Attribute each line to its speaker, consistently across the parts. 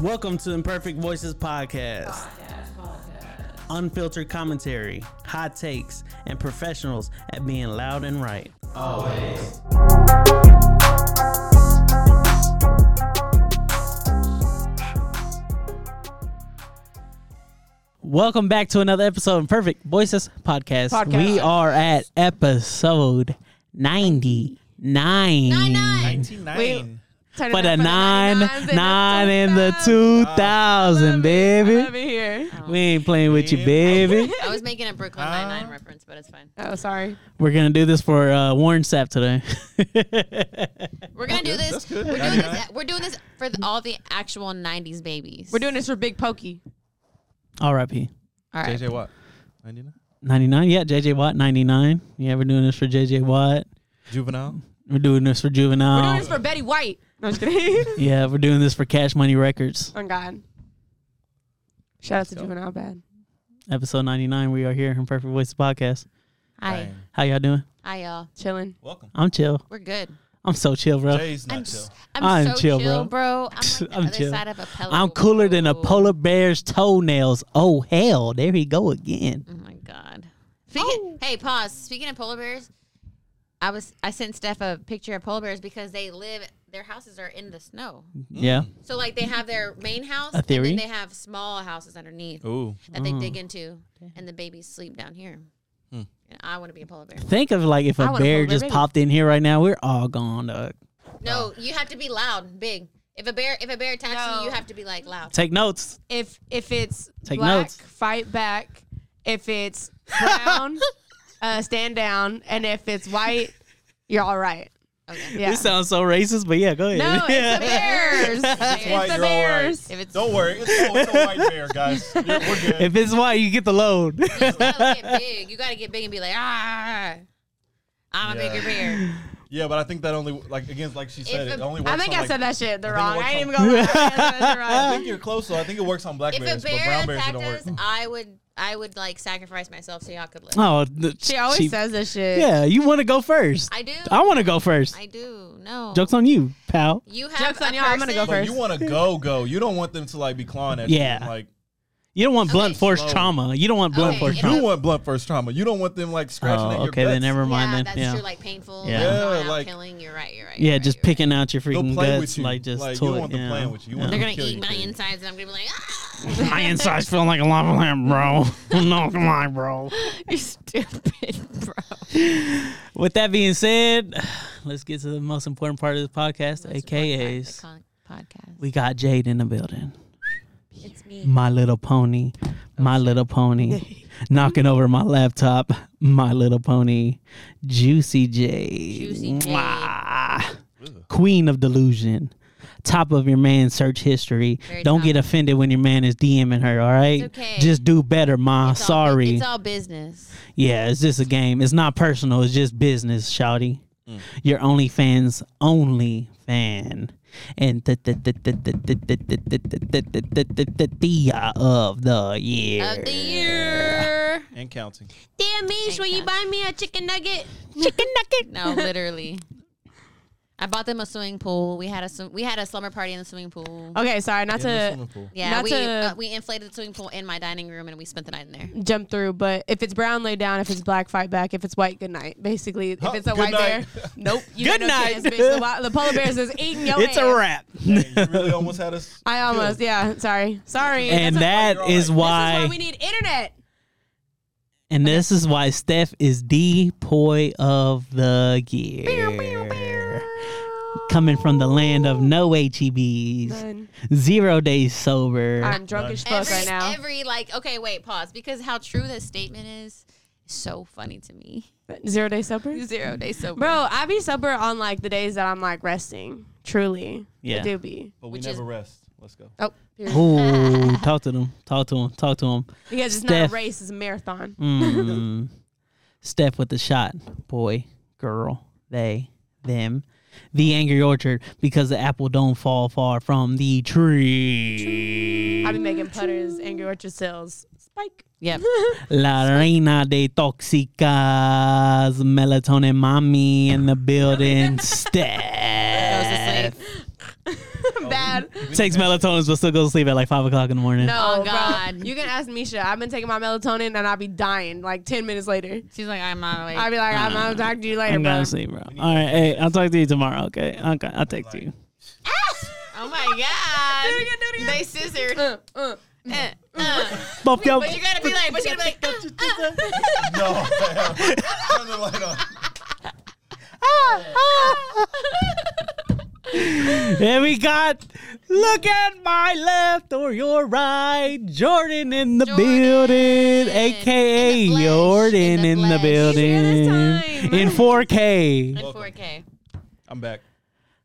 Speaker 1: Welcome to Imperfect Voices Podcast. Unfiltered commentary, hot takes, and professionals at being loud and right. Welcome back to another episode of Imperfect Voices Podcast. We are at episode 99.
Speaker 2: Wait, turn it
Speaker 1: For
Speaker 2: up
Speaker 1: the nine,
Speaker 2: 99s and
Speaker 1: nine in the
Speaker 2: 2000s.
Speaker 1: 2000,
Speaker 2: Let
Speaker 1: baby.
Speaker 2: me hear.
Speaker 1: We ain't playing with you, baby.
Speaker 3: I was making a Brooklyn Nine Nine reference, but it's fine.
Speaker 2: Oh, sorry.
Speaker 1: We're gonna do this for uh, Warren Sapp today.
Speaker 3: We're gonna do this. We're doing this. We're doing this for the, all the actual '90s babies.
Speaker 2: We're doing this for Big Pokey.
Speaker 1: R.I.P.
Speaker 3: all right.
Speaker 4: JJ Watt. 99?
Speaker 1: 99, yeah, JJ Watt, 99. Yeah, we're doing this for JJ Watt.
Speaker 4: Juvenile.
Speaker 1: We're doing this for
Speaker 2: We're doing
Speaker 1: Juvenile.
Speaker 2: this for Betty White. No, I'm just kidding.
Speaker 1: yeah, we're doing this for Cash Money Records.
Speaker 2: On Oh, God. Shout out to Juvenile Bad.
Speaker 1: Episode 99, we are here in Perfect Voice Podcast.
Speaker 3: Hi,
Speaker 1: How y'all doing?
Speaker 3: hi, y'all.
Speaker 2: Chilling.
Speaker 4: Welcome.
Speaker 1: I'm chill.
Speaker 3: We're good.
Speaker 1: I'm so chill, bro.
Speaker 4: Jay's
Speaker 3: I'm
Speaker 4: not chill.
Speaker 3: s- I'm,
Speaker 1: I'm
Speaker 3: so
Speaker 1: chill,
Speaker 3: chill,
Speaker 1: bro.
Speaker 3: bro. I'm like the
Speaker 1: I'm
Speaker 3: other
Speaker 1: chill.
Speaker 3: side of a pillow.
Speaker 1: I'm cooler than a polar bear's toenails. Oh, hell, there he go again.
Speaker 3: Oh my god. Speaking,
Speaker 1: Oh.
Speaker 3: Hey, pause. Speaking of polar bears, I was I sent Steph a picture of polar bears because they live. Their houses are in the snow.
Speaker 1: Yeah.
Speaker 4: Mm.
Speaker 3: So like they have their main house,
Speaker 1: A theory? Oh.
Speaker 3: and then they have small houses underneath
Speaker 4: Ooh.
Speaker 3: that they dig into, and the babies sleep down here. And I want to be a polar bear.
Speaker 1: Think of like if a
Speaker 2: I wanna
Speaker 1: bear
Speaker 2: hold my
Speaker 1: just
Speaker 2: baby.
Speaker 1: popped in here right now, we're all gone, dog.
Speaker 3: No, you have to be loud, big. If a bear if a bear attacks
Speaker 2: No.
Speaker 3: you, you have to be like loud.
Speaker 1: Take notes.
Speaker 2: If if it's
Speaker 1: Take
Speaker 2: black,
Speaker 1: notes.
Speaker 2: fight back. If it's brown, uh, stand down. And if it's white, you're all right.
Speaker 3: Okay.
Speaker 2: Yeah.
Speaker 1: This sounds so racist, but yeah, go ahead.
Speaker 2: no, it's the bears.
Speaker 4: White,
Speaker 2: it's the
Speaker 4: you're all right.
Speaker 2: bears.
Speaker 3: If it's
Speaker 4: Don't worry. It's, a- it's a white bear, guys. You're, we're good.
Speaker 1: if it's white, you get the load.
Speaker 3: you just gotta get big. You gotta get big and be like, ah I'm a
Speaker 4: Yeah.
Speaker 3: bigger bear.
Speaker 4: yeah, but I think that only, like, again, like she said,
Speaker 3: If
Speaker 4: it
Speaker 3: a-
Speaker 4: only works
Speaker 2: I think
Speaker 4: on,
Speaker 2: I
Speaker 4: like-
Speaker 2: said that shit the
Speaker 4: I think it
Speaker 2: wrong. I
Speaker 4: works
Speaker 2: ain't even
Speaker 4: on-
Speaker 2: gonna lie. I said that shit
Speaker 4: I
Speaker 2: wrong.
Speaker 4: think you're close, though. I think it works on black
Speaker 3: If
Speaker 4: bears,
Speaker 3: a bear
Speaker 4: but brown bears, it
Speaker 3: attacked
Speaker 4: don't work.
Speaker 3: us, I would I would like sacrifice myself so y'all could live.
Speaker 1: Oh, the,
Speaker 2: She always says that shit.
Speaker 1: Yeah, you want to go first.
Speaker 3: I do.
Speaker 1: I want to go first.
Speaker 3: I do. No.
Speaker 1: Jokes on you, pal.
Speaker 3: you have
Speaker 2: Jokes on
Speaker 3: a
Speaker 2: y'all, I'm gonna go
Speaker 3: person-
Speaker 4: But you
Speaker 2: first.
Speaker 4: want to go, go. You don't want them to, like, be clawing at you.
Speaker 1: Yeah.
Speaker 4: and, Like,
Speaker 1: You don't want blunt
Speaker 3: Okay.
Speaker 1: force
Speaker 4: Slow.
Speaker 1: trauma. You don't want blunt
Speaker 3: Okay,
Speaker 1: force
Speaker 3: if
Speaker 4: you
Speaker 1: trauma.
Speaker 4: want blunt force trauma. You don't want them, like, scratching at
Speaker 1: Oh,
Speaker 4: your
Speaker 1: okay, then
Speaker 4: guts.
Speaker 1: never mind.
Speaker 3: Yeah,
Speaker 1: then.
Speaker 3: that's
Speaker 1: yeah.
Speaker 3: true. Like painful.
Speaker 1: Yeah.
Speaker 3: Yeah,
Speaker 4: Yeah,
Speaker 3: going out,
Speaker 4: like-
Speaker 3: killing. You're right. You're right.
Speaker 1: yeah,
Speaker 3: you're right,
Speaker 1: just
Speaker 3: you're right.
Speaker 1: picking out your
Speaker 4: They'll
Speaker 1: freaking
Speaker 4: play
Speaker 1: guts,
Speaker 4: with you.
Speaker 1: like just
Speaker 4: like,
Speaker 1: toy.
Speaker 4: you don't want them
Speaker 1: yeah.
Speaker 4: playing with you. You
Speaker 1: Yeah.
Speaker 4: want
Speaker 3: They're
Speaker 4: them
Speaker 3: gonna
Speaker 4: to kill
Speaker 3: eat
Speaker 4: you.
Speaker 3: my insides, and I'm gonna be like, ah.
Speaker 1: My insides feel like a lava lamp, bro. no, come on, bro.
Speaker 3: You're stupid, bro.
Speaker 1: With that being said, let's get to the most important part of this podcast, AKA's.
Speaker 3: podcast.
Speaker 1: We got Jade in the building.
Speaker 3: It's me. Oh,
Speaker 1: My Little Pony, My Little Pony, knocking over my laptop, My Little Pony, Juicy J,
Speaker 3: Juicy J.
Speaker 1: Mwah. Queen of Delusion, top of your man's search history.
Speaker 3: Very
Speaker 1: Don't
Speaker 3: top.
Speaker 1: get offended when your man is DMing her. All right,
Speaker 3: okay.
Speaker 1: just do better, ma. Sorry,
Speaker 3: It's all business.
Speaker 1: yeah, it's just a game. It's not personal. It's just business, shouty. Your OnlyFans only fan, and the the the the the the the the the the the the the dia of the
Speaker 2: Uh,
Speaker 3: Of the
Speaker 1: year.
Speaker 3: year.
Speaker 4: And counting.
Speaker 3: Damn me, will you buy me a chicken nugget? Chicken nugget. No, literally. I bought them a swimming pool. We had a swim- we had a slumber party in the swimming pool.
Speaker 2: Okay, sorry, not
Speaker 4: the
Speaker 2: to
Speaker 4: swimming pool.
Speaker 3: Yeah,
Speaker 2: Not
Speaker 3: we
Speaker 2: to-
Speaker 3: uh, we inflated the swimming pool in my dining room and we spent the night in there.
Speaker 2: jump through, but if it's brown, lay down. If it's black, fight back. If it's white, good night. Basically, if
Speaker 4: Huh,
Speaker 2: it's a
Speaker 4: good
Speaker 2: white
Speaker 4: night.
Speaker 2: bear, nope. You
Speaker 1: Good
Speaker 2: got no
Speaker 1: night.
Speaker 2: chance, bitch. The, wi- the polar bears is eating your
Speaker 1: It's a
Speaker 2: ass.
Speaker 1: wrap.
Speaker 4: Dang, you really almost had us.
Speaker 2: I almost, yeah. Sorry, sorry.
Speaker 1: and
Speaker 2: That's
Speaker 1: that
Speaker 4: you're
Speaker 1: is
Speaker 4: all
Speaker 2: why- this is why
Speaker 1: why,
Speaker 2: we need internet.
Speaker 1: and this is why Steph is the poi of the year. Coming from the land of no HEBs,
Speaker 2: None.
Speaker 1: zero days sober.
Speaker 2: I'm drunk as fuck
Speaker 3: every,
Speaker 2: right now.
Speaker 3: every like okay, wait, pause because how true this statement is is so funny to me.
Speaker 2: Zero day sober.
Speaker 3: Zero day sober,
Speaker 2: Bro, I be sober on like the days that I'm like resting. Truly,
Speaker 1: Yeah.
Speaker 2: I do be.
Speaker 4: But we
Speaker 3: Which
Speaker 4: never
Speaker 3: is-
Speaker 4: rest. Let's go.
Speaker 2: Oh,
Speaker 1: Ooh, talk to them. Talk to them. Talk to them.
Speaker 2: because it's not
Speaker 1: Steph.
Speaker 2: a race; it's a marathon.
Speaker 1: Mm. Steph with the shot. Boy, girl, they, them. The Angry Orchard because the apple don't fall far from the tree.
Speaker 2: I be making putters, Angry Orchard sales spike.
Speaker 3: Yep.
Speaker 1: La reina de toxicas, melatonin mommy in the building. Steph
Speaker 2: Bad.
Speaker 1: takes melatonin but still goes to sleep at like five o'clock in the morning.
Speaker 2: No,
Speaker 3: Oh,
Speaker 2: bro.
Speaker 3: God.
Speaker 2: You can ask Misha. I've been taking my melatonin and I'll be dying like ten minutes later.
Speaker 3: She's like, I'm not awake.
Speaker 2: I'll be like, I'm gonna talk to you later,
Speaker 1: I'm
Speaker 2: bro.
Speaker 1: gonna sleep, bro. All right, hey, I'll talk to you tomorrow. Okay, okay, I'll text you.
Speaker 3: oh my god, they scissored.
Speaker 2: Uh, uh.
Speaker 3: Uh, uh.
Speaker 1: Bump your
Speaker 3: But you gotta be like, but you gotta be like, uh, uh.
Speaker 4: No. Turn the light on.
Speaker 1: And we got look at my left or your right. Jordan in the
Speaker 3: Jordan.
Speaker 1: building, aka
Speaker 3: In the flesh.
Speaker 1: Jordan
Speaker 3: In
Speaker 1: in
Speaker 3: the
Speaker 1: the
Speaker 3: flesh.
Speaker 1: building in 4K.
Speaker 3: in 4K.
Speaker 4: I'm back.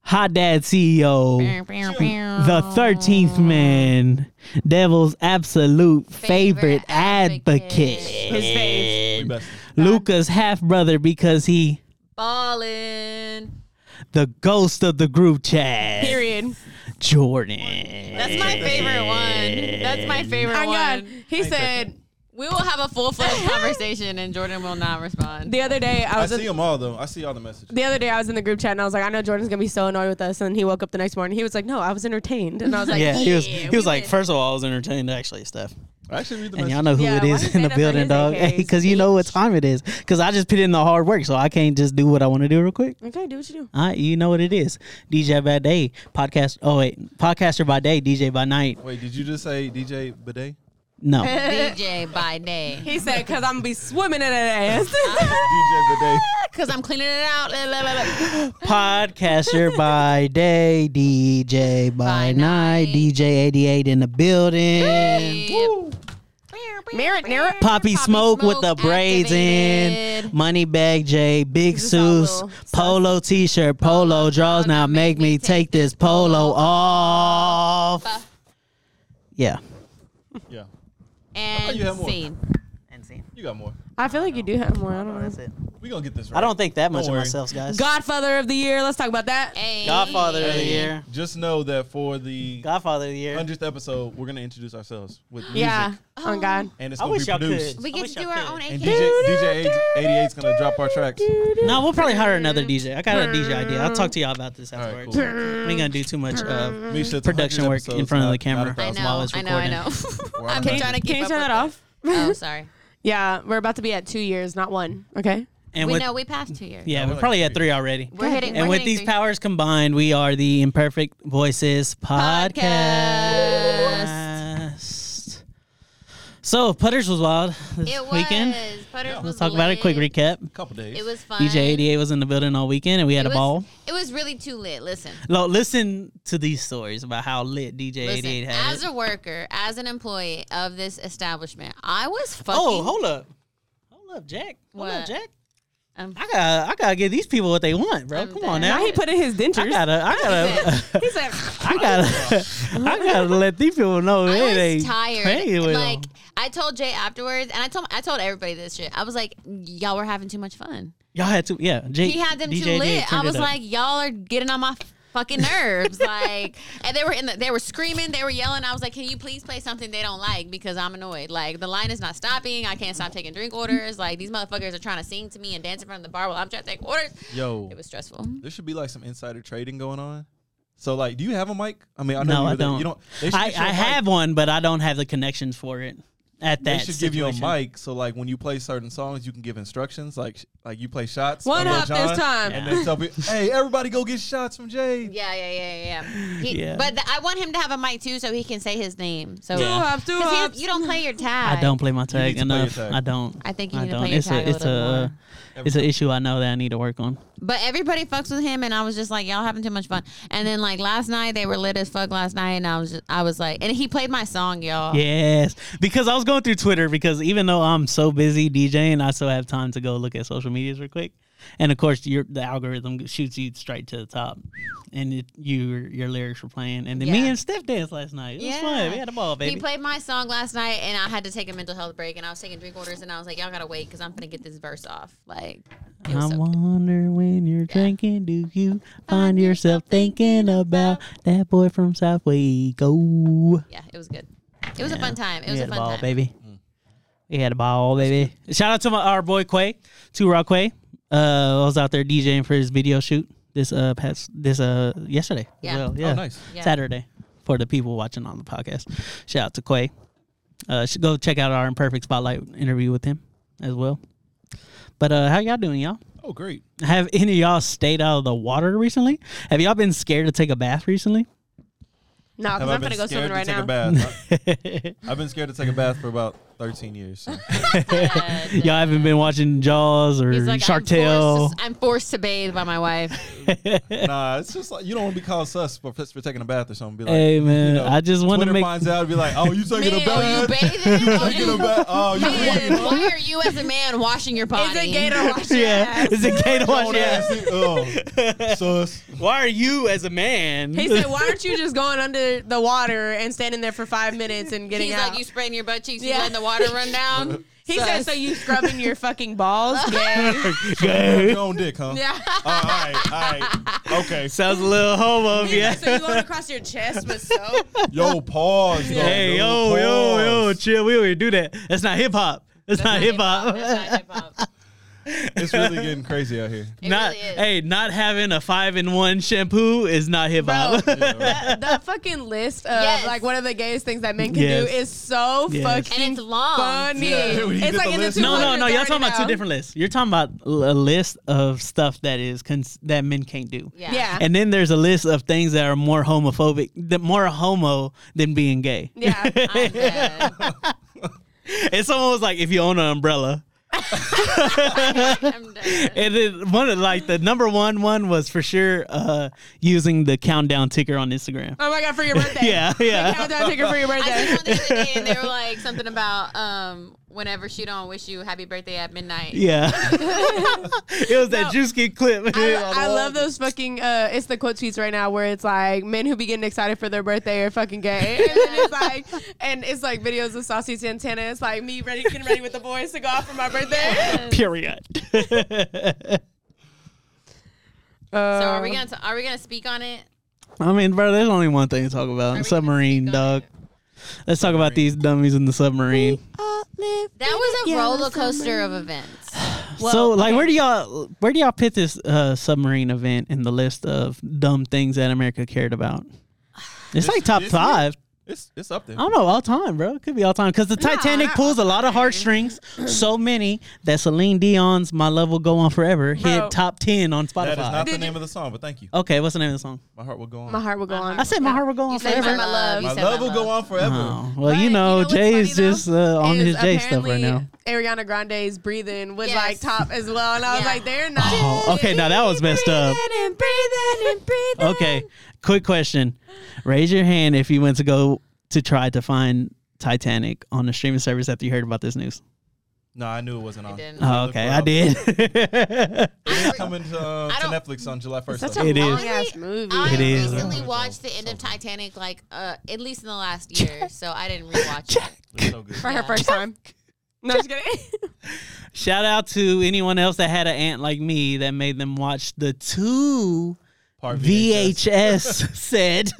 Speaker 1: Hot Dad CEO, the 13th man, Devil's absolute favorite,
Speaker 3: Favorite advocate.
Speaker 1: advocate.
Speaker 2: His face.
Speaker 4: We best.
Speaker 1: Luca's half brother because he
Speaker 3: Ballin'.
Speaker 1: the ghost of the group chat.
Speaker 2: Period.
Speaker 1: Jordan.
Speaker 3: That's my favorite one. That's my favorite
Speaker 2: My God.
Speaker 3: one.
Speaker 2: He said
Speaker 3: We will have a full fledged conversation, and Jordan will not respond.
Speaker 2: the other day I
Speaker 4: I
Speaker 2: was
Speaker 4: see them all though. I see all the messages.
Speaker 2: the other day I was in the group chat and I was like, I know Jordan's gonna be so annoyed with us. And he woke up the next morning. He was like, No, I was entertained. And I was like,
Speaker 1: yeah, he was. He
Speaker 3: we
Speaker 1: was like, first of all, I was entertained actually, Steph,
Speaker 4: I actually read the
Speaker 1: and
Speaker 4: messages.
Speaker 1: y'all know who
Speaker 2: Yeah,
Speaker 1: it
Speaker 2: why
Speaker 1: is
Speaker 2: you
Speaker 1: in the
Speaker 2: say that about
Speaker 1: building,
Speaker 2: his
Speaker 1: dog,
Speaker 2: AKs?
Speaker 1: because you know what time it is. Because I just put in the hard work, so I can't just do what I want to do real quick.
Speaker 2: Okay, do what you do.
Speaker 1: I, you know what it is, DJ by day, podcast. Oh wait, podcaster by day, DJ by night.
Speaker 4: Wait, did you just say DJ Bidet?
Speaker 1: No,
Speaker 3: DJ by day.
Speaker 2: He said, Cause I'm gonna be swimming in that ass.
Speaker 4: DJ Bidet.
Speaker 3: Because I'm cleaning it out. La, la, la, la.
Speaker 1: podcaster by day, DJ by,
Speaker 3: By
Speaker 1: night,
Speaker 3: night.
Speaker 1: DJ eighty eight in the building.
Speaker 2: Merit, merit.
Speaker 1: Poppy, Smoke, with the
Speaker 3: Smoke
Speaker 1: braids in,
Speaker 3: activated.
Speaker 1: Moneybag J, Big
Speaker 2: This is our
Speaker 1: Seuss,
Speaker 2: little
Speaker 1: Polo T-shirt, Polo draws. Now make me take this polo off. Yeah,
Speaker 4: Yeah.
Speaker 1: Oh,
Speaker 4: thought you had
Speaker 3: And
Speaker 4: more.
Speaker 3: scene.
Speaker 4: You got more.
Speaker 2: I feel like you do have more. I don't know.
Speaker 4: We gonna get this right.
Speaker 1: I don't think that much of
Speaker 4: worry.
Speaker 1: myself, guys.
Speaker 2: Godfather of the year. Let's talk about that.
Speaker 3: Hey.
Speaker 1: Godfather of the year,
Speaker 4: Just know that for the
Speaker 1: Godfather of the year.
Speaker 4: hundredth episode, we're gonna introduce ourselves with music.
Speaker 2: Yeah. Oh. On God.
Speaker 4: And it's
Speaker 1: I
Speaker 4: gonna
Speaker 1: wish
Speaker 4: be
Speaker 1: y'all
Speaker 4: produced.
Speaker 1: could.
Speaker 3: We
Speaker 1: I
Speaker 3: get
Speaker 1: wish
Speaker 3: to do
Speaker 1: I
Speaker 3: our
Speaker 1: could.
Speaker 3: own
Speaker 4: And
Speaker 3: AK.
Speaker 4: DJ DJ 88's gonna drop our tracks.
Speaker 1: No, we'll probably hire another DJ. I got a DJ idea. I'll talk to y'all about this afterwards.
Speaker 4: cool.
Speaker 1: We ain't gonna do too much of
Speaker 4: Misha, it's
Speaker 1: production
Speaker 4: 100
Speaker 1: work in
Speaker 4: episodes, uh,
Speaker 1: front of
Speaker 4: not-
Speaker 1: the camera
Speaker 4: not a
Speaker 3: I
Speaker 1: while
Speaker 4: thousand.
Speaker 3: know,
Speaker 1: it's
Speaker 3: I know, I
Speaker 1: recording.
Speaker 3: know.
Speaker 4: We're on
Speaker 3: I'm
Speaker 4: a
Speaker 3: trying to
Speaker 4: hundred.
Speaker 3: keep
Speaker 2: Can you
Speaker 3: up
Speaker 2: turn
Speaker 3: with
Speaker 2: that off?
Speaker 3: it. Oh, sorry.
Speaker 2: Yeah, we're about to be at two years, not one. Okay.
Speaker 1: And
Speaker 3: We
Speaker 1: with
Speaker 3: know we passed two years.
Speaker 1: yeah,
Speaker 4: we're
Speaker 1: we're
Speaker 4: like
Speaker 1: probably at
Speaker 4: three.
Speaker 1: three already.
Speaker 3: We're hitting.
Speaker 1: And
Speaker 3: we're
Speaker 1: with
Speaker 3: hitting
Speaker 1: these
Speaker 3: three.
Speaker 1: powers combined, we are the Imperfect Voices podcast. So, Putters was wild this
Speaker 3: It was.
Speaker 1: weekend.
Speaker 3: Putters was
Speaker 1: Let's talk about it. Quick
Speaker 3: lit.
Speaker 1: recap.
Speaker 4: Couple days.
Speaker 3: It was fun.
Speaker 1: DJ 88 was in the building all weekend and we had a
Speaker 3: It was-
Speaker 1: ball.
Speaker 3: It was really too lit. Listen.
Speaker 1: Lo, listen to these stories about how lit DJ 88
Speaker 3: Listen,
Speaker 1: had.
Speaker 3: as
Speaker 1: it.
Speaker 3: a worker, as an employee of this establishment, I was fucking.
Speaker 1: oh, hold up. Hold up, Jack. Hold up,
Speaker 3: What?
Speaker 1: Jack.
Speaker 3: Um,
Speaker 1: I gotta, I gotta give these people what they want, bro.
Speaker 3: I'm
Speaker 1: Come on
Speaker 3: dead.
Speaker 1: now.
Speaker 2: Now he put in his
Speaker 1: I
Speaker 2: dentures.
Speaker 1: gotta, I gotta,
Speaker 2: He's like,
Speaker 1: I gotta, I gotta let these people know it
Speaker 3: I was
Speaker 1: ain't
Speaker 3: tired.
Speaker 1: playing with
Speaker 3: Like
Speaker 1: them.
Speaker 3: I told Jay afterwards, and I told I told everybody this shit. I was like, y'all were having too much fun.
Speaker 1: Y'all had to, yeah. Jay,
Speaker 3: He had them
Speaker 1: DJ
Speaker 3: too
Speaker 1: did
Speaker 3: lit.
Speaker 1: turn
Speaker 3: I
Speaker 1: it
Speaker 3: was
Speaker 1: up.
Speaker 3: like, y'all are getting on my fucking nerves. like, and they were in the, they were screaming, they were yelling. I was like, "Can you please play something they don't like because I'm annoyed. Like, the line is not stopping. I can't stop taking drink orders. Like, these motherfuckers are trying to sing to me and dance in front of the bar while I'm trying to take orders.
Speaker 4: Yo,
Speaker 3: It was stressful.
Speaker 4: there should be like some insider trading going on. So like, do you have a mic? I mean, I know
Speaker 1: No,
Speaker 4: you
Speaker 1: I
Speaker 4: were there.
Speaker 1: don't.
Speaker 4: You don't. They should
Speaker 1: I,
Speaker 4: get you a
Speaker 1: I
Speaker 4: mic.
Speaker 1: have one, but I don't have the connections for it. At
Speaker 4: They
Speaker 1: that,
Speaker 4: should give you a
Speaker 1: situation.
Speaker 4: mic so like when you play certain songs, you can give instructions. Like sh- like you play shots. of
Speaker 2: One
Speaker 4: Lil
Speaker 2: hop this
Speaker 4: Jon,
Speaker 2: time.
Speaker 4: and they tell me, hey, everybody, go get shots from Jay.
Speaker 3: Yeah, yeah, yeah, yeah. He,
Speaker 1: Yeah.
Speaker 3: But th- I want him to have a mic too, so he can say his name. So
Speaker 2: Two hops, two
Speaker 3: 'Cause he-
Speaker 2: hops.
Speaker 3: you don't play your tag.
Speaker 1: I don't play my
Speaker 4: need
Speaker 1: tag
Speaker 4: to play your
Speaker 1: enough.
Speaker 4: tag.
Speaker 1: I don't.
Speaker 3: I think you need to
Speaker 1: don't.
Speaker 3: play your
Speaker 1: it's
Speaker 3: tag a
Speaker 1: a, it's
Speaker 3: little
Speaker 1: a,
Speaker 3: more.
Speaker 1: it's an issue I know that I need to work on.
Speaker 3: But everybody fucks with him, and I was just like, y'all having too much fun. And then like last night, they were lit as fuck last night, and I was just, I was like, and he played my song,
Speaker 1: Oh.
Speaker 3: y'all.
Speaker 1: Yes, because I was going through Twitter because even though I'm so busy DJing, I still have time to go look at social medias real quick. And of course, your the algorithm shoots you straight to the top, and it, your your lyrics were playing. And then me
Speaker 3: Yeah.
Speaker 1: and Steph danced last night. It was fun. We had a ball, baby.
Speaker 3: He played my song last night, and I had to take a mental health break, and I was taking drink orders, and I was like, y'all gotta wait because I'm gonna get this verse off. Like, it was
Speaker 1: I
Speaker 3: so
Speaker 1: wonder when you're drinking, do you find yourself thinking about that boy from South Oh. Waco?
Speaker 3: yeah, it was good. It was a fun time. It was
Speaker 1: we
Speaker 3: a
Speaker 1: had
Speaker 3: fun
Speaker 1: a ball,
Speaker 3: time.
Speaker 1: baby. We had a ball, baby. Shout out to my, our boy Quay, to Rock Quay. Uh, I was out there DJing for his video shoot this uh past this uh yesterday. as
Speaker 3: Yeah.
Speaker 1: well. yeah.
Speaker 4: nice.
Speaker 3: Yeah.
Speaker 1: Saturday for the people watching on the podcast. Shout out to Quay. Uh, should go check out our imperfect spotlight interview with him as well. But uh, how y'all doing, y'all?
Speaker 4: Oh, great.
Speaker 1: Have any of y'all stayed out of the water recently? Have y'all been scared to take a bath recently?
Speaker 2: No, because
Speaker 4: I
Speaker 2: I'm gonna go swimming right
Speaker 4: take
Speaker 2: now.
Speaker 4: a bath? I- I've been scared to take a bath for about 13 years. so.
Speaker 1: Y'all haven't been watching Jaws or
Speaker 3: He's like,
Speaker 1: Shark
Speaker 3: I'm
Speaker 1: Tale.
Speaker 3: Forced to, I'm forced to bathe by my wife.
Speaker 4: nah, it's just like you don't want to be called sus for, for taking a bath or something. Be like,
Speaker 1: Hey, man,
Speaker 4: you know,
Speaker 1: I just wanna
Speaker 4: Twitter
Speaker 1: make-
Speaker 4: finds out, be like, oh, you taking a
Speaker 3: Man, are you
Speaker 4: bath?
Speaker 3: bathing? Are
Speaker 4: taking
Speaker 3: you-
Speaker 4: a bath? Oh, you
Speaker 3: Man, why are you as a man washing your body?
Speaker 2: It's a gator wash. your
Speaker 1: yeah,
Speaker 2: ass.
Speaker 1: it's a gay to watch.
Speaker 4: fucking
Speaker 1: Yeah.
Speaker 4: ass. Oh, sus.
Speaker 1: Why are you as a man?
Speaker 2: He said, "Why aren't you just going under the water and standing there for five minutes and getting
Speaker 3: He's
Speaker 2: out?"
Speaker 3: like, you spraying your butt cheeks, you
Speaker 2: Yeah.
Speaker 3: letting the water run down.
Speaker 2: he said, "So you scrubbing your fucking balls?" Yeah.
Speaker 4: Your own dick, huh?
Speaker 2: yeah.
Speaker 4: All right, all right. Okay.
Speaker 1: sounds a little homo,
Speaker 2: He's
Speaker 1: yeah.
Speaker 2: like, so you going across your chest with soap?
Speaker 4: Yo, pause. Though,
Speaker 1: Hey,
Speaker 4: dude,
Speaker 1: yo, yo, yo,
Speaker 4: pause.
Speaker 1: chill. We already do that. That's not hip hop. That's not hip hop.
Speaker 3: That's not hip hop.
Speaker 4: It's really getting crazy out here.
Speaker 3: It
Speaker 1: Not
Speaker 3: really is.
Speaker 1: hey, not having a five in one shampoo is not hip hop.
Speaker 2: the, the fucking list of
Speaker 3: Yes.
Speaker 2: like one of the gayest things that men can
Speaker 1: Yes.
Speaker 2: do is so
Speaker 1: Yes.
Speaker 2: fucking
Speaker 3: and it's long.
Speaker 2: funny.
Speaker 4: Yeah, when you
Speaker 2: It's
Speaker 4: did
Speaker 2: like
Speaker 4: the
Speaker 2: in the
Speaker 4: list,
Speaker 2: two
Speaker 4: it's
Speaker 1: No,
Speaker 4: like-
Speaker 1: no, no. Y'all talking about two different lists. You're talking about l- a list of stuff that is cons- that men can't do.
Speaker 3: Yeah.
Speaker 2: Yeah.
Speaker 1: And then there's a list of things that are more homophobic, that more homo than being gay.
Speaker 2: yeah.
Speaker 3: I'm dead.
Speaker 1: It's almost like if you own an umbrella.
Speaker 3: I'm dead.
Speaker 1: And then one of like the number one one was for sure uh, using the countdown ticker on Instagram.
Speaker 2: Oh my god, for your birthday.
Speaker 1: Yeah, yeah.
Speaker 2: Countdown ticket for your
Speaker 3: I
Speaker 2: birthday.
Speaker 3: seen one the other day, and they were like something about um, whenever she don't wish you happy birthday at midnight.
Speaker 1: Yeah. it was that juice kid clip.
Speaker 2: I, I love those fucking. Uh, it's the quote tweets right now where it's like men who be getting excited for their birthday are fucking gay, and then it's like, and it's like videos of Saucy Santana. It's like me ready, getting ready with the boys to go out for my birthday.
Speaker 1: Period. Uh,
Speaker 3: So are we gonna t- are we gonna speak on it?
Speaker 1: I mean, bro, there's only one thing to talk about. Submarine, dog. Let's talk about these dummies in the submarine.
Speaker 3: That was a roller coaster of events.
Speaker 1: so, like, where do y'all where do y'all pit this uh, submarine event in the list of dumb things that America cared about? It's like top
Speaker 4: this year?
Speaker 1: five.
Speaker 4: It's it's up there.
Speaker 1: I don't know, all time, bro. It could be all time because the Titanic pulls a lot of heartstrings, so many that Celine Dion's "My Love Will Go On Forever"
Speaker 2: Bro.
Speaker 1: hit top ten on
Speaker 4: That is
Speaker 1: Spotify.
Speaker 4: not the name of the song, but thank you.
Speaker 1: Okay, what's the name of the song?
Speaker 4: My heart will go on.
Speaker 2: My heart will go on.
Speaker 1: I said Oh. "My Heart Will Go On
Speaker 3: You said
Speaker 1: Forever."
Speaker 3: my love. you
Speaker 4: My
Speaker 3: said
Speaker 4: love will go on forever.
Speaker 1: Oh, well, you
Speaker 2: But
Speaker 1: know,
Speaker 2: what's
Speaker 1: Jay's
Speaker 2: funny, though,
Speaker 1: just uh, on
Speaker 2: is
Speaker 1: his Jay stuff right
Speaker 2: apparently
Speaker 1: now.
Speaker 2: Ariana Grande's breathing was
Speaker 3: Yes.
Speaker 2: like top as well, and I was
Speaker 3: Yeah.
Speaker 2: like, they're not.
Speaker 1: Oh, okay, now that was messed up.
Speaker 2: And breathing and breathing.
Speaker 1: Okay, quick question. Raise your hand if you went to go to try to find Titanic on the streaming service after you heard about this news.
Speaker 4: No, I knew it wasn't on.
Speaker 3: didn't.
Speaker 1: Oh, okay, I did.
Speaker 4: It's coming to, uh, to
Speaker 3: don't-
Speaker 4: Netflix on July 1st.
Speaker 2: Such
Speaker 4: though.
Speaker 2: a
Speaker 1: It is.
Speaker 2: long ass movie.
Speaker 3: I
Speaker 1: It is.
Speaker 3: recently watched the end of Titanic, like uh, at least in the last year, so I didn't rewatch it.
Speaker 4: It's so good.
Speaker 2: for her first time. No, just kidding.
Speaker 1: Shout out to anyone else that had an aunt like me that made them watch the two
Speaker 4: Part
Speaker 1: VHS said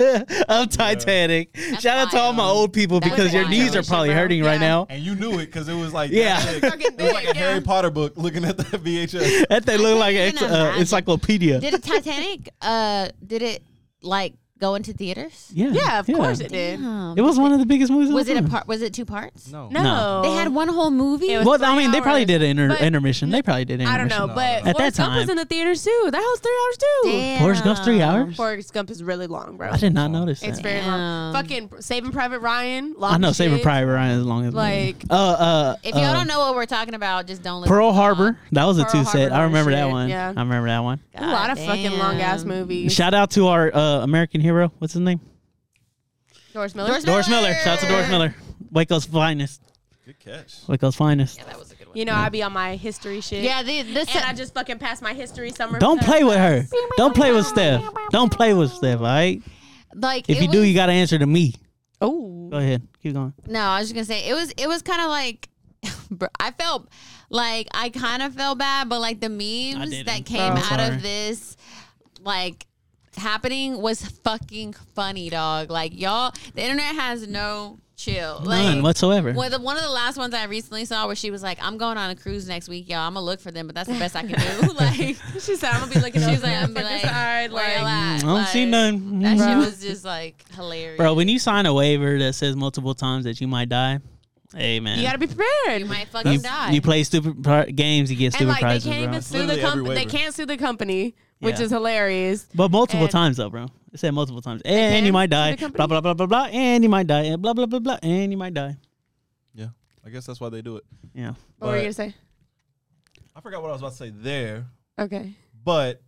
Speaker 1: of Titanic. Shout out to all my
Speaker 3: wild.
Speaker 1: old people
Speaker 3: That's
Speaker 1: because your
Speaker 3: wild.
Speaker 1: knees are probably
Speaker 3: Bro.
Speaker 1: hurting right
Speaker 3: Yeah.
Speaker 1: now.
Speaker 4: And you knew it because it was like
Speaker 1: Yeah.
Speaker 4: that big.
Speaker 2: Fucking
Speaker 4: it was like
Speaker 2: big,
Speaker 4: a
Speaker 2: yeah.
Speaker 4: Harry Potter book looking at the VHS.
Speaker 1: That they look
Speaker 3: couldn't
Speaker 1: like an
Speaker 3: even
Speaker 1: ex- uh,
Speaker 3: imagine.
Speaker 1: encyclopedia.
Speaker 3: Did it Titanic? Uh, did it like go into theaters?
Speaker 1: yeah,
Speaker 2: Yeah, of course it did.
Speaker 3: Um,
Speaker 1: It was one of the biggest movies. of
Speaker 3: Was
Speaker 1: the
Speaker 3: it a
Speaker 1: time.
Speaker 3: part? Was it two parts?
Speaker 4: No.
Speaker 2: No.
Speaker 1: No.
Speaker 3: They had one whole movie.
Speaker 2: It was-
Speaker 1: Well, I mean, they probably
Speaker 2: hours.
Speaker 1: did an inter-
Speaker 2: But-
Speaker 1: intermission. They probably did. An
Speaker 2: I don't
Speaker 1: intermission.
Speaker 2: know, but
Speaker 1: that
Speaker 2: Forrest Gump
Speaker 1: time-
Speaker 2: was in the theaters too. That was three hours too.
Speaker 3: Damn.
Speaker 1: Forrest Gump's three hours.
Speaker 2: Forrest Gump is really long, bro.
Speaker 1: I did not notice.
Speaker 2: um, It's
Speaker 1: that.
Speaker 2: very long.
Speaker 3: Damn.
Speaker 2: Fucking Saving Private Ryan. Long
Speaker 1: I know
Speaker 2: as
Speaker 1: Saving
Speaker 2: shit.
Speaker 1: Private Ryan as long as
Speaker 2: Like-
Speaker 1: uh uh
Speaker 3: If y'all
Speaker 1: uh,
Speaker 3: don't know what we're talking about, just don't listen.
Speaker 1: Pearl Harbor. That was a
Speaker 2: Pearl
Speaker 1: two
Speaker 2: Harbor
Speaker 1: set. I
Speaker 2: long
Speaker 1: remember that
Speaker 2: shit,
Speaker 1: one.
Speaker 2: yeah.
Speaker 1: I remember that one.
Speaker 2: A lot of fucking long ass movies.
Speaker 1: Shout out to our uh, American hero. What's his name?
Speaker 2: Doris Miller.
Speaker 3: Doris
Speaker 1: Doris Miller. Shout out to Doris Miller. Waco's finest.
Speaker 4: Good catch.
Speaker 1: Waco's finest.
Speaker 3: That was a good one.
Speaker 2: You know, I be on my history shit.
Speaker 3: Yeah, the, this
Speaker 2: And I just fucking passed my history summer.
Speaker 1: Don't play with her. Don't play with Steph. Don't play with Steph. All right.
Speaker 3: like
Speaker 1: If
Speaker 3: it
Speaker 1: you do,
Speaker 3: was-
Speaker 1: you got to answer to me.
Speaker 2: Oh.
Speaker 1: Go ahead. Keep going.
Speaker 3: No, I was just gonna say it was it was kind of like br- I felt like I kind of felt bad, but like the memes
Speaker 1: didn't.
Speaker 3: that came
Speaker 1: Oh, I'm
Speaker 3: out
Speaker 1: sorry.
Speaker 3: of this like happening was fucking funny, dog. Like y'all, the internet has no chill. Like,
Speaker 1: None whatsoever.
Speaker 3: Well, the, one of the last ones I recently saw where she was like, "I'm going on a cruise next week, y'all. I'm gonna look for them, but that's the best I can do." like
Speaker 2: She said, I'm gonna be looking
Speaker 3: she
Speaker 2: up.
Speaker 3: was like, "I'm gonna be like,
Speaker 2: side,
Speaker 3: where y'all
Speaker 2: like,
Speaker 3: at?"
Speaker 1: I don't see
Speaker 3: Like,
Speaker 1: none.
Speaker 3: That
Speaker 1: Bro.
Speaker 3: shit was just like hilarious.
Speaker 1: Bro, when you sign a waiver that says multiple times that you might die, hey, man.
Speaker 2: You gotta be prepared.
Speaker 3: you might fucking
Speaker 1: You-
Speaker 3: die.
Speaker 1: you play stupid pri- games, you get
Speaker 2: and
Speaker 1: stupid
Speaker 2: like
Speaker 1: prizes,
Speaker 2: they can't
Speaker 1: bro.
Speaker 2: even sue the
Speaker 4: Literally every
Speaker 2: company. They
Speaker 4: waiver.
Speaker 2: can't sue the company, which
Speaker 1: Yeah.
Speaker 2: is hilarious.
Speaker 1: But multiple
Speaker 2: And-
Speaker 1: times though, bro. It said multiple times. And you
Speaker 2: can
Speaker 1: might
Speaker 2: sue the
Speaker 1: die. Blah
Speaker 2: company.
Speaker 1: blah blah blah blah. And you might die. And blah blah blah blah. And you might die.
Speaker 4: Yeah. I guess that's why they do it.
Speaker 1: Yeah.
Speaker 2: What were
Speaker 4: But-
Speaker 2: you gonna say?
Speaker 4: I forgot what I was about to say there,
Speaker 2: Okay,
Speaker 4: but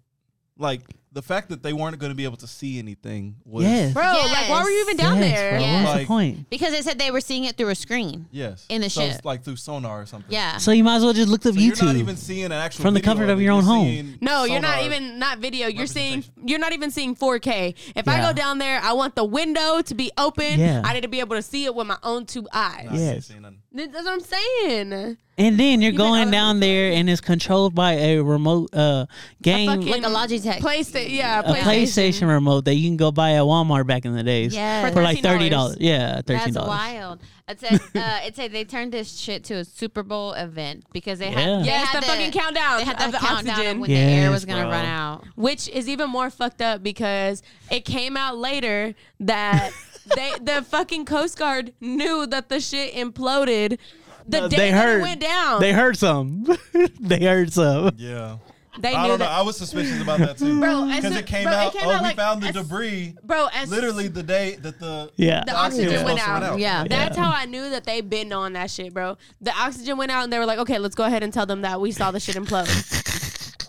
Speaker 4: like the fact that they weren't going to be able to see anything was
Speaker 1: Yes.
Speaker 2: bro. Like, why were you even down
Speaker 1: Yes,
Speaker 2: there?
Speaker 1: bro.
Speaker 3: Yeah.
Speaker 1: What's the
Speaker 4: Like-
Speaker 1: point?
Speaker 3: Because it said they were seeing it through a screen.
Speaker 4: Yes.
Speaker 3: In the
Speaker 4: so
Speaker 3: ship.
Speaker 4: It's like through sonar or something.
Speaker 3: Yeah.
Speaker 1: So you might as well just look up
Speaker 4: So
Speaker 1: YouTube.
Speaker 4: You're not even seeing an actual
Speaker 1: From the
Speaker 4: video
Speaker 1: comfort of
Speaker 4: it.
Speaker 1: your own
Speaker 4: You're
Speaker 1: home.
Speaker 4: seeing
Speaker 2: No, you're not
Speaker 4: sonar.
Speaker 2: even not video. You're seeing
Speaker 4: Representation.
Speaker 2: you're not even seeing 4K. If I
Speaker 1: Yeah.
Speaker 2: go down there, I want the window to be open.
Speaker 1: Yeah.
Speaker 2: I need to be able to see it with my own two eyes.
Speaker 4: Nah, I ain't
Speaker 1: Yes.
Speaker 4: seeing nothing.
Speaker 2: Th- That's what I'm saying.
Speaker 1: and then you're
Speaker 2: You think
Speaker 1: going
Speaker 2: other
Speaker 1: down there and it's controlled by a remote uh game
Speaker 2: fucking
Speaker 3: Like a Logitech.
Speaker 2: PlayStation, yeah,
Speaker 1: a PlayStation remote that you can go buy at Walmart back in the days.
Speaker 3: Yes.
Speaker 1: For like thirty
Speaker 2: $13.
Speaker 1: dollars. Yeah, thirteen
Speaker 3: That's
Speaker 1: dollars.
Speaker 3: wild. It said, uh, it said they turned this shit to a Super Bowl event because they
Speaker 1: Yeah.
Speaker 3: had, they
Speaker 2: Yes,
Speaker 3: had
Speaker 2: the fucking countdown
Speaker 3: They had
Speaker 2: of
Speaker 3: the,
Speaker 2: the
Speaker 3: countdown
Speaker 2: oxygen.
Speaker 3: of when the air
Speaker 1: Yes,
Speaker 3: was gonna
Speaker 1: bro.
Speaker 3: run out.
Speaker 2: which is even more fucked up because it came out later that they the fucking Coast Guard knew that the shit imploded. The day
Speaker 1: Uh, they
Speaker 2: that
Speaker 1: heard
Speaker 2: it went down,
Speaker 1: They heard some. they heard some.
Speaker 4: Yeah.
Speaker 2: They
Speaker 4: I don't
Speaker 2: knew
Speaker 4: know.
Speaker 2: that.
Speaker 4: I was suspicious about that too.
Speaker 2: Bro, as
Speaker 4: because
Speaker 2: soo-
Speaker 4: it came
Speaker 2: bro, it
Speaker 4: out.
Speaker 2: came
Speaker 4: oh,
Speaker 2: out
Speaker 4: we
Speaker 2: like
Speaker 4: found the
Speaker 2: as-
Speaker 4: debris.
Speaker 2: bro, as
Speaker 4: Literally the day that the
Speaker 1: Yeah.
Speaker 2: the oxygen
Speaker 4: Yeah.
Speaker 2: went
Speaker 4: Yeah.
Speaker 2: out.
Speaker 3: Yeah.
Speaker 2: That's how I knew that they been on that shit, bro. The oxygen went out, and they were like, "Okay, let's go ahead and tell them that we saw the shit implode."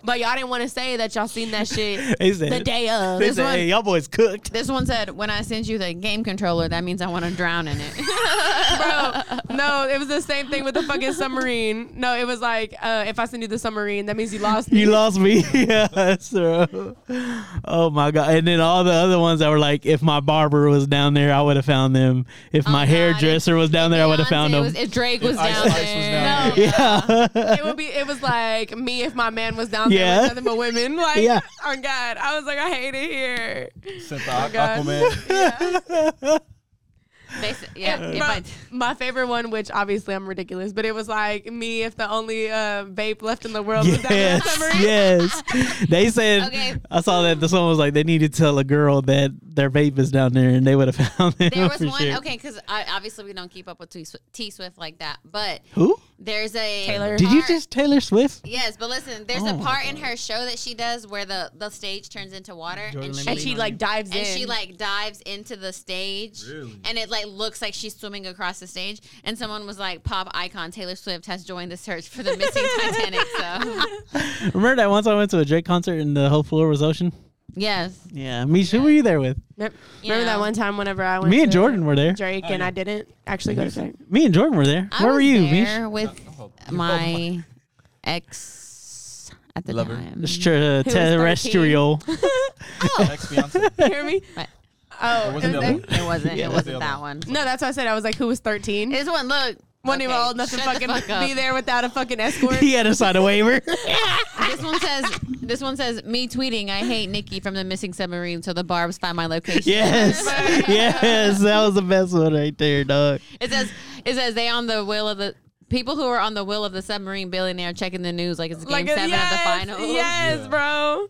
Speaker 2: but y'all didn't want to say that y'all seen that shit
Speaker 1: They said-
Speaker 2: the day of.
Speaker 1: They
Speaker 3: This
Speaker 1: said,
Speaker 3: one-
Speaker 1: Hey, y'all boys cooked.
Speaker 3: This one said, "When I send you the game controller, that means I want to drown in it."
Speaker 2: bro. No, it was the same thing with the fucking submarine. No, it was like uh, if I send you the submarine, that means you lost. me.
Speaker 1: You lost me. yes, bro. Oh my god. And then all the other ones that were like, if my barber was down there, I would have found them. If my
Speaker 3: Oh, God,
Speaker 1: hairdresser was down there, I would have found
Speaker 3: Beyonce
Speaker 1: them.
Speaker 3: was- If Drake was
Speaker 4: Ice
Speaker 3: down
Speaker 4: Spice was
Speaker 3: there,
Speaker 4: down
Speaker 3: No.
Speaker 1: yeah.
Speaker 2: It would be. It was like me if my man was down there
Speaker 1: Yeah.
Speaker 2: with nothing but women. Like,
Speaker 1: Yeah.
Speaker 2: oh god, I was like, I hate it here.
Speaker 4: sent the Aqu-
Speaker 2: Oh, God.
Speaker 4: Aquaman.
Speaker 3: They said- yeah, if
Speaker 2: Bro,
Speaker 3: I-
Speaker 2: my favorite one, which obviously I'm ridiculous, but it was like me if the only uh, vape left in the world was down there.
Speaker 1: yes. yes. They said
Speaker 3: Okay.
Speaker 1: I saw that the song was like they need to tell a girl that their vape is down there and they would have found them.
Speaker 3: there was
Speaker 1: for
Speaker 3: one.
Speaker 1: sure.
Speaker 3: Okay, because obviously we don't keep up with T Swi- T Swift like that, but
Speaker 1: Who?
Speaker 3: there's a
Speaker 2: Taylor.
Speaker 1: Did you
Speaker 3: part-
Speaker 1: just Taylor Swift?
Speaker 3: Yes, but listen, there's a part in her show that she does where the, the stage turns into water and she,
Speaker 2: And she like dives in.
Speaker 3: and she like dives into the stage
Speaker 4: Really?
Speaker 3: and it like looks like she's swimming across the stage and someone was like pop icon Taylor Swift has joined the search for the missing Titanic so
Speaker 1: Remember that once I went to a Drake concert and the whole floor was ocean?
Speaker 3: yes
Speaker 1: Yeah. Misha, who were you there with?
Speaker 2: Remember
Speaker 3: Yeah. Oh,
Speaker 2: that one time whenever I went?
Speaker 1: Me and
Speaker 2: to
Speaker 1: Jordan were there.
Speaker 2: Drake, and I didn't actually go to Drake.
Speaker 1: Me and Jordan were there.
Speaker 3: I
Speaker 1: Where were
Speaker 3: was
Speaker 1: you, Misha?
Speaker 3: there with my ex at the
Speaker 4: Oh Lover.
Speaker 3: time
Speaker 1: Extra
Speaker 2: was
Speaker 1: terrestrial.
Speaker 4: Ex fiance.
Speaker 2: You hear me?
Speaker 3: But
Speaker 2: Oh,
Speaker 4: Wasn't
Speaker 2: it
Speaker 4: that
Speaker 2: was that-
Speaker 4: one?
Speaker 3: it wasn't
Speaker 1: Yeah.
Speaker 3: it wasn't that one
Speaker 2: no, that's why I said I was like, who was 13?
Speaker 3: this one look
Speaker 2: One year
Speaker 3: Okay,
Speaker 2: old, nothing
Speaker 3: shut the
Speaker 2: fucking
Speaker 3: fuck up.
Speaker 2: be there without a fucking escort.
Speaker 1: He had to sign a waiver.
Speaker 3: This one says, "This one says me tweeting. I hate Nikki from the missing submarine. So the barbs find my location."
Speaker 1: yes, yes, that was the best one right there, dog.
Speaker 3: It says it says they on the will of the people who are on the will of the submarine billionaire checking the news like it's game
Speaker 2: Like,
Speaker 3: seven
Speaker 2: yes,
Speaker 3: of the final.
Speaker 2: Yes, bro.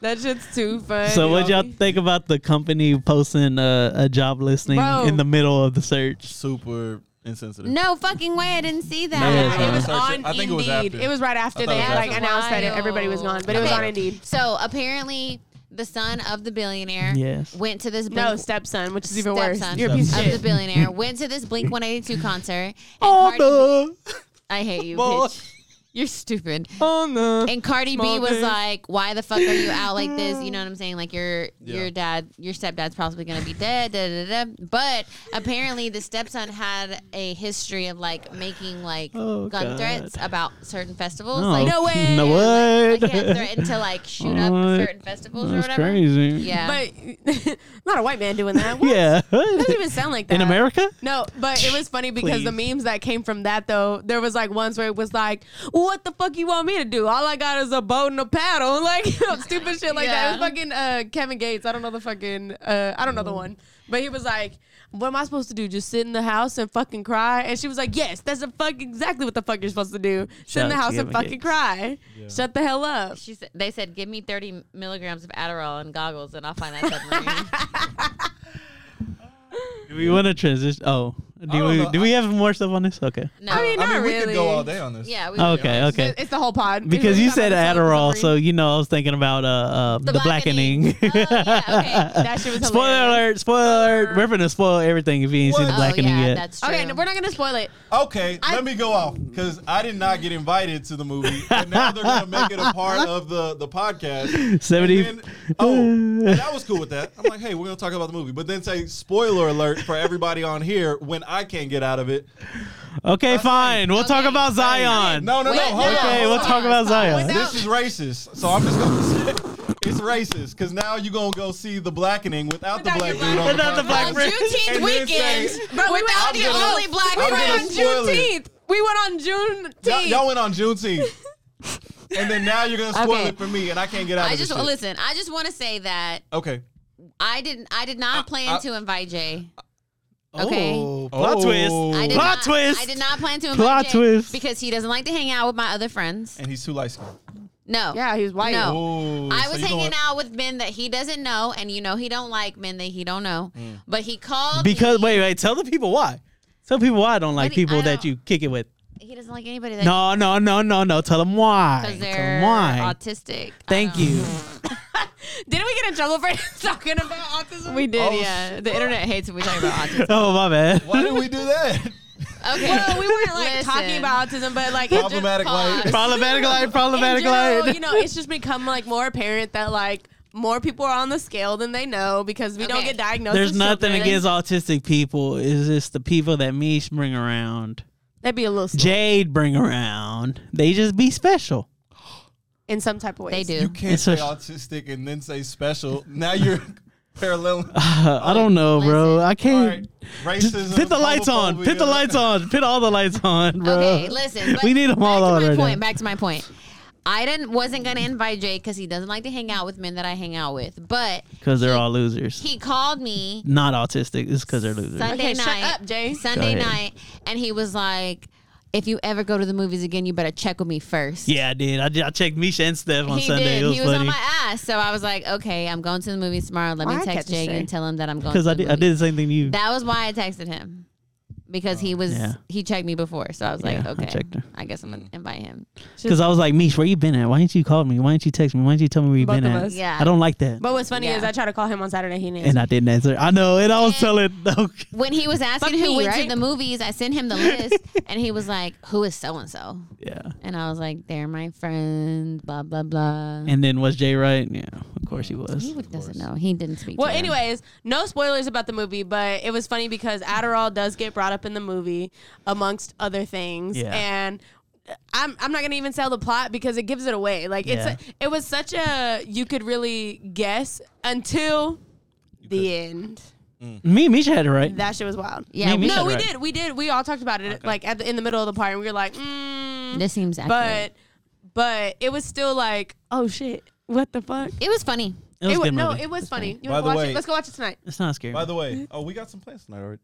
Speaker 2: That shit's too fun.
Speaker 1: So, what y'all think about the company posting uh, a job listing
Speaker 2: Bro.
Speaker 1: in the middle of the search?
Speaker 4: Super insensitive.
Speaker 3: No fucking way! I didn't see that.
Speaker 1: No, it's
Speaker 2: It was
Speaker 4: Search
Speaker 2: on
Speaker 4: it. I think it was
Speaker 2: Indeed.
Speaker 4: after.
Speaker 2: It was right after
Speaker 4: I thought
Speaker 2: they
Speaker 4: it was
Speaker 2: like
Speaker 4: after.
Speaker 2: announced that everybody was gone, but it was
Speaker 3: Okay.
Speaker 2: on Indeed.
Speaker 3: So apparently, the son of the billionaire
Speaker 1: Yes.
Speaker 3: went to this
Speaker 2: No,
Speaker 3: Blink-
Speaker 2: stepson, which is even worse.
Speaker 3: stepson
Speaker 2: You're a piece of
Speaker 3: of the
Speaker 2: shit.
Speaker 3: billionaire went to this Blink 182 concert. and
Speaker 1: Oh
Speaker 3: Cardi-
Speaker 1: no!
Speaker 3: I hate you,
Speaker 1: Boy.
Speaker 3: bitch. You're stupid.
Speaker 1: Oh no!
Speaker 3: And Cardi B
Speaker 2: Small
Speaker 3: was
Speaker 2: things.
Speaker 3: like, "Why the fuck are you out like this? You know what I'm saying? Like your
Speaker 4: Yeah.
Speaker 3: your dad, your stepdad's probably gonna be dead." Da, da, da, da. But apparently, the stepson had a history of like making like
Speaker 1: Oh,
Speaker 3: gun
Speaker 1: God.
Speaker 3: threats about certain festivals.
Speaker 1: Oh,
Speaker 3: Like,
Speaker 1: No way. no
Speaker 3: Like,
Speaker 1: way.
Speaker 3: like, he had threatened to like shoot
Speaker 1: What?
Speaker 3: up certain festivals or
Speaker 1: That's
Speaker 3: whatever.
Speaker 1: crazy.
Speaker 3: Yeah,
Speaker 2: But not a white man doing that. What?
Speaker 1: Yeah.
Speaker 2: doesn't even sound like that.
Speaker 1: in America?
Speaker 2: No, but it was funny because the
Speaker 1: Please.
Speaker 2: memes that came from that though, there was like ones where it was like, "What the fuck you want me to do? All I got is a boat and a paddle," like stupid shit like that.
Speaker 3: Yeah.
Speaker 2: It was fucking uh, Kevin Gates. I don't know the fucking uh, I don't know the one, but he was like, "What am I supposed to do? Just sit in the house and fucking cry?" And she was like, "Yes, that's the fuck exactly what the fuck you're supposed to do. Sit
Speaker 1: Shout
Speaker 2: in the
Speaker 1: out to
Speaker 2: house and
Speaker 1: Kevin
Speaker 2: fucking
Speaker 1: Gates.
Speaker 2: cry. Shut the hell up."
Speaker 3: she said they said, "Give me 30 milligrams of Adderall and goggles, and I'll find that submarine."
Speaker 1: Do we want to transition? Oh, do
Speaker 4: don't
Speaker 1: we
Speaker 4: know.
Speaker 1: do we have more stuff on this? Okay.
Speaker 3: no,
Speaker 2: I mean,
Speaker 4: I
Speaker 2: not
Speaker 4: mean,
Speaker 2: really.
Speaker 4: we could go all day on this.
Speaker 3: yeah, we
Speaker 1: Okay. Okay.
Speaker 2: It's the whole pod
Speaker 1: because you
Speaker 2: It's not
Speaker 1: said
Speaker 2: on the
Speaker 1: Adderall,
Speaker 2: submarine.
Speaker 1: so you know I was thinking about uh, uh the, blackening.
Speaker 3: Oh, yeah, okay.
Speaker 2: that shit was
Speaker 1: spoiler
Speaker 2: hilarious.
Speaker 1: alert! Spoiler alert! We're gonna spoil everything if you ain't seen the
Speaker 4: What? Oh,
Speaker 1: blackening
Speaker 3: oh, yeah,
Speaker 1: yet.
Speaker 3: That's true.
Speaker 2: Okay, we're not gonna spoil it.
Speaker 4: Okay, let me go off because I did not get invited to the movie, and now they're gonna make it a part of the the podcast.
Speaker 1: Seventy.
Speaker 4: And then- oh, and I was cool with that. I'm like, hey, we're gonna talk about the movie, but then say spoiler alert for everybody on here when I can't get out of it.
Speaker 1: okay, fine. We'll talk
Speaker 3: Okay.
Speaker 1: about Zion.
Speaker 4: No, no, no.
Speaker 3: Wait,
Speaker 4: Hold
Speaker 3: no.
Speaker 4: on.
Speaker 1: Okay,
Speaker 4: hold
Speaker 1: we'll
Speaker 4: on.
Speaker 1: talk about Zion.
Speaker 2: Without-
Speaker 4: This is racist, so I'm just gonna say it's racist because now you're gonna go see the blackening without, the
Speaker 2: Without
Speaker 4: black
Speaker 2: your
Speaker 4: dude
Speaker 2: black-
Speaker 4: on the
Speaker 1: Without the
Speaker 4: podcast.
Speaker 1: black
Speaker 3: on
Speaker 1: friend.
Speaker 3: Juneteenth
Speaker 4: And then
Speaker 3: weekend,
Speaker 4: say-
Speaker 3: bro, without
Speaker 4: I'm
Speaker 3: the
Speaker 4: gonna-
Speaker 3: only black
Speaker 4: I'm
Speaker 2: We
Speaker 3: friend.
Speaker 2: went on
Speaker 4: gonna spoil it.
Speaker 2: Juneteenth. We went on Juneteenth.
Speaker 4: Y'all, y'all went on Juneteenth. and then now you're gonna spoil
Speaker 3: Okay.
Speaker 4: it for me, and I can't get out
Speaker 3: I
Speaker 4: of this
Speaker 3: just
Speaker 4: shit.
Speaker 3: listen. I just want to say that
Speaker 4: Okay.
Speaker 3: I didn't. I did not plan
Speaker 4: I-
Speaker 3: to invite Jay. Okay.
Speaker 1: Oh, plot twist.
Speaker 3: I did
Speaker 1: Plot
Speaker 3: not,
Speaker 1: twist.
Speaker 3: I did not plan to invite
Speaker 1: Plot
Speaker 3: Jay
Speaker 1: twist.
Speaker 3: because he doesn't like to hang out with my other friends.
Speaker 4: And he's too light skinned.
Speaker 3: No.
Speaker 2: Yeah, he was white.
Speaker 3: No.
Speaker 4: Oh,
Speaker 3: I
Speaker 4: so
Speaker 3: was
Speaker 4: you
Speaker 3: hanging
Speaker 4: going-
Speaker 3: out with men that he doesn't know, and you know he don't like men that he don't know. But he called
Speaker 1: Because
Speaker 3: me.
Speaker 1: wait, wait. Tell the people why. Tell people why I don't like
Speaker 3: What do you-
Speaker 1: people
Speaker 3: I
Speaker 1: that
Speaker 3: don't-
Speaker 1: you kick it with.
Speaker 3: he doesn't like anybody that
Speaker 1: No, no, no, no, no. Tell them why.
Speaker 3: because
Speaker 1: Tell
Speaker 3: they're
Speaker 1: them why.
Speaker 3: autistic.
Speaker 1: Thank you.
Speaker 2: Didn't we get in trouble for talking about autism?
Speaker 3: We did,
Speaker 4: Oh,
Speaker 3: yeah. The internet hates when we talk about autism.
Speaker 1: Oh my bad.
Speaker 4: Why did we do that?
Speaker 3: Okay.
Speaker 2: Well, we weren't like
Speaker 3: Listen.
Speaker 2: talking about autism, but like in gen-
Speaker 4: Problematic
Speaker 3: pause.
Speaker 4: light.
Speaker 1: Problematic light.
Speaker 2: in
Speaker 1: Problematic
Speaker 2: general,
Speaker 1: light.
Speaker 2: you know, it's just become like more apparent that like more people are on the scale than they know because we don't
Speaker 3: Okay.
Speaker 2: get diagnosed.
Speaker 1: There's
Speaker 2: as
Speaker 1: nothing
Speaker 2: children.
Speaker 1: against autistic people. It's just the people that me bring around,
Speaker 2: That'd be a little slow
Speaker 1: Jade bring around. They just be special.
Speaker 2: in some type of way.
Speaker 3: They do.
Speaker 4: You can't
Speaker 1: It's
Speaker 4: say
Speaker 1: a-
Speaker 4: autistic and then say special. Now you're paralleling.
Speaker 1: Uh, I don't know, bro. I
Speaker 4: All
Speaker 1: can't.
Speaker 4: right. Racism.
Speaker 1: Just put the lights on. Put the
Speaker 4: homophobia.
Speaker 1: lights on. Put all the lights on, bro.
Speaker 3: Okay, listen. but
Speaker 1: We need 'em all
Speaker 3: back
Speaker 1: on
Speaker 3: to my
Speaker 1: right
Speaker 3: point.
Speaker 1: now.
Speaker 3: Back to my point. I didn't wasn't gonna invite Jay because he doesn't like to hang out with men that I hang out with. But
Speaker 1: Because they're all losers.
Speaker 3: he called me
Speaker 1: Not autistic. It's because they're losers.
Speaker 3: Sunday
Speaker 2: Okay, shut
Speaker 3: night.
Speaker 2: up, Jay.
Speaker 3: Sunday
Speaker 1: Go ahead.
Speaker 3: night, and he was like, "If you ever go to the movies again, you better check with me first.
Speaker 1: Yeah, I did. I, did. I checked Misha and Steph on
Speaker 3: he
Speaker 1: Sunday.
Speaker 3: did.
Speaker 1: It was
Speaker 3: he was on
Speaker 1: funny.
Speaker 3: my ass, so I was like, "Okay, I'm going to the movies tomorrow. Let
Speaker 2: Why I
Speaker 3: me text
Speaker 2: text
Speaker 3: Jay
Speaker 2: Jay?
Speaker 3: and tell him that I'm going."
Speaker 1: Because
Speaker 3: to
Speaker 1: I
Speaker 3: the
Speaker 1: did, I did
Speaker 3: movies.
Speaker 1: the same thing to you.
Speaker 3: That was why I texted him because he was
Speaker 1: Yeah.
Speaker 3: he checked me before, so I was like,
Speaker 1: Yeah, I
Speaker 3: "Okay,
Speaker 1: checked her.
Speaker 3: I guess I'm gonna invite him."
Speaker 1: Because I was like, Mish, where you been at? Why didn't you call me? Why didn't you text me? Why didn't you tell me where you
Speaker 2: Both
Speaker 1: been
Speaker 2: of
Speaker 1: at?
Speaker 2: us.
Speaker 3: Yeah.
Speaker 1: I don't like that.
Speaker 2: But what's funny
Speaker 3: Yeah.
Speaker 2: is I tried to call him on Saturday. He didn't.
Speaker 1: and I didn't answer. I know. And I was
Speaker 3: And-
Speaker 1: telling. Okay.
Speaker 3: when he was asking
Speaker 2: Fuck
Speaker 3: who
Speaker 2: me,
Speaker 3: went to
Speaker 2: right?
Speaker 3: the movies, I sent him the list, and he was like, "Who is so and so?"
Speaker 1: Yeah.
Speaker 3: And I was like, "They're my friends." Blah blah blah.
Speaker 1: And then was Jay right? Yeah, of course he was.
Speaker 3: he would- doesn't know. He didn't speak.
Speaker 2: Well,
Speaker 3: to him.
Speaker 2: anyways, no spoilers about the movie, but it was funny because Adderall does get brought up in the movie, amongst other things,
Speaker 1: Yeah.
Speaker 2: and. I'm, I'm not gonna even sell the plot because it gives it away. Like it's
Speaker 1: Yeah.
Speaker 2: a, it was such a you could really guess until the end.
Speaker 1: Me and Misha had it right.
Speaker 2: That shit was wild.
Speaker 3: Yeah,
Speaker 1: Me
Speaker 3: we,
Speaker 1: and
Speaker 2: No,
Speaker 1: Misha
Speaker 2: we
Speaker 1: had it right.
Speaker 2: did. We did. We all talked about it like at the, in the middle of the party. And we were like, mm,
Speaker 3: this seems accurate.
Speaker 2: but but it was still like, oh shit, what the fuck?
Speaker 3: It was funny.
Speaker 1: It was a
Speaker 2: wa-
Speaker 1: good
Speaker 2: no,
Speaker 1: movie.
Speaker 2: it was funny. You
Speaker 4: By
Speaker 2: wanna
Speaker 4: the
Speaker 2: watch
Speaker 4: way-
Speaker 2: it? Let's go watch it tonight.
Speaker 1: It's not scary.
Speaker 4: By the way, oh, we got some plans tonight, all right?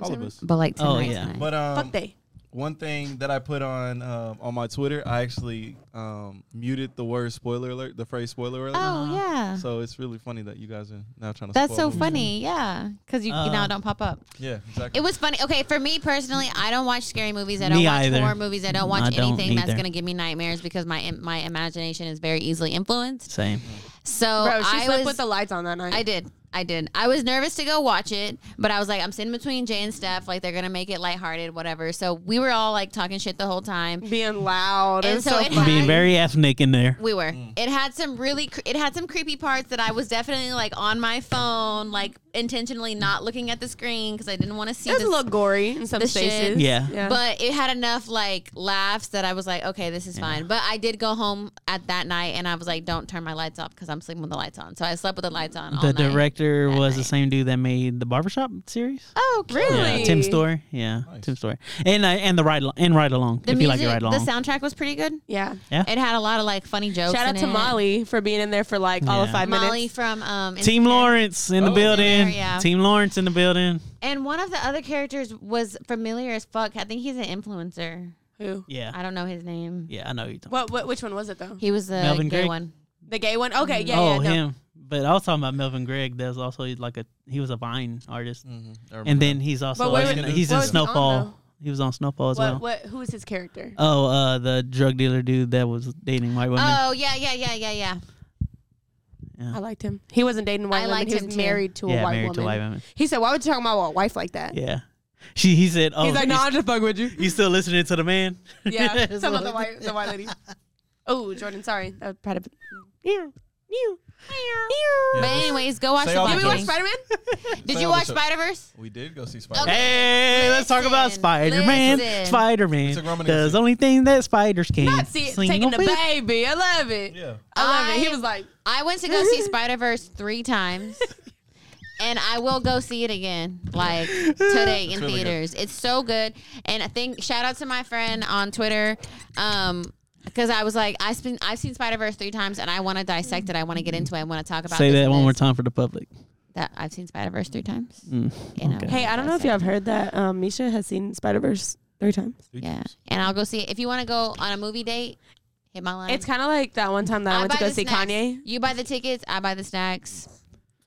Speaker 4: All of us.
Speaker 3: But like
Speaker 1: Oh,
Speaker 3: tonight's
Speaker 1: yeah.
Speaker 3: night.
Speaker 4: But um,
Speaker 2: fuck day.
Speaker 4: one thing that I put on um, on my Twitter, I actually um, muted the word spoiler alert, the phrase spoiler alert.
Speaker 3: oh yeah.
Speaker 4: So it's really funny that you guys are now trying to.
Speaker 3: That's so
Speaker 4: spoil movies.
Speaker 3: funny. Yeah, because you, you now
Speaker 1: Uh,
Speaker 3: don't pop up.
Speaker 4: Yeah, exactly.
Speaker 3: It was funny. Okay, for me personally, I don't watch scary movies. I don't
Speaker 1: Me
Speaker 3: watch
Speaker 1: either.
Speaker 3: horror movies. I don't watch
Speaker 1: I don't
Speaker 3: anything that's
Speaker 1: either.
Speaker 3: gonna give me nightmares because my im- my imagination is very easily influenced.
Speaker 1: Same.
Speaker 3: So
Speaker 2: Bro, she
Speaker 3: I
Speaker 2: slept
Speaker 3: was
Speaker 2: with the lights on that night.
Speaker 3: I did. I did. I was nervous to go watch it, but I was like, I'm sitting between Jay and Steph. Like, they're going to make it lighthearted, whatever. So we were all like talking shit the whole time.
Speaker 2: being loud.
Speaker 3: And
Speaker 2: It was
Speaker 3: so
Speaker 2: so
Speaker 3: it
Speaker 2: fun.
Speaker 3: had-
Speaker 1: Being very ethnic in there.
Speaker 3: We were. It had some really, cre- it had some creepy parts that I was definitely like on my phone, like intentionally not looking at the screen because I didn't want to see
Speaker 2: it was
Speaker 3: this-
Speaker 2: a little gory in some
Speaker 3: the
Speaker 2: spaces.
Speaker 3: shits.
Speaker 1: Yeah.
Speaker 3: But it had enough like laughs that I was like, okay, this is fine. But I did go home at that night and I was like, don't turn my lights off because I'm sleeping with the lights on. So I slept with the lights on. all
Speaker 1: The
Speaker 3: night.
Speaker 1: director
Speaker 3: that
Speaker 1: was the
Speaker 3: night.
Speaker 1: same dude that made the barbershop series.
Speaker 3: Oh, cute.
Speaker 2: Really?
Speaker 1: Yeah, Tim Store. Yeah, Tim Store. And uh, and the ride al- and ride along.
Speaker 3: The
Speaker 1: if you like
Speaker 3: music,
Speaker 1: the ride along.
Speaker 3: the soundtrack was pretty good.
Speaker 2: yeah.
Speaker 1: yeah.
Speaker 3: It had a lot of like funny jokes.
Speaker 2: Shout out
Speaker 3: in
Speaker 2: to
Speaker 3: it.
Speaker 2: Molly for being in there for like all of
Speaker 1: Yeah.
Speaker 2: five
Speaker 3: Molly
Speaker 2: minutes.
Speaker 3: from um,
Speaker 1: Team
Speaker 3: Insecure.
Speaker 1: Lawrence in the
Speaker 4: Oh.
Speaker 1: building.
Speaker 3: Yeah.
Speaker 1: Team Lawrence in the building.
Speaker 3: And one of the other characters was familiar as fuck. I think he's an influencer.
Speaker 2: Who?
Speaker 1: Yeah.
Speaker 3: I don't know his name.
Speaker 1: yeah, I know you. Talking.
Speaker 2: What, what? Which one was it though?
Speaker 3: He was the
Speaker 1: Melvin
Speaker 3: gay
Speaker 1: Gregg?
Speaker 3: one.
Speaker 2: The gay one. Okay. Yeah.
Speaker 1: oh,
Speaker 2: yeah, no.
Speaker 1: him. But I was talking about Melvin Gregg. There's also he's like a he was a Vine artist,
Speaker 4: Mhm. I remember
Speaker 1: and then he's also
Speaker 2: wait,
Speaker 1: in-
Speaker 4: wait,
Speaker 1: he's
Speaker 4: what
Speaker 1: in
Speaker 4: was
Speaker 2: he on,
Speaker 1: Snowfall.
Speaker 2: though?
Speaker 1: he was on Snowfall as well.
Speaker 2: What? What? Who was his character?
Speaker 1: Oh, uh, the drug dealer dude that was dating white women.
Speaker 3: Oh yeah, yeah, yeah, yeah, yeah.
Speaker 2: I liked him. He wasn't dating a white
Speaker 3: I
Speaker 2: woman.
Speaker 3: liked
Speaker 2: He was
Speaker 3: him, too.
Speaker 2: married to a
Speaker 1: yeah,
Speaker 2: white
Speaker 1: married
Speaker 2: woman.
Speaker 1: to white women.
Speaker 2: He said, "Why would you talk about my wife like that?"
Speaker 1: Yeah, she. He said, "Oh,
Speaker 2: He's like,
Speaker 1: you
Speaker 2: "No,
Speaker 1: s-
Speaker 2: I just fuck with you."
Speaker 1: you still listening to the man?"
Speaker 2: Yeah,
Speaker 1: That's
Speaker 2: some of
Speaker 1: what
Speaker 2: the
Speaker 1: I
Speaker 2: white, the white lady. Oh, Jordan, sorry. That was proud of
Speaker 3: But anyways, go watch
Speaker 4: Say
Speaker 3: the
Speaker 4: all the
Speaker 2: Did we watch
Speaker 3: Vikings.
Speaker 4: things.
Speaker 2: Spider Man?
Speaker 4: Say
Speaker 3: Did you
Speaker 4: all the
Speaker 3: watch
Speaker 4: show-
Speaker 3: Spider Verse?
Speaker 4: We did go see Spider.
Speaker 3: Okay.
Speaker 1: Hey, let's talk about
Speaker 3: Listen,
Speaker 1: Spider Man.
Speaker 3: listen.
Speaker 1: Spider Man
Speaker 4: It's a Roman
Speaker 1: does
Speaker 4: history.
Speaker 1: only thing that spiders can.
Speaker 2: Not see it,
Speaker 1: Sing
Speaker 2: taking the
Speaker 1: with-
Speaker 2: baby. I love it.
Speaker 4: Yeah.
Speaker 2: I love it. He was like,
Speaker 3: I went to go see Spider Verse three times, and I will go see it again, like today in
Speaker 4: really good.
Speaker 3: theaters. It's so good, and I think shout out to my friend on Twitter, um, because I was like, I've been I've seen Spider Verse three times, and I want to dissect it. I want to get into it. I want to talk about.
Speaker 1: Say
Speaker 3: this
Speaker 1: that
Speaker 3: and
Speaker 1: one more
Speaker 3: this.
Speaker 1: time for the public.
Speaker 2: Oh.
Speaker 3: That I've seen Spider Verse three times.
Speaker 1: Mm,
Speaker 3: and I wanna
Speaker 2: "Hey, I don't know if
Speaker 3: dissect
Speaker 2: y'all have heard that um, Misha has seen Spider Verse three times.
Speaker 3: it. Yeah, and I'll go see it. If you want to go on a movie date, hit my line.
Speaker 2: It's kind of like that one time that I, went to
Speaker 3: buy
Speaker 2: go
Speaker 3: the
Speaker 2: see
Speaker 3: snacks.
Speaker 2: Kanye.
Speaker 3: You buy the tickets. I buy the snacks.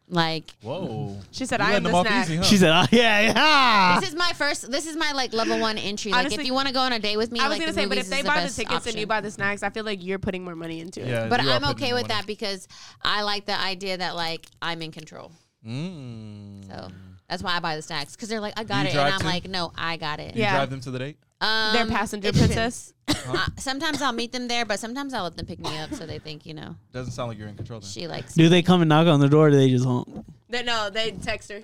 Speaker 3: Like
Speaker 4: Whoa.
Speaker 2: She said,
Speaker 4: You
Speaker 2: "I
Speaker 4: letting them
Speaker 2: am the
Speaker 4: off
Speaker 2: snack."
Speaker 4: easy, huh?
Speaker 1: She said, "Oh yeah, yeah."
Speaker 3: This is my first. This is my like level one entry. Like if
Speaker 2: Honestly-
Speaker 3: you want to go on a date with me,
Speaker 2: I was
Speaker 3: like,
Speaker 2: gonna
Speaker 3: the
Speaker 2: say, but
Speaker 3: movies
Speaker 2: if
Speaker 3: is
Speaker 2: they buy the,
Speaker 3: best
Speaker 2: tickets and
Speaker 3: option.
Speaker 2: you buy the snacks, I feel like you're putting more money into it.
Speaker 4: Yeah,
Speaker 3: but
Speaker 4: you are
Speaker 3: I'm
Speaker 4: putting
Speaker 3: okay
Speaker 4: more
Speaker 3: with that
Speaker 4: money.
Speaker 3: because I like the idea that like I'm in control.
Speaker 4: Mm.
Speaker 3: So that's why I buy the snacks because they're like I got
Speaker 4: You
Speaker 3: it,
Speaker 4: drive
Speaker 3: and I'm
Speaker 4: too?
Speaker 3: like no, I got it.
Speaker 4: You
Speaker 2: Yeah.
Speaker 4: drive them to the date.
Speaker 3: Um,
Speaker 2: Their passenger
Speaker 3: it depends.
Speaker 2: princess.
Speaker 3: Uh, sometimes I'll meet them there, but sometimes I'll let them pick me up so they think you know
Speaker 4: Doesn't sound like you're in control. Then.
Speaker 3: she likes.
Speaker 1: Do they come and knock on the door? or Do they just honk?
Speaker 2: They, no, they text her.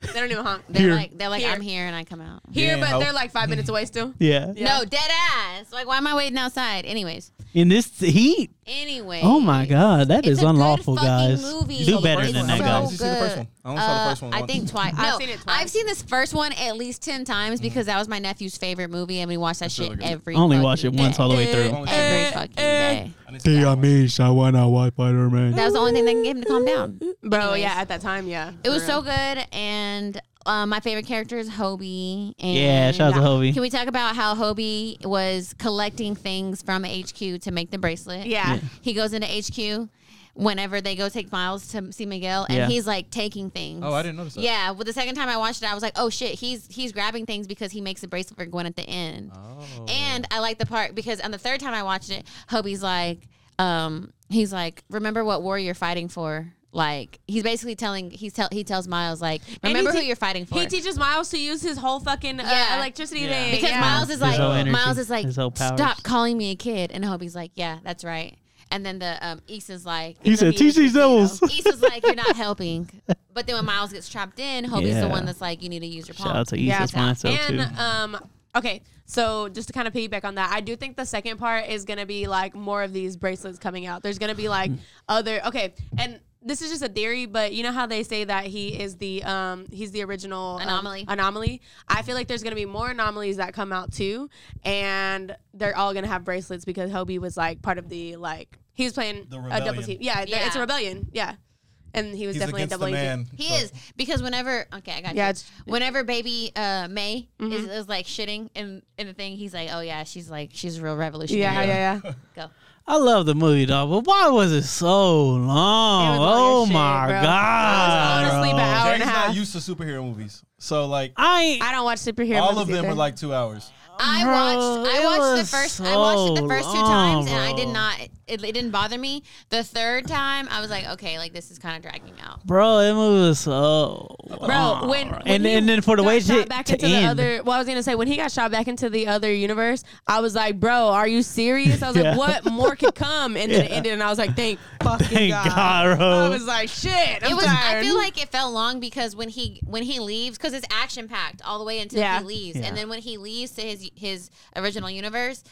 Speaker 2: They don't even honk.
Speaker 3: They're
Speaker 1: Here.
Speaker 3: like they're like
Speaker 2: Here.
Speaker 3: I'm here and I come out.
Speaker 2: Here,
Speaker 4: Yeah,
Speaker 2: but
Speaker 4: how-
Speaker 2: they're like five minutes away still.
Speaker 1: Yeah.
Speaker 2: Yeah.
Speaker 3: No dead ass. Like why am I waiting outside? Anyways,
Speaker 1: In this heat.
Speaker 3: anyway.
Speaker 1: Oh my God, that is
Speaker 3: It's a good
Speaker 1: unlawful,
Speaker 3: fucking
Speaker 1: guys.
Speaker 3: movie.
Speaker 1: You do better
Speaker 3: It's
Speaker 1: than that,
Speaker 3: so
Speaker 4: guys.
Speaker 1: guys.
Speaker 4: Did you see the first
Speaker 3: good.
Speaker 4: one? I only saw the
Speaker 3: Uh,
Speaker 4: first one
Speaker 3: I
Speaker 4: once.
Speaker 3: think twice.
Speaker 2: I've
Speaker 3: No,
Speaker 2: seen it twice.
Speaker 3: I've seen this first one at least ten times because that was my nephew's favorite movie, and we watched that shit
Speaker 4: really Mm-hmm. good.
Speaker 3: every.
Speaker 1: I only watch it
Speaker 3: fucking
Speaker 1: once
Speaker 3: day.
Speaker 1: all the way
Speaker 4: I've
Speaker 1: through.
Speaker 4: only seen it
Speaker 2: Uh,
Speaker 3: Every fucking day.
Speaker 4: I didn't see
Speaker 1: I
Speaker 4: that one.
Speaker 1: want to watch Spider Man.
Speaker 3: That was the only thing that can get him to calm down.
Speaker 2: Bro,
Speaker 3: Anyways.
Speaker 2: yeah, at that time, yeah.
Speaker 3: It was so good, and um, my favorite character is Hobie. And
Speaker 1: Yeah, shout out to Hobie.
Speaker 3: Can we talk about how Hobie was collecting things from HQ to make the bracelet?
Speaker 2: Yeah.
Speaker 3: he goes into HQ whenever they go take Miles to see Miguel, and
Speaker 1: Yeah.
Speaker 3: he's like taking things.
Speaker 4: Oh, I didn't notice that.
Speaker 3: Yeah, well, the second time I watched it, I was like, oh shit, he's he's grabbing things because he makes a bracelet for Gwen at the end.
Speaker 4: Oh.
Speaker 3: And I like the part because on the third time I watched it, Hobie's like, um, he's like, remember what war you're fighting for. Like he's basically telling he's tell he tells Miles like
Speaker 2: he
Speaker 3: remember who
Speaker 2: te-
Speaker 3: you're fighting for
Speaker 2: He teaches Miles to use his whole fucking uh,
Speaker 3: Yeah.
Speaker 2: electricity
Speaker 1: Yeah.
Speaker 2: thing.
Speaker 3: because
Speaker 2: yeah.
Speaker 3: Miles is
Speaker 1: His
Speaker 3: like
Speaker 1: whole energy,
Speaker 3: Miles is like
Speaker 1: his whole powers.
Speaker 3: stop calling me a kid and Hobie's like yeah that's right and then the um Issa's like
Speaker 1: He said, "Teach these devils."
Speaker 3: Issa's like you're not helping but then when Miles gets trapped in Hobie's
Speaker 1: Yeah.
Speaker 3: the one that's like you need to use your palm
Speaker 1: Shout out to Issa's Mindset,
Speaker 2: and
Speaker 1: too.
Speaker 2: um okay so just to kind of piggyback on that i do think the second part is gonna be like more of these bracelets coming out there's gonna be like other okay and this is just a theory, but you know how they say that he is the um he's the original um,
Speaker 3: Anomaly.
Speaker 2: anomaly. I feel like there's gonna be more anomalies that come out too, and they're all gonna have bracelets because Hobie was like part of the like he was playing
Speaker 4: The
Speaker 2: a double
Speaker 4: rebellion.
Speaker 2: team. Yeah, there- it's a
Speaker 3: Yeah.
Speaker 2: rebellion. Yeah, and he was
Speaker 4: He's
Speaker 2: definitely a
Speaker 4: against
Speaker 2: double
Speaker 4: the
Speaker 2: agent.
Speaker 4: man.
Speaker 3: He
Speaker 4: so-
Speaker 3: is because whenever okay, I got
Speaker 2: Yeah,
Speaker 3: you.
Speaker 2: it's- Mm-hmm.
Speaker 3: Whenever baby uh, May is, is like shitting in in the thing, he's like, oh yeah, she's like she's a real revolutionary.
Speaker 2: Yeah, yeah, yeah.
Speaker 3: Go.
Speaker 1: I love the movie, dog, but why was it so long?
Speaker 2: It was long
Speaker 1: oh
Speaker 2: as shit,
Speaker 1: my
Speaker 2: bro.
Speaker 1: god!
Speaker 2: I was honestly
Speaker 1: bro.
Speaker 2: bad. Hour and
Speaker 4: Jay's
Speaker 2: a half.
Speaker 4: not used to superhero movies, so like
Speaker 1: I ain't-
Speaker 2: I don't watch superhero.
Speaker 4: all of
Speaker 2: movies
Speaker 4: them
Speaker 2: either.
Speaker 4: are like two hours.
Speaker 3: I
Speaker 1: Bro,
Speaker 3: watched.
Speaker 1: it
Speaker 3: I watched
Speaker 1: was
Speaker 3: the first. I watched it
Speaker 1: so
Speaker 3: the first two
Speaker 1: long,
Speaker 3: times, and I did
Speaker 1: bro.
Speaker 3: not. It, it didn't bother me. The third time, I was like, okay, like this is kind of dragging out.
Speaker 1: bro, that movie was so.
Speaker 2: Bro,
Speaker 1: long.
Speaker 2: when, when
Speaker 1: and
Speaker 2: he
Speaker 1: and then for the
Speaker 2: got
Speaker 1: way
Speaker 2: shot
Speaker 1: to,
Speaker 2: back
Speaker 1: to
Speaker 2: into
Speaker 1: end,
Speaker 2: the other, well, I was gonna say when he got shot back into the other universe, I was like, "Bro, are you serious?" I was
Speaker 1: Yeah.
Speaker 2: like, "What more could come?" And then it
Speaker 1: Yeah.
Speaker 2: ended, and I was like, "Thank fucking
Speaker 1: Thank
Speaker 2: God.
Speaker 1: God, bro.
Speaker 2: I was like, "Shit, I'm
Speaker 3: it was. I
Speaker 2: tired."
Speaker 3: feel like it felt long because when he when he leaves, because it's action packed all the way until
Speaker 2: Yeah.
Speaker 3: he leaves,
Speaker 1: Yeah.
Speaker 3: and then when he leaves to his his original universe,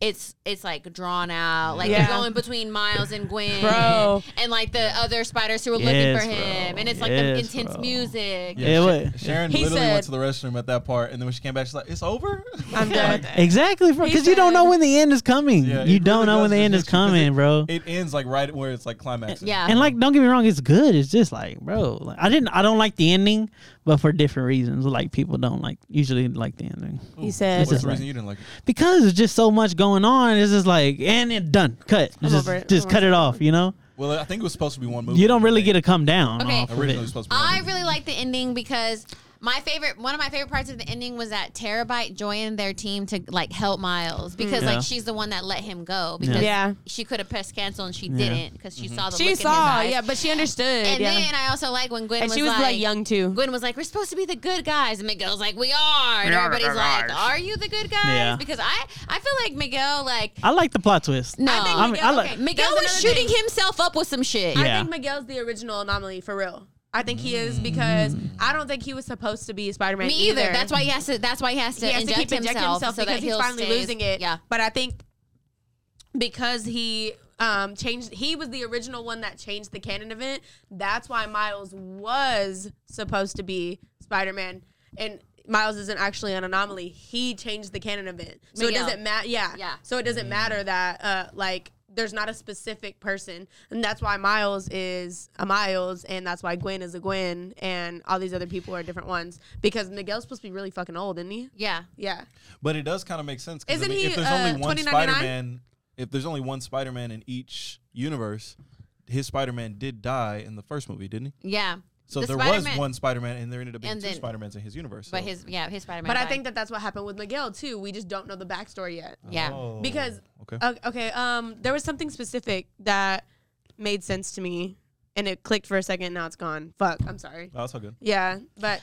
Speaker 3: it's it's like drawn out. Like
Speaker 2: Yeah.
Speaker 3: they're going between Miles and Gwen,
Speaker 2: Bro.
Speaker 3: and like the other spiders who were looking
Speaker 1: Yes,
Speaker 3: for him,
Speaker 1: bro.
Speaker 3: and it's like the
Speaker 1: Yes,
Speaker 3: intense
Speaker 1: bro.
Speaker 3: music.
Speaker 1: Yeah,
Speaker 4: Sha-
Speaker 1: what-
Speaker 4: Sharon
Speaker 2: He
Speaker 4: literally
Speaker 2: said-
Speaker 4: went to the restroom at that part, and then when she came back, she's like, "It's over."
Speaker 2: I'm done.
Speaker 1: exactly, bro,
Speaker 2: He
Speaker 1: because you don't
Speaker 2: said-
Speaker 1: know when the end is coming.
Speaker 4: Yeah,
Speaker 1: you
Speaker 4: it
Speaker 1: don't
Speaker 4: really
Speaker 1: know when
Speaker 4: does
Speaker 1: the
Speaker 4: just
Speaker 1: end
Speaker 4: hit
Speaker 1: is
Speaker 4: you 'cause
Speaker 1: coming,
Speaker 4: it-
Speaker 1: bro.
Speaker 4: It ends like right where it's like climaxing.
Speaker 3: Yeah.
Speaker 1: and like, don't get me wrong, it's good. It's just like, bro, like, I didn't, I don't like the ending, but for different reasons. Like people don't like usually like the ending
Speaker 2: he said,
Speaker 4: What's
Speaker 1: It's
Speaker 4: the
Speaker 1: like-
Speaker 4: reason you didn't like it?
Speaker 1: because there's just so much going on. It's just like, and it done, cut,
Speaker 2: I'm
Speaker 1: just,
Speaker 2: over it.
Speaker 1: just
Speaker 2: I'm
Speaker 1: cut it off. You know,
Speaker 4: Well, I think it was supposed to be one movie.
Speaker 1: you don't really get a come down.
Speaker 3: Okay.
Speaker 1: off of
Speaker 4: originally it
Speaker 1: it.
Speaker 4: was supposed to be. One
Speaker 3: I
Speaker 4: movie.
Speaker 3: really like the ending because my favorite, one of my favorite parts of the ending was that Terabyte joined their team to like help Miles because
Speaker 1: Yeah.
Speaker 3: like she's the one that let him go because
Speaker 2: Yeah.
Speaker 3: she could have pressed cancel and she didn't because she saw the
Speaker 2: "She
Speaker 3: look
Speaker 2: saw,
Speaker 3: in his eyes.
Speaker 2: yeah, but she understood."
Speaker 3: And
Speaker 2: yeah.
Speaker 3: then I also like when Gwen
Speaker 2: and
Speaker 3: was,
Speaker 2: she was like, young too.
Speaker 3: Gwen was like, "We're supposed to be the good guys," and Miguel's like, "We are." And everybody's like, "Are you the good guys?"
Speaker 1: Yeah.
Speaker 3: Because I, I feel like Miguel, like,
Speaker 1: I like the plot twist.
Speaker 3: no,
Speaker 2: think
Speaker 1: I mean, I
Speaker 2: Miguel-
Speaker 1: like-
Speaker 2: okay,
Speaker 3: Miguel
Speaker 2: that's
Speaker 3: was
Speaker 2: another
Speaker 3: shooting
Speaker 2: thing.
Speaker 3: himself up with some shit.
Speaker 1: Yeah.
Speaker 2: I think Miguel's the original anomaly for real. I think he is because I don't think he was supposed to be Spider Man
Speaker 3: Me either. That's why he has to. That's why he has to
Speaker 2: he has
Speaker 3: inject
Speaker 2: to keep injecting
Speaker 3: himself,
Speaker 2: himself,
Speaker 3: so
Speaker 2: because
Speaker 3: that
Speaker 2: he's
Speaker 3: he'll
Speaker 2: finally
Speaker 3: stays-
Speaker 2: losing it.
Speaker 3: Yeah.
Speaker 2: But I think because he um changed he was the original one that changed the canon event, that's why Miles was supposed to be Spider Man. And Miles isn't actually an anomaly. He changed the canon event. So
Speaker 3: Miguel.
Speaker 2: it doesn't matter yeah.
Speaker 3: Yeah.
Speaker 2: So it doesn't matter that uh like there's not a specific person, and that's why Miles is a Miles, and that's why Gwen is a Gwen, and all these other people are different ones. Because Miguel's supposed to be really fucking old, isn't he?
Speaker 3: Yeah.
Speaker 2: Yeah.
Speaker 4: But it does kind of make sense. 'cause, I
Speaker 2: Isn't
Speaker 4: mean,
Speaker 2: he,
Speaker 4: if there's
Speaker 2: uh,
Speaker 4: only one
Speaker 2: 2099?
Speaker 4: Spider-Man, if there's only one Spider-Man in each universe, his Spider-Man did die in the first movie, didn't he?
Speaker 3: Yeah.
Speaker 4: So
Speaker 3: The
Speaker 4: there was
Speaker 3: Spider-Man-
Speaker 4: one Spider-Man, and there ended up being
Speaker 3: And
Speaker 4: two
Speaker 3: then-
Speaker 4: Spider-Mans in his universe.
Speaker 3: But
Speaker 4: so-
Speaker 3: his yeah his Spider Man.
Speaker 2: But I think that that's what happened with Miguel too. We just don't know the backstory yet.
Speaker 3: yeah.
Speaker 4: Oh,
Speaker 2: Because
Speaker 4: okay.
Speaker 2: o- okay, um there was something specific that made sense to me and it clicked for a second now it's gone. Fuck, I'm sorry.
Speaker 4: Oh, that's all good.
Speaker 2: Yeah, but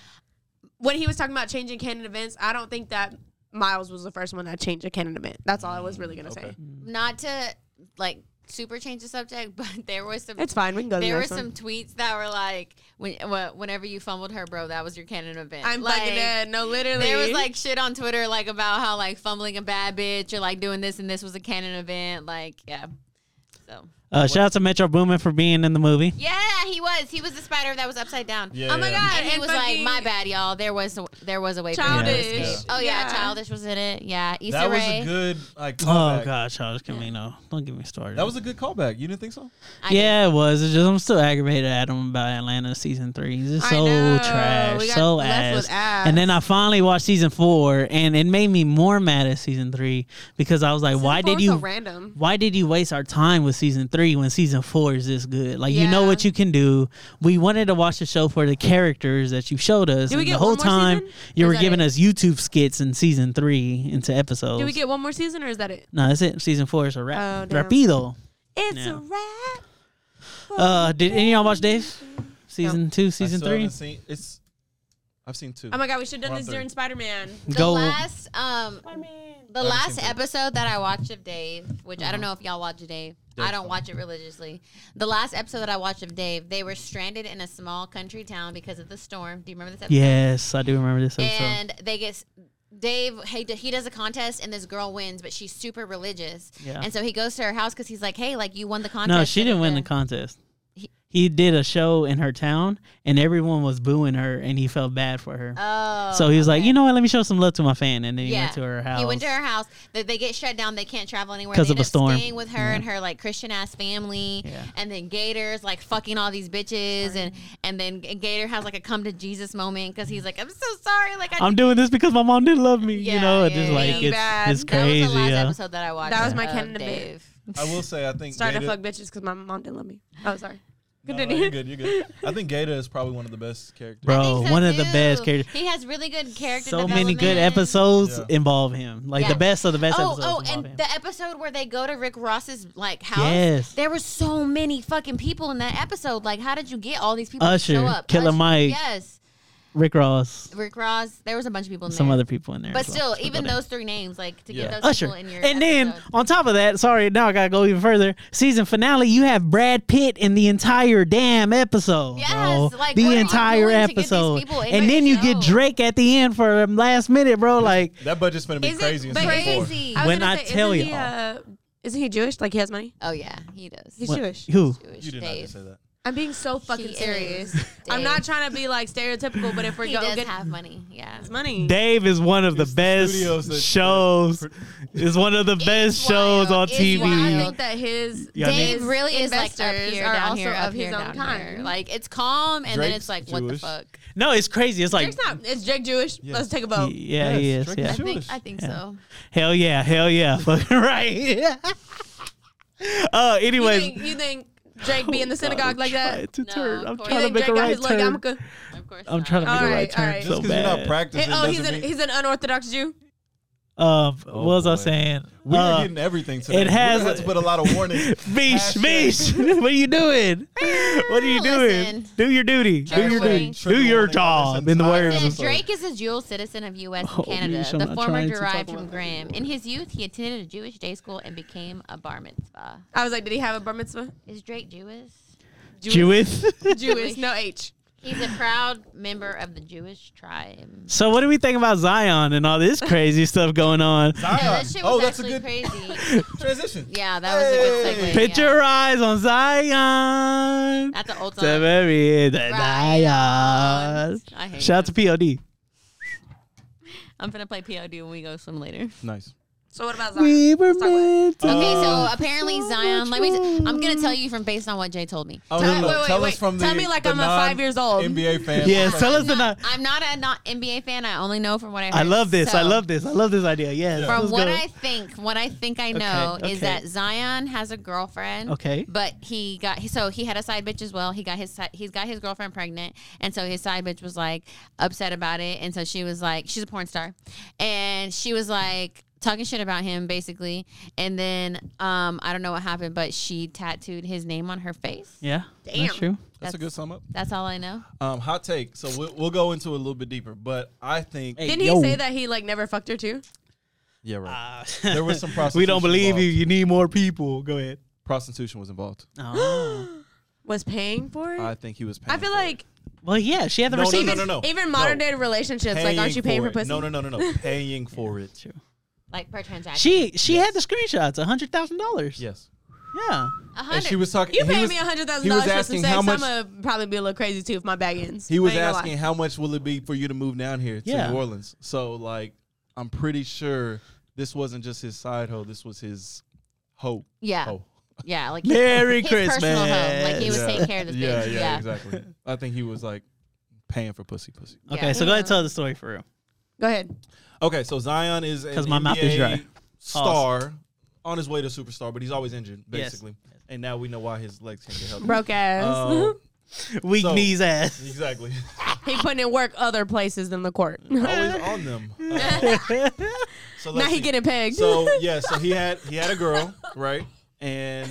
Speaker 2: when he was talking about changing canon events, I don't think that Miles was the first one that changed a canon event. That's all I was really going to
Speaker 4: Mm, Okay.
Speaker 2: say.
Speaker 3: Not to like super change the subject, but there was some.
Speaker 2: It's fine. We can go to the
Speaker 3: There were
Speaker 2: next
Speaker 3: some
Speaker 2: one.
Speaker 3: tweets that were like, when, wh- whenever you fumbled her, bro, that was your canon event.
Speaker 2: I'm
Speaker 3: like,
Speaker 2: fucking dead. No, literally.
Speaker 3: There was like shit on Twitter, like about how like fumbling a bad bitch or like doing this and this was a canon event. Like, yeah. So,
Speaker 1: Uh, shout out to Metro Boomin for being in the movie.
Speaker 3: yeah, he was. He was the spider that was upside down.
Speaker 4: Yeah,
Speaker 2: Oh my
Speaker 4: yeah.
Speaker 2: god.
Speaker 3: and he was like,
Speaker 2: fucking
Speaker 3: "My bad, y'all. There was a, there was a way." for me to
Speaker 2: Childish.
Speaker 3: escape." Oh yeah,
Speaker 2: Yeah.
Speaker 3: childish was in it. Yeah, Issa
Speaker 4: That was
Speaker 3: Rae.
Speaker 4: a good like.
Speaker 1: Oh
Speaker 4: Callback.
Speaker 1: God, Charles Camino, don't get me started.
Speaker 4: That was a good callback. You didn't think so?
Speaker 3: I
Speaker 1: yeah, it was. It's just I'm still aggravated at him about Atlanta season three. It's just
Speaker 2: I
Speaker 1: so
Speaker 2: know.
Speaker 1: trash,
Speaker 2: We got
Speaker 1: so
Speaker 2: left
Speaker 1: ass.
Speaker 2: with ass.
Speaker 1: And then I finally watched season four, and it made me more mad at season three because I was like, why
Speaker 2: Season four
Speaker 1: did
Speaker 2: was
Speaker 1: you?
Speaker 2: so random?
Speaker 1: Why did you waste our time with season three when season four is this good? Like you know
Speaker 2: Yeah.
Speaker 1: what you can do. We wanted to watch the show for the characters that you showed us.
Speaker 2: Did we
Speaker 1: and the
Speaker 2: get
Speaker 1: whole
Speaker 2: one more
Speaker 1: time
Speaker 2: season?
Speaker 1: you
Speaker 2: Or
Speaker 1: were
Speaker 2: is that
Speaker 1: giving
Speaker 2: it?
Speaker 1: us YouTube skits in season three into episodes.
Speaker 2: Do we get one more season or is that it?
Speaker 1: no, that's it. Season four is a
Speaker 2: Oh,
Speaker 1: wrap.
Speaker 2: damn.
Speaker 1: Rapido.
Speaker 2: It's
Speaker 1: Yeah.
Speaker 2: a wrap.
Speaker 1: Uh, did any of y'all watch Dave? Season two,
Speaker 4: I
Speaker 1: season
Speaker 4: still
Speaker 1: three.
Speaker 4: haven't Seen, it's. I've seen two.
Speaker 2: Oh my god, we should have
Speaker 4: We're on
Speaker 2: done this
Speaker 4: three.
Speaker 2: during Spider-Man.
Speaker 3: The last um the
Speaker 4: Haven't seen
Speaker 3: last
Speaker 4: Dave.
Speaker 3: episode that I watched of Dave, which I don't know if y'all watch Dave. I don't watch it religiously. The last episode that I watched of Dave, they were stranded in a small country town because of the storm. Do you remember this episode?
Speaker 1: Yes, I do remember this episode.
Speaker 3: and they get Dave. He, d- he does a contest, and this girl wins, but she's super religious.
Speaker 1: Yeah.
Speaker 3: And so he goes to her house because he's like, "Hey, like you won the contest."
Speaker 1: no, she
Speaker 3: da,
Speaker 1: didn't
Speaker 3: da,
Speaker 1: win
Speaker 3: da."
Speaker 1: the contest. He, he did a show in her town, and everyone was booing her, and he felt bad for her.
Speaker 3: Oh.
Speaker 1: so he was like, you know what? Let me show some love to my fan, and then he
Speaker 3: yeah.
Speaker 1: went to her house.
Speaker 3: He went to her house. They, they get shut down. They can't travel anywhere.
Speaker 1: 'Cause
Speaker 3: They
Speaker 1: of
Speaker 3: end
Speaker 1: a
Speaker 3: up
Speaker 1: storm.
Speaker 3: Staying with her and her like Christian ass family,
Speaker 1: Yeah.
Speaker 3: and then Gator's like fucking all these bitches, and and then Gator has like a come to Jesus moment because he's like, I'm so sorry, like I
Speaker 1: I'm doing this because my mom didn't love me. you
Speaker 3: Yeah,
Speaker 1: know,
Speaker 3: yeah,
Speaker 1: it's just
Speaker 3: yeah,
Speaker 1: like
Speaker 2: yeah.
Speaker 1: it's,
Speaker 2: Bad.
Speaker 1: it's
Speaker 3: That
Speaker 1: crazy.
Speaker 3: was the last
Speaker 1: yeah.
Speaker 3: episode that I watched.
Speaker 2: That was my
Speaker 3: of
Speaker 2: Canada bit.
Speaker 3: Dave.
Speaker 4: I will say, I think
Speaker 2: Started to
Speaker 4: Gator-
Speaker 2: fuck bitches because my mom didn't love me. Oh, sorry.
Speaker 4: No, no,
Speaker 2: Continue.
Speaker 4: you're good. You're good. I think Gator is probably one of the best characters.
Speaker 1: Bro,
Speaker 3: I think so
Speaker 1: one of the
Speaker 3: too.
Speaker 1: best characters.
Speaker 3: He has really good character.
Speaker 1: So many good
Speaker 3: development.
Speaker 1: episodes
Speaker 4: Yeah.
Speaker 1: involve him. Like
Speaker 3: Yeah.
Speaker 1: the best of the best
Speaker 3: Oh,
Speaker 1: episodes.
Speaker 3: oh,
Speaker 1: involve
Speaker 3: and
Speaker 1: him.
Speaker 3: the episode where they go to Rick Ross's like house.
Speaker 1: Yes.
Speaker 3: There were so many fucking people in that episode. Like, how did you get all these people
Speaker 1: Usher,
Speaker 3: to show up?
Speaker 1: Killer Mike.
Speaker 3: Yes.
Speaker 1: Rick Ross,
Speaker 3: Rick Ross. There was a bunch of people in
Speaker 1: some
Speaker 3: there.
Speaker 1: other people in there.
Speaker 3: But
Speaker 1: as well.
Speaker 3: still,
Speaker 1: So
Speaker 3: even
Speaker 1: go down.
Speaker 3: those three names, like to
Speaker 4: Yeah.
Speaker 3: get those
Speaker 1: Usher.
Speaker 3: people in your
Speaker 1: And then
Speaker 3: episode.
Speaker 1: on top of that, sorry, now I gotta go even further. Season finale, you have Brad Pitt in the entire damn episode.
Speaker 3: Yes,
Speaker 1: bro.
Speaker 3: like,
Speaker 1: the
Speaker 3: what are you
Speaker 1: entire
Speaker 3: doing to get these
Speaker 1: episode.
Speaker 3: people in
Speaker 1: and
Speaker 3: the
Speaker 1: then you get
Speaker 3: show?
Speaker 1: Drake at the end for um, last minute, bro. Like
Speaker 4: That budget's gonna be
Speaker 2: Is it
Speaker 4: crazy. in
Speaker 2: but-
Speaker 4: season four.
Speaker 3: crazy.
Speaker 2: I was
Speaker 1: When
Speaker 2: gonna
Speaker 1: I
Speaker 2: say,
Speaker 1: tell
Speaker 2: isn't he,
Speaker 1: y'all.
Speaker 2: uh, isn't he Jewish? Like he has money?
Speaker 3: Oh yeah, he does.
Speaker 2: He's
Speaker 1: what-
Speaker 2: Jewish.
Speaker 1: Who?
Speaker 3: Jewish
Speaker 4: You did not
Speaker 3: Dave.
Speaker 4: just say that.
Speaker 2: I'm being so fucking
Speaker 3: He
Speaker 2: serious.
Speaker 3: is
Speaker 2: I'm not
Speaker 3: Dave.
Speaker 2: trying to be like stereotypical, but if we're
Speaker 3: He
Speaker 2: going
Speaker 3: does
Speaker 2: get
Speaker 3: have money. Yeah.
Speaker 2: money,
Speaker 1: Dave is one of the
Speaker 4: It's the
Speaker 1: best
Speaker 4: studios that-
Speaker 1: shows. Is one of the best shows on
Speaker 3: wild. It's
Speaker 1: TV.
Speaker 2: I
Speaker 3: wild.
Speaker 2: think that his
Speaker 1: Yeah, I mean-
Speaker 3: Dave really is like up
Speaker 2: investors
Speaker 3: here,
Speaker 2: are
Speaker 3: down
Speaker 2: also
Speaker 3: here,
Speaker 2: of
Speaker 3: up
Speaker 2: his
Speaker 3: here,
Speaker 2: own
Speaker 3: down here.
Speaker 2: kind.
Speaker 3: Like it's calm, and then
Speaker 4: Drake's
Speaker 3: it's like, what the
Speaker 4: Jewish.
Speaker 3: fuck?
Speaker 1: No, it's crazy. It's like
Speaker 2: Drake's not. It's Drake Jewish.
Speaker 4: Yeah.
Speaker 2: Let's take a
Speaker 1: y-
Speaker 2: vote.
Speaker 1: yeah,
Speaker 4: Yes,
Speaker 1: he is.
Speaker 4: Drake
Speaker 1: Yeah.
Speaker 3: I
Speaker 4: is
Speaker 3: think
Speaker 4: Jewish.
Speaker 3: I think
Speaker 1: Yeah.
Speaker 3: so.
Speaker 1: Hell yeah, hell yeah, fucking right. uh,
Speaker 2: You
Speaker 1: anyways,
Speaker 2: think, you think Drake be in the
Speaker 1: Oh, God,
Speaker 2: synagogue
Speaker 1: I'm
Speaker 2: like
Speaker 1: trying
Speaker 2: that?
Speaker 1: to
Speaker 3: No,
Speaker 1: turn.
Speaker 3: of
Speaker 1: I'm
Speaker 3: course.
Speaker 2: You
Speaker 1: trying to
Speaker 2: think
Speaker 1: make
Speaker 2: Drake
Speaker 1: a
Speaker 2: got
Speaker 1: right
Speaker 2: his leg
Speaker 1: turn.
Speaker 2: yarmulke?
Speaker 3: Of course.
Speaker 1: I'm trying to make
Speaker 2: All
Speaker 1: a right
Speaker 2: right, all
Speaker 1: turn
Speaker 2: right.
Speaker 4: Just
Speaker 1: so
Speaker 4: because you're not
Speaker 1: bad.
Speaker 4: practicing
Speaker 2: Hey, oh,
Speaker 4: doesn't
Speaker 2: he's an
Speaker 4: mean
Speaker 2: he's an unorthodox Jew.
Speaker 1: Um, what
Speaker 4: Oh,
Speaker 1: was I
Speaker 4: boy.
Speaker 1: saying?
Speaker 4: we're
Speaker 1: Uh,
Speaker 4: getting everything today.
Speaker 1: it has-
Speaker 4: We're gonna have to put a lot of warnings.
Speaker 1: Beesh, Beesh, what are you doing? What are you doing?
Speaker 3: Listen.
Speaker 1: Do your duty. Do your
Speaker 3: Trigger
Speaker 1: duty.
Speaker 4: warning.
Speaker 1: Do your
Speaker 4: Trigger warning on this
Speaker 1: job. In the
Speaker 4: entire
Speaker 1: words
Speaker 3: Said
Speaker 1: of
Speaker 4: episode.
Speaker 3: Drake is a dual citizen of U.S.
Speaker 1: Oh,
Speaker 3: and Canada.
Speaker 1: Misha, I'm
Speaker 3: the
Speaker 1: not
Speaker 3: former
Speaker 1: trying to
Speaker 3: derived
Speaker 1: talk
Speaker 3: from
Speaker 1: about
Speaker 3: Graham. In his youth, he attended a Jewish day school and became a bar mitzvah.
Speaker 2: I was like, did he have a bar mitzvah?
Speaker 3: Is Drake Jewish?
Speaker 1: Jewish.
Speaker 2: Jewish, no H.
Speaker 3: He's a proud member of the Jewish tribe.
Speaker 1: so, what do we think about Zion and all this crazy stuff going on?
Speaker 4: Zion.
Speaker 3: Yeah, that shit was
Speaker 4: oh, that's a
Speaker 3: actually
Speaker 4: good
Speaker 3: crazy.
Speaker 4: transition.
Speaker 3: yeah, that was a
Speaker 4: Hey.
Speaker 3: good segue.
Speaker 1: Picture
Speaker 3: yeah.
Speaker 1: eyes on Zion.
Speaker 3: That's an old song.
Speaker 1: So very
Speaker 3: Zion.
Speaker 1: Zion.
Speaker 3: I hate
Speaker 1: Shout out to POD.
Speaker 3: I'm gonna play POD when we go swim later.
Speaker 4: Nice.
Speaker 2: So what about Zion?
Speaker 1: We were
Speaker 2: Let's talk about it.
Speaker 1: meant to.
Speaker 3: Okay, so apparently Zion. Let me. I'm gonna tell you from based on what Jay told me.
Speaker 4: Oh,
Speaker 2: Tell-
Speaker 4: no, no,
Speaker 2: wait, wait,
Speaker 4: tell
Speaker 2: wait.
Speaker 4: us from
Speaker 2: Tell
Speaker 4: the,
Speaker 2: me like
Speaker 4: the
Speaker 2: I'm a five years old.
Speaker 4: NBA fan.
Speaker 1: Yes,
Speaker 4: perspective.
Speaker 1: tell us the not.
Speaker 3: I'm not a not NBA fan. I only know from what I. Heard.
Speaker 1: I love this. I
Speaker 3: So,
Speaker 1: love this. I love this idea. Yes.
Speaker 3: From
Speaker 1: let's
Speaker 3: what
Speaker 1: go.
Speaker 3: I think, what I think I know
Speaker 1: okay.
Speaker 3: is that Zion has a girlfriend.
Speaker 1: Okay.
Speaker 3: But he got he- so he had a side bitch as well. He got his side, he's got his girlfriend pregnant, and so his side bitch was like upset about it, and so she was like, she's a porn star, and she was like talking shit about him basically, and then um I don't know what happened, but she tattooed his name on her face.
Speaker 1: Yeah.
Speaker 2: Damn.
Speaker 1: That's true.
Speaker 4: That's a good sum up.
Speaker 3: That's all I know.
Speaker 4: Um, hot take. So we'll, we'll go into it a little bit deeper, but I think
Speaker 2: Didn't he
Speaker 1: yo.
Speaker 2: say that he like never fucked her too?
Speaker 4: yeah, right.
Speaker 1: Uh,
Speaker 4: there was some prostitution.
Speaker 1: we don't believe you.
Speaker 4: involved.
Speaker 1: You need more people. Go ahead.
Speaker 4: Prostitution was involved.
Speaker 1: Oh.
Speaker 2: Was paying for it?
Speaker 4: I think he was. Paying
Speaker 2: I feel
Speaker 4: for it.
Speaker 2: like
Speaker 1: Well, yeah, she had the
Speaker 4: No, no,
Speaker 1: receipt.
Speaker 4: no,
Speaker 2: even
Speaker 4: no, no.
Speaker 2: even modern
Speaker 4: No.
Speaker 2: day relationships like aren't you paying for,
Speaker 4: it.
Speaker 2: pussy?
Speaker 4: No, no, no, no, no. paying for it.
Speaker 3: Like per transaction.
Speaker 1: She she had the screenshots. hundred thousand dollars.
Speaker 4: Yes.
Speaker 1: Yeah.
Speaker 3: A
Speaker 4: And she
Speaker 3: hundred.
Speaker 4: was talking.
Speaker 2: You
Speaker 4: he
Speaker 2: pay
Speaker 4: was,
Speaker 2: me hundred thousand
Speaker 4: he was
Speaker 2: dollars for some
Speaker 4: asking
Speaker 2: sex,
Speaker 4: how much-
Speaker 2: I'm gonna probably be a little crazy too if my bag ends.
Speaker 4: He was
Speaker 2: I ain't gonna lie.
Speaker 4: asking how much will it be for you to move down here to
Speaker 1: Yeah.
Speaker 4: New Orleans. So like, I'm pretty sure this wasn't just his side hoe. This was his hoe.
Speaker 3: Yeah.
Speaker 4: Hoe.
Speaker 3: Yeah. Like
Speaker 1: Merry
Speaker 3: his personal home. Like
Speaker 1: Christmas.
Speaker 3: he was taking care of this
Speaker 4: yeah,
Speaker 3: bitch.
Speaker 4: yeah,
Speaker 3: Yeah.
Speaker 4: exactly. I think he was like paying for pussy, pussy.
Speaker 1: Okay,
Speaker 3: Yeah.
Speaker 1: so go ahead and tell the story for real.
Speaker 2: Go ahead.
Speaker 4: Okay, so Zion is an
Speaker 1: 'Cause my mouth is
Speaker 4: NBA
Speaker 1: dry.
Speaker 4: Star on his way to superstar, but he's always injured
Speaker 1: Yes.
Speaker 4: basically. And now we know why his legs can't get healthy.
Speaker 2: Broke ass.
Speaker 4: Uh,
Speaker 1: Weak
Speaker 4: So-
Speaker 1: knees ass.
Speaker 4: exactly.
Speaker 2: he putting in work other places than the court.
Speaker 4: always on them. Uh, so
Speaker 2: now
Speaker 4: let's
Speaker 2: he
Speaker 4: see.
Speaker 2: getting pegged.
Speaker 4: So yeah, so he had he had a girl, right? And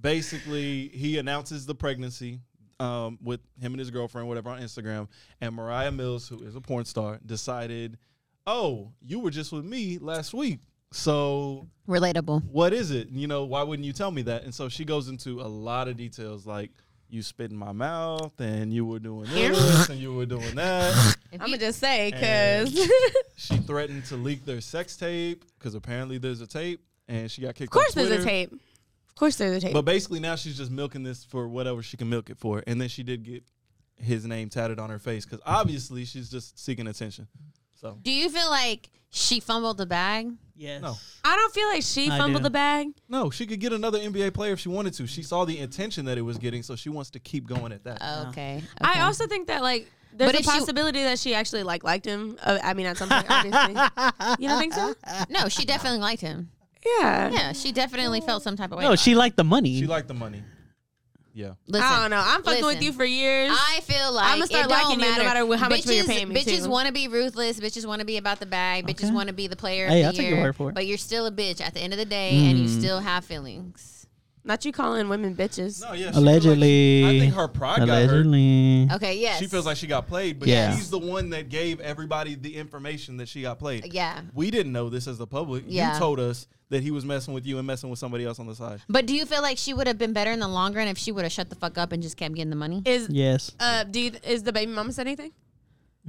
Speaker 4: basically, he announces the pregnancy um, with him and his girlfriend, whatever, on Instagram. And Mariah Mills, who is a porn star, decided, "Oh, you were just with me last week, so
Speaker 3: Relatable.
Speaker 4: what is it? You know, why wouldn't you tell me that?" And so she goes into a lot of details, like. You spit in my mouth, and you were doing this, and you were doing that.
Speaker 3: If
Speaker 2: I'ma
Speaker 3: you-
Speaker 2: just say
Speaker 4: And-
Speaker 2: cause of
Speaker 4: She threatened to leak their sex tape because apparently there's a tape, and she got kicked. Of
Speaker 2: course there's a tape.
Speaker 3: of
Speaker 2: course, they're the tape.
Speaker 4: But basically, now she's just milking this for whatever she can milk it for. And then she did get his name tatted on her face because obviously she's just seeking attention. So
Speaker 3: Do you feel like she fumbled the bag?
Speaker 1: Yes.
Speaker 4: No.
Speaker 2: I don't feel like she
Speaker 1: I
Speaker 2: fumbled
Speaker 1: do.
Speaker 2: the bag.
Speaker 4: no, she could get another NBA player if she wanted to. She saw the attention that it was getting, so she wants to keep going at that.
Speaker 3: Okay.
Speaker 2: I also think that like there's
Speaker 3: But
Speaker 2: a
Speaker 3: if she-
Speaker 2: possibility that she actually like liked him. Uh, I mean, at some point, obviously. you don't think so?
Speaker 3: no, she definitely liked him.
Speaker 2: Yeah.
Speaker 3: Yeah, she definitely felt some type of way.
Speaker 1: No,
Speaker 3: about
Speaker 1: Oh, she liked the money.
Speaker 4: She liked the money. Yeah.
Speaker 3: it. Listen,
Speaker 2: I don't know. I'm fucking with
Speaker 3: Listen.
Speaker 2: you for years.
Speaker 3: I feel like
Speaker 2: I'ma start
Speaker 3: it don't
Speaker 2: liking you no
Speaker 3: matter.
Speaker 2: matter wh- how much
Speaker 3: bitches,
Speaker 2: you're paying me,
Speaker 3: Bitches
Speaker 2: too.
Speaker 3: want to be ruthless. Bitches want to be about the bag. Bitches
Speaker 1: Okay.
Speaker 3: want to be the player. of
Speaker 1: Hey,
Speaker 3: the
Speaker 1: I'll take your
Speaker 3: year,
Speaker 1: word for it. Hmm.
Speaker 3: But you're still a bitch at the end of the day, and you still have feelings.
Speaker 2: Not you calling women bitches.
Speaker 4: No, yeah. she feel like she-
Speaker 1: Allegedly.
Speaker 4: I think her pride got hurt.
Speaker 1: Allegedly.
Speaker 3: Okay. Yes.
Speaker 4: She feels like she got played, but
Speaker 1: Yeah.
Speaker 4: he's the one that gave everybody the information that she got played.
Speaker 3: Yeah.
Speaker 4: We didn't know this as the public.
Speaker 3: Yeah.
Speaker 4: You told us that he was messing with you and messing with somebody else on the side.
Speaker 3: But do you feel like she would have been better in the long run if she would have shut the fuck up and just kept getting the money?
Speaker 2: Is
Speaker 1: Yes.
Speaker 2: uh do you, is the baby mama said anything?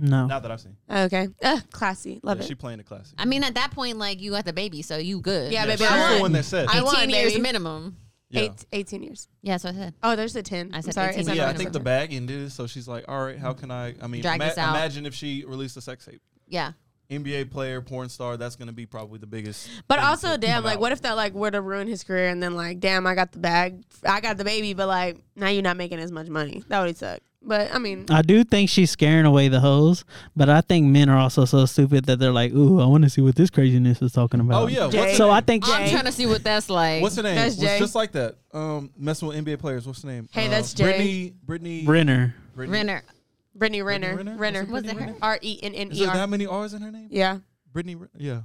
Speaker 1: No.
Speaker 4: Not that I've seen.
Speaker 2: Okay. Uh, classy. Love
Speaker 4: Yeah,
Speaker 2: it.
Speaker 4: she playing the classic.
Speaker 3: I mean, at that point, like you got the baby, so you good.
Speaker 2: yeah, baby.
Speaker 4: She's
Speaker 2: I
Speaker 4: the
Speaker 2: won.
Speaker 4: one that said.
Speaker 2: I
Speaker 4: it.
Speaker 2: won,
Speaker 3: 18 years
Speaker 2: baby.
Speaker 3: minimum.
Speaker 4: Yeah.
Speaker 2: Eight, 18 years.
Speaker 3: Yeah, that's what I said.
Speaker 2: Oh, there's a 10.
Speaker 3: I
Speaker 2: I'm
Speaker 3: said
Speaker 2: sorry.
Speaker 3: 18.
Speaker 2: It's not
Speaker 4: yeah, I
Speaker 2: gonna
Speaker 4: think the
Speaker 2: work.
Speaker 4: bag ended it, so she's like, all right, how can I? I mean,
Speaker 3: Drag this out.
Speaker 4: imagine if she released a sex tape.
Speaker 3: Yeah.
Speaker 4: NBA player, porn star, that's going to be probably the biggest.
Speaker 2: But
Speaker 4: thing
Speaker 2: also,
Speaker 4: to
Speaker 2: damn,
Speaker 4: come
Speaker 2: like,
Speaker 4: out.
Speaker 2: what if that, like, were to ruin his career and then, like, damn, I got the bag. I got the baby, but, like, now you're not making as much money. That would suck. But, I mean,
Speaker 1: I do think she's scaring away the hoes, but I think men are also so stupid that they're like, "Ooh, I want to see what this craziness is talking about."
Speaker 4: Oh, yeah. What's
Speaker 2: Jay.
Speaker 4: her
Speaker 1: So
Speaker 4: name?
Speaker 1: I think
Speaker 3: I'm trying to see what that's like.
Speaker 4: What's her name?
Speaker 2: That's
Speaker 4: That's
Speaker 2: Jay.
Speaker 4: just like that. Um, messing with NBA players. What's her name?
Speaker 2: Hey,
Speaker 4: Uh,
Speaker 2: that's Jay.
Speaker 4: Brittany. Brittany.
Speaker 1: Renner.
Speaker 4: Brittany.
Speaker 3: Renner?
Speaker 2: Brittany Renner.
Speaker 4: Renner?
Speaker 2: Renner.
Speaker 4: Was it Renner?
Speaker 2: R E N N
Speaker 4: Is
Speaker 2: E
Speaker 4: there that
Speaker 2: R.
Speaker 4: many R's in her name?
Speaker 2: Yeah.
Speaker 4: Brittany. Ren- Yeah.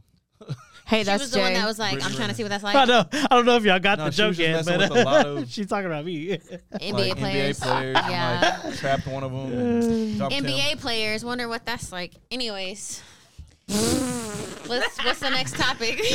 Speaker 2: Hey,
Speaker 3: She
Speaker 2: that's
Speaker 3: was
Speaker 2: Jay.
Speaker 3: the one that was like,
Speaker 4: Brittany
Speaker 3: I'm trying to see what that's like.
Speaker 1: I don't, I don't know if y'all got
Speaker 4: No,
Speaker 1: the
Speaker 4: she
Speaker 1: joke
Speaker 4: was
Speaker 1: yet,
Speaker 4: just
Speaker 1: but
Speaker 4: messing with a lot of-
Speaker 1: she's talking about me.
Speaker 3: NBA
Speaker 4: like,
Speaker 3: players.
Speaker 4: NBA players.
Speaker 3: Yeah.
Speaker 4: Yeah. Like, trapped one of them. and dumped him.
Speaker 3: NBA players wonder what that's like. Anyways, let's, what's the next topic?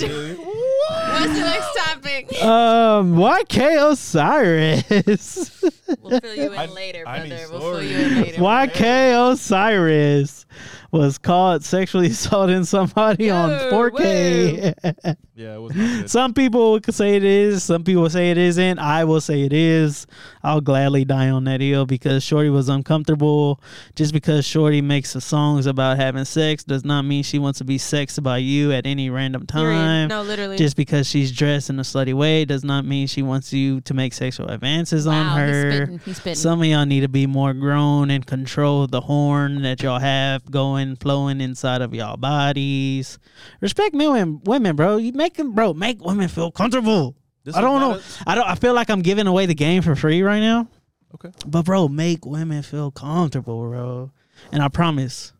Speaker 4: Really?
Speaker 3: what's the next topic?
Speaker 1: um, YK Osiris.
Speaker 3: We'll fill you in
Speaker 4: I-
Speaker 3: later,
Speaker 4: I
Speaker 3: brother.
Speaker 4: need
Speaker 3: we'll fill you
Speaker 4: stories.
Speaker 3: in later.
Speaker 1: YK Osiris was caught sexually assaulting somebody on 4K.
Speaker 4: Yeah, it was not good.
Speaker 1: Some people would say it is. Some people say it isn't. I will say it is. I'll gladly die on that hill because Shorty was uncomfortable. Just because Shorty makes the songs about having sex does not mean she wants to be sexed by you at any random time.
Speaker 2: No, literally.
Speaker 1: Just because she's dressed in a slutty way does not mean she wants you to make sexual advances
Speaker 3: Wow,
Speaker 1: on
Speaker 3: he's
Speaker 1: her.
Speaker 3: spitting, he's spitting.
Speaker 1: Some of y'all need to be more grown and control the horn that y'all have going, flowing inside of y'all bodies. Respect men and women, bro. You make them, bro, make women feel comfortable.
Speaker 4: This
Speaker 1: I
Speaker 4: is
Speaker 1: don't
Speaker 4: not
Speaker 1: know. I I don't. I feel like I'm giving away the game for free right now.
Speaker 4: Okay.
Speaker 1: But bro, make women feel comfortable, bro. And I promise,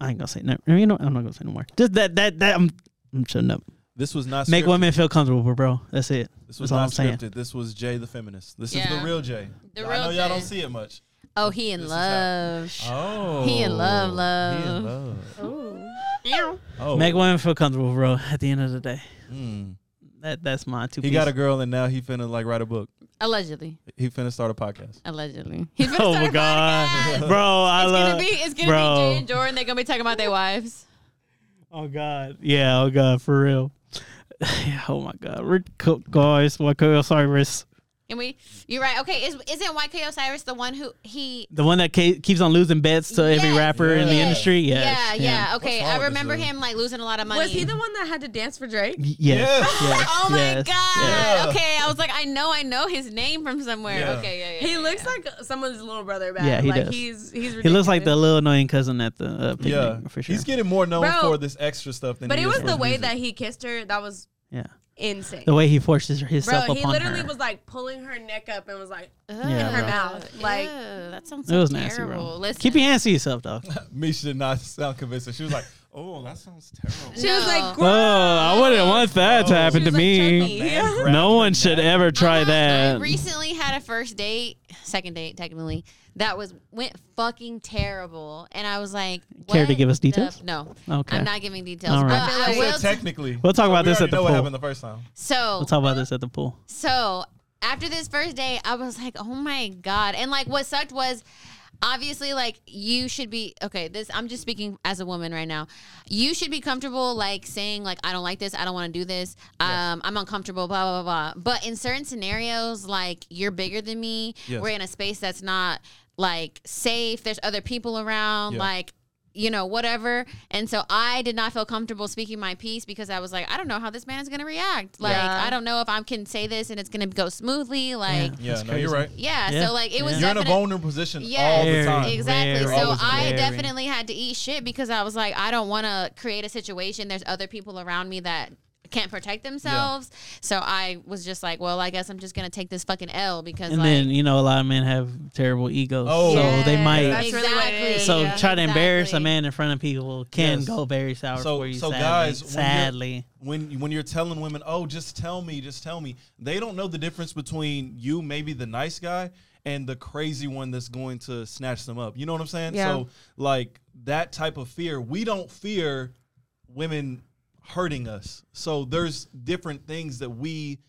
Speaker 1: I ain't gonna say no. You know, I'm not gonna say no more. Just that. That. That. I'm. I'm shutting up.
Speaker 4: This was not
Speaker 1: Make
Speaker 4: scripted.
Speaker 1: women feel comfortable, bro. That's it.
Speaker 4: This was
Speaker 1: That's all
Speaker 4: not
Speaker 1: I'm saying.
Speaker 4: scripted. This was Jay the feminist. This is
Speaker 3: Yeah.
Speaker 4: the real Jay.
Speaker 3: The
Speaker 4: I know
Speaker 3: real
Speaker 4: y'all
Speaker 3: Jay.
Speaker 4: don't see it much.
Speaker 3: Oh, he in
Speaker 4: This is how-
Speaker 3: love.
Speaker 4: Oh.
Speaker 3: He in love, love.
Speaker 4: He in love.
Speaker 2: Ew.
Speaker 4: Oh.
Speaker 1: Make women feel comfortable, bro. At the end of the day,
Speaker 4: Mm.
Speaker 1: that that's my two.
Speaker 4: He
Speaker 1: piece.
Speaker 4: got a girl and now he finna like write a book.
Speaker 3: Allegedly,
Speaker 4: He finna start a podcast.
Speaker 3: allegedly. He's gonna
Speaker 1: Oh
Speaker 3: start
Speaker 1: my
Speaker 3: a
Speaker 1: god,
Speaker 3: podcast.
Speaker 1: bro! I
Speaker 3: It's
Speaker 1: love.
Speaker 3: gonna be it's gonna
Speaker 1: bro.
Speaker 3: be Jay and Jordan. They're gonna be talking about their wives.
Speaker 1: Oh god, yeah. Oh god, for real. oh my god, Rick, guys, what oh, Osiris,
Speaker 3: And we, you're right. Okay, is isn't YK Osiris the one who he?
Speaker 1: the one that ke- keeps on losing bets to every
Speaker 3: Yes,
Speaker 1: rapper in the
Speaker 3: yes.
Speaker 1: industry? Yes,
Speaker 3: Yeah, yeah. Okay,
Speaker 4: wrong with
Speaker 3: I
Speaker 4: this
Speaker 3: remember
Speaker 4: dude?
Speaker 3: him like losing a lot of money.
Speaker 2: Was he the one that had to dance for Drake?
Speaker 1: Y- Yes.
Speaker 4: Yes.
Speaker 1: yes,
Speaker 3: Oh my
Speaker 1: yes, yes.
Speaker 3: god. Okay, I was like, I know, I know his name from somewhere.
Speaker 4: Yeah.
Speaker 3: Okay, yeah, yeah.
Speaker 2: He
Speaker 3: yeah,
Speaker 2: looks
Speaker 3: yeah.
Speaker 2: like someone's little brother. Bad.
Speaker 1: Yeah, he
Speaker 2: like,
Speaker 1: does.
Speaker 2: He's he's ridiculous.
Speaker 1: He looks like the little annoying cousin at the uh, picnic
Speaker 4: Yeah.
Speaker 1: for sure.
Speaker 4: He's getting more known
Speaker 2: Bro,
Speaker 4: for this extra stuff than
Speaker 2: But
Speaker 4: he
Speaker 2: it
Speaker 4: is
Speaker 2: was
Speaker 4: for
Speaker 2: the
Speaker 4: his
Speaker 2: way
Speaker 4: music.
Speaker 2: that he kissed her. That was
Speaker 1: yeah,
Speaker 2: insane.
Speaker 1: the way he forces himself
Speaker 2: Bro, he
Speaker 1: upon
Speaker 2: literally
Speaker 1: her.
Speaker 2: was like pulling her neck up and was like,
Speaker 1: Yeah,
Speaker 2: her
Speaker 1: bro.
Speaker 2: mouth, like-
Speaker 3: Ew, that sounds
Speaker 1: it
Speaker 3: so
Speaker 1: was nasty,
Speaker 3: terrible.
Speaker 1: bro.
Speaker 3: Listen,
Speaker 1: Keep your hands to yourself, dog.
Speaker 4: Misha did not sound convincing. She was like, "Oh, that sounds terrible."
Speaker 2: she was like,
Speaker 3: No.
Speaker 1: Oh, I wouldn't want that to happen
Speaker 2: She
Speaker 1: to
Speaker 2: was like,
Speaker 1: me.
Speaker 2: "Chucky." Yeah.
Speaker 1: No one should ever try
Speaker 3: Uh-huh. I
Speaker 1: that.
Speaker 3: recently had a first date, second date technically, that was went fucking terrible, and I was like,
Speaker 1: Care to
Speaker 3: what
Speaker 1: give us
Speaker 3: the-
Speaker 1: details?
Speaker 3: no,
Speaker 1: Okay.
Speaker 3: I'm not giving details.
Speaker 1: All right.
Speaker 3: But I
Speaker 4: She
Speaker 3: will
Speaker 4: said technically.
Speaker 1: We'll talk
Speaker 4: So
Speaker 1: about
Speaker 4: we
Speaker 1: this at
Speaker 4: already
Speaker 1: the
Speaker 4: know what
Speaker 1: pool.
Speaker 4: happened the first time.
Speaker 3: so
Speaker 1: We'll talk about this at the pool.
Speaker 3: So after this first day, I was like, oh my God. And like what sucked was obviously like you should be okay this i'm just speaking as a woman right now you should be comfortable like saying like i don't like this i don't want to do this um i'm uncomfortable blah blah blah blah. but in certain scenarios like you're bigger than me
Speaker 4: Yes.
Speaker 3: we're in a space that's not like safe there's other people around
Speaker 4: Yeah.
Speaker 3: like you know whatever and so i did not feel comfortable speaking my piece because i was like i don't know how this man is going to react like
Speaker 2: Yeah.
Speaker 3: i don't know if i can say this and it's going to go smoothly like yeah,
Speaker 4: Yeah,
Speaker 1: That's
Speaker 4: no, you're
Speaker 1: crazy.
Speaker 4: right.
Speaker 1: Yeah.
Speaker 3: so like it was
Speaker 1: Yeah.
Speaker 4: You're in a
Speaker 3: definite-
Speaker 4: vulnerable position all the
Speaker 3: Yes,
Speaker 4: time.
Speaker 1: Very,
Speaker 3: Exactly.
Speaker 1: very,
Speaker 3: so
Speaker 4: always
Speaker 3: I
Speaker 1: very.
Speaker 3: definitely had to eat shit because I was like, I don't want to create a situation. There's other people around me that can't protect themselves. So I was just like, well, I guess I'm just gonna take this fucking L because
Speaker 1: And
Speaker 3: like
Speaker 1: then you know a lot of men have terrible egos,
Speaker 4: Oh.
Speaker 1: so they
Speaker 2: Yes,
Speaker 1: might.
Speaker 2: that's really what it
Speaker 3: Exactly.
Speaker 2: is,
Speaker 1: so
Speaker 2: yeah.
Speaker 1: try to embarrass a
Speaker 3: Exactly.
Speaker 1: man in front of people can
Speaker 4: Yes.
Speaker 1: go very sour for you.
Speaker 4: so
Speaker 1: sadly.
Speaker 4: guys, when you're-
Speaker 1: sadly,
Speaker 4: when you- when you're telling women, oh, just tell me, just tell me, they don't know the difference between you, maybe the nice guy, and the crazy one that's going to snatch them up. You know what I'm saying?
Speaker 2: Yeah.
Speaker 4: So like that type of fear, we don't fear women hurting us. So there's different things that we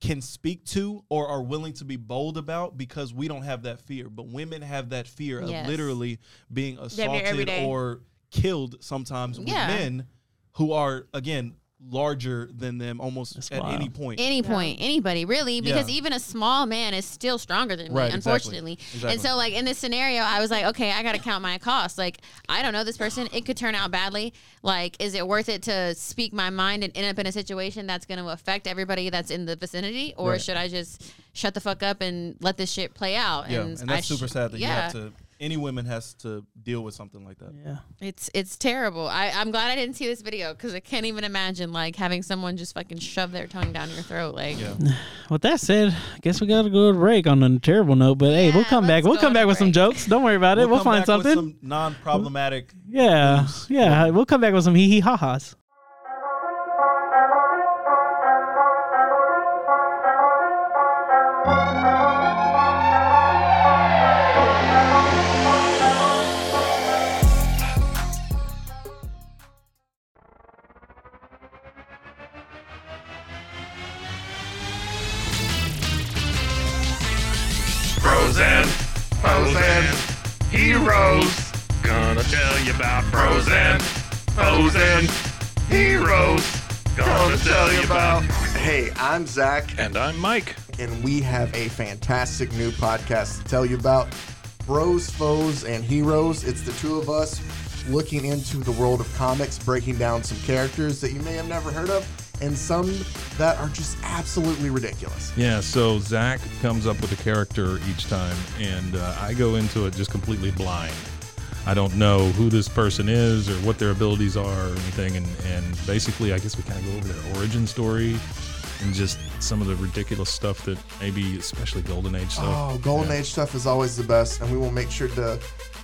Speaker 4: can speak to or are willing to be bold about because we don't have that fear. But women have that fear
Speaker 3: Yes.
Speaker 4: of literally being
Speaker 2: Damn near every
Speaker 4: assaulted
Speaker 2: day.
Speaker 4: or killed sometimes with
Speaker 3: Yeah.
Speaker 4: men who are again larger than them almost at
Speaker 1: wild.
Speaker 4: any point.
Speaker 3: any point, anybody really, because
Speaker 4: Yeah.
Speaker 3: even a small man is still stronger than me,
Speaker 4: Right, exactly.
Speaker 3: unfortunately. And
Speaker 4: Exactly.
Speaker 3: so, like in this scenario, I was like, okay, I got to count my costs. Like, I don't know this person; it could turn out badly. Like, is it worth it to speak my mind and end up in a situation that's going to affect everybody that's in the vicinity, or
Speaker 4: Right.
Speaker 3: should I just shut the fuck up and let this shit play out?
Speaker 4: yeah, and that's
Speaker 3: I
Speaker 4: super
Speaker 3: sh-
Speaker 4: sad that
Speaker 3: yeah.
Speaker 4: you have to. Any woman has to deal with something like that.
Speaker 1: yeah.
Speaker 3: It's it's terrible. I, I'm glad I didn't see this video because I can't even imagine like having someone just fucking shove their tongue down your throat. Like,
Speaker 4: Yeah.
Speaker 1: With that said, I guess we gotta go to break on a terrible note. But hey, we'll
Speaker 3: Yeah,
Speaker 1: come back.
Speaker 3: let's
Speaker 1: We'll
Speaker 3: go
Speaker 1: come
Speaker 3: to
Speaker 1: back with some
Speaker 3: break.
Speaker 1: jokes. Don't worry about it. We'll,
Speaker 4: come
Speaker 1: find
Speaker 4: back with
Speaker 1: something.
Speaker 4: some non-problematic.
Speaker 1: yeah, yeah. We'll come back with some hee hee ha ha's.
Speaker 5: Frozen, frozen, heroes. Gonna tell you about frozen, frozen, heroes. Gonna tell you about.
Speaker 6: Hey, I'm Zach,
Speaker 5: And I'm Mike.
Speaker 6: and we have a fantastic new podcast to tell you about Bros, Foes, and Heroes. It's the two of us looking into the world of comics, breaking down some characters that you may have never heard of, and some that are just absolutely ridiculous.
Speaker 7: Yeah, so Zach comes up with a character each time, and uh, I go into it just completely blind. I don't know who this person is or what their abilities are or anything, and, and basically, I guess we kind of go over their origin story and just some of the ridiculous stuff that maybe, especially Golden Age stuff.
Speaker 6: Oh, Golden
Speaker 7: Yeah.
Speaker 6: Age stuff is always the best, and we will make sure to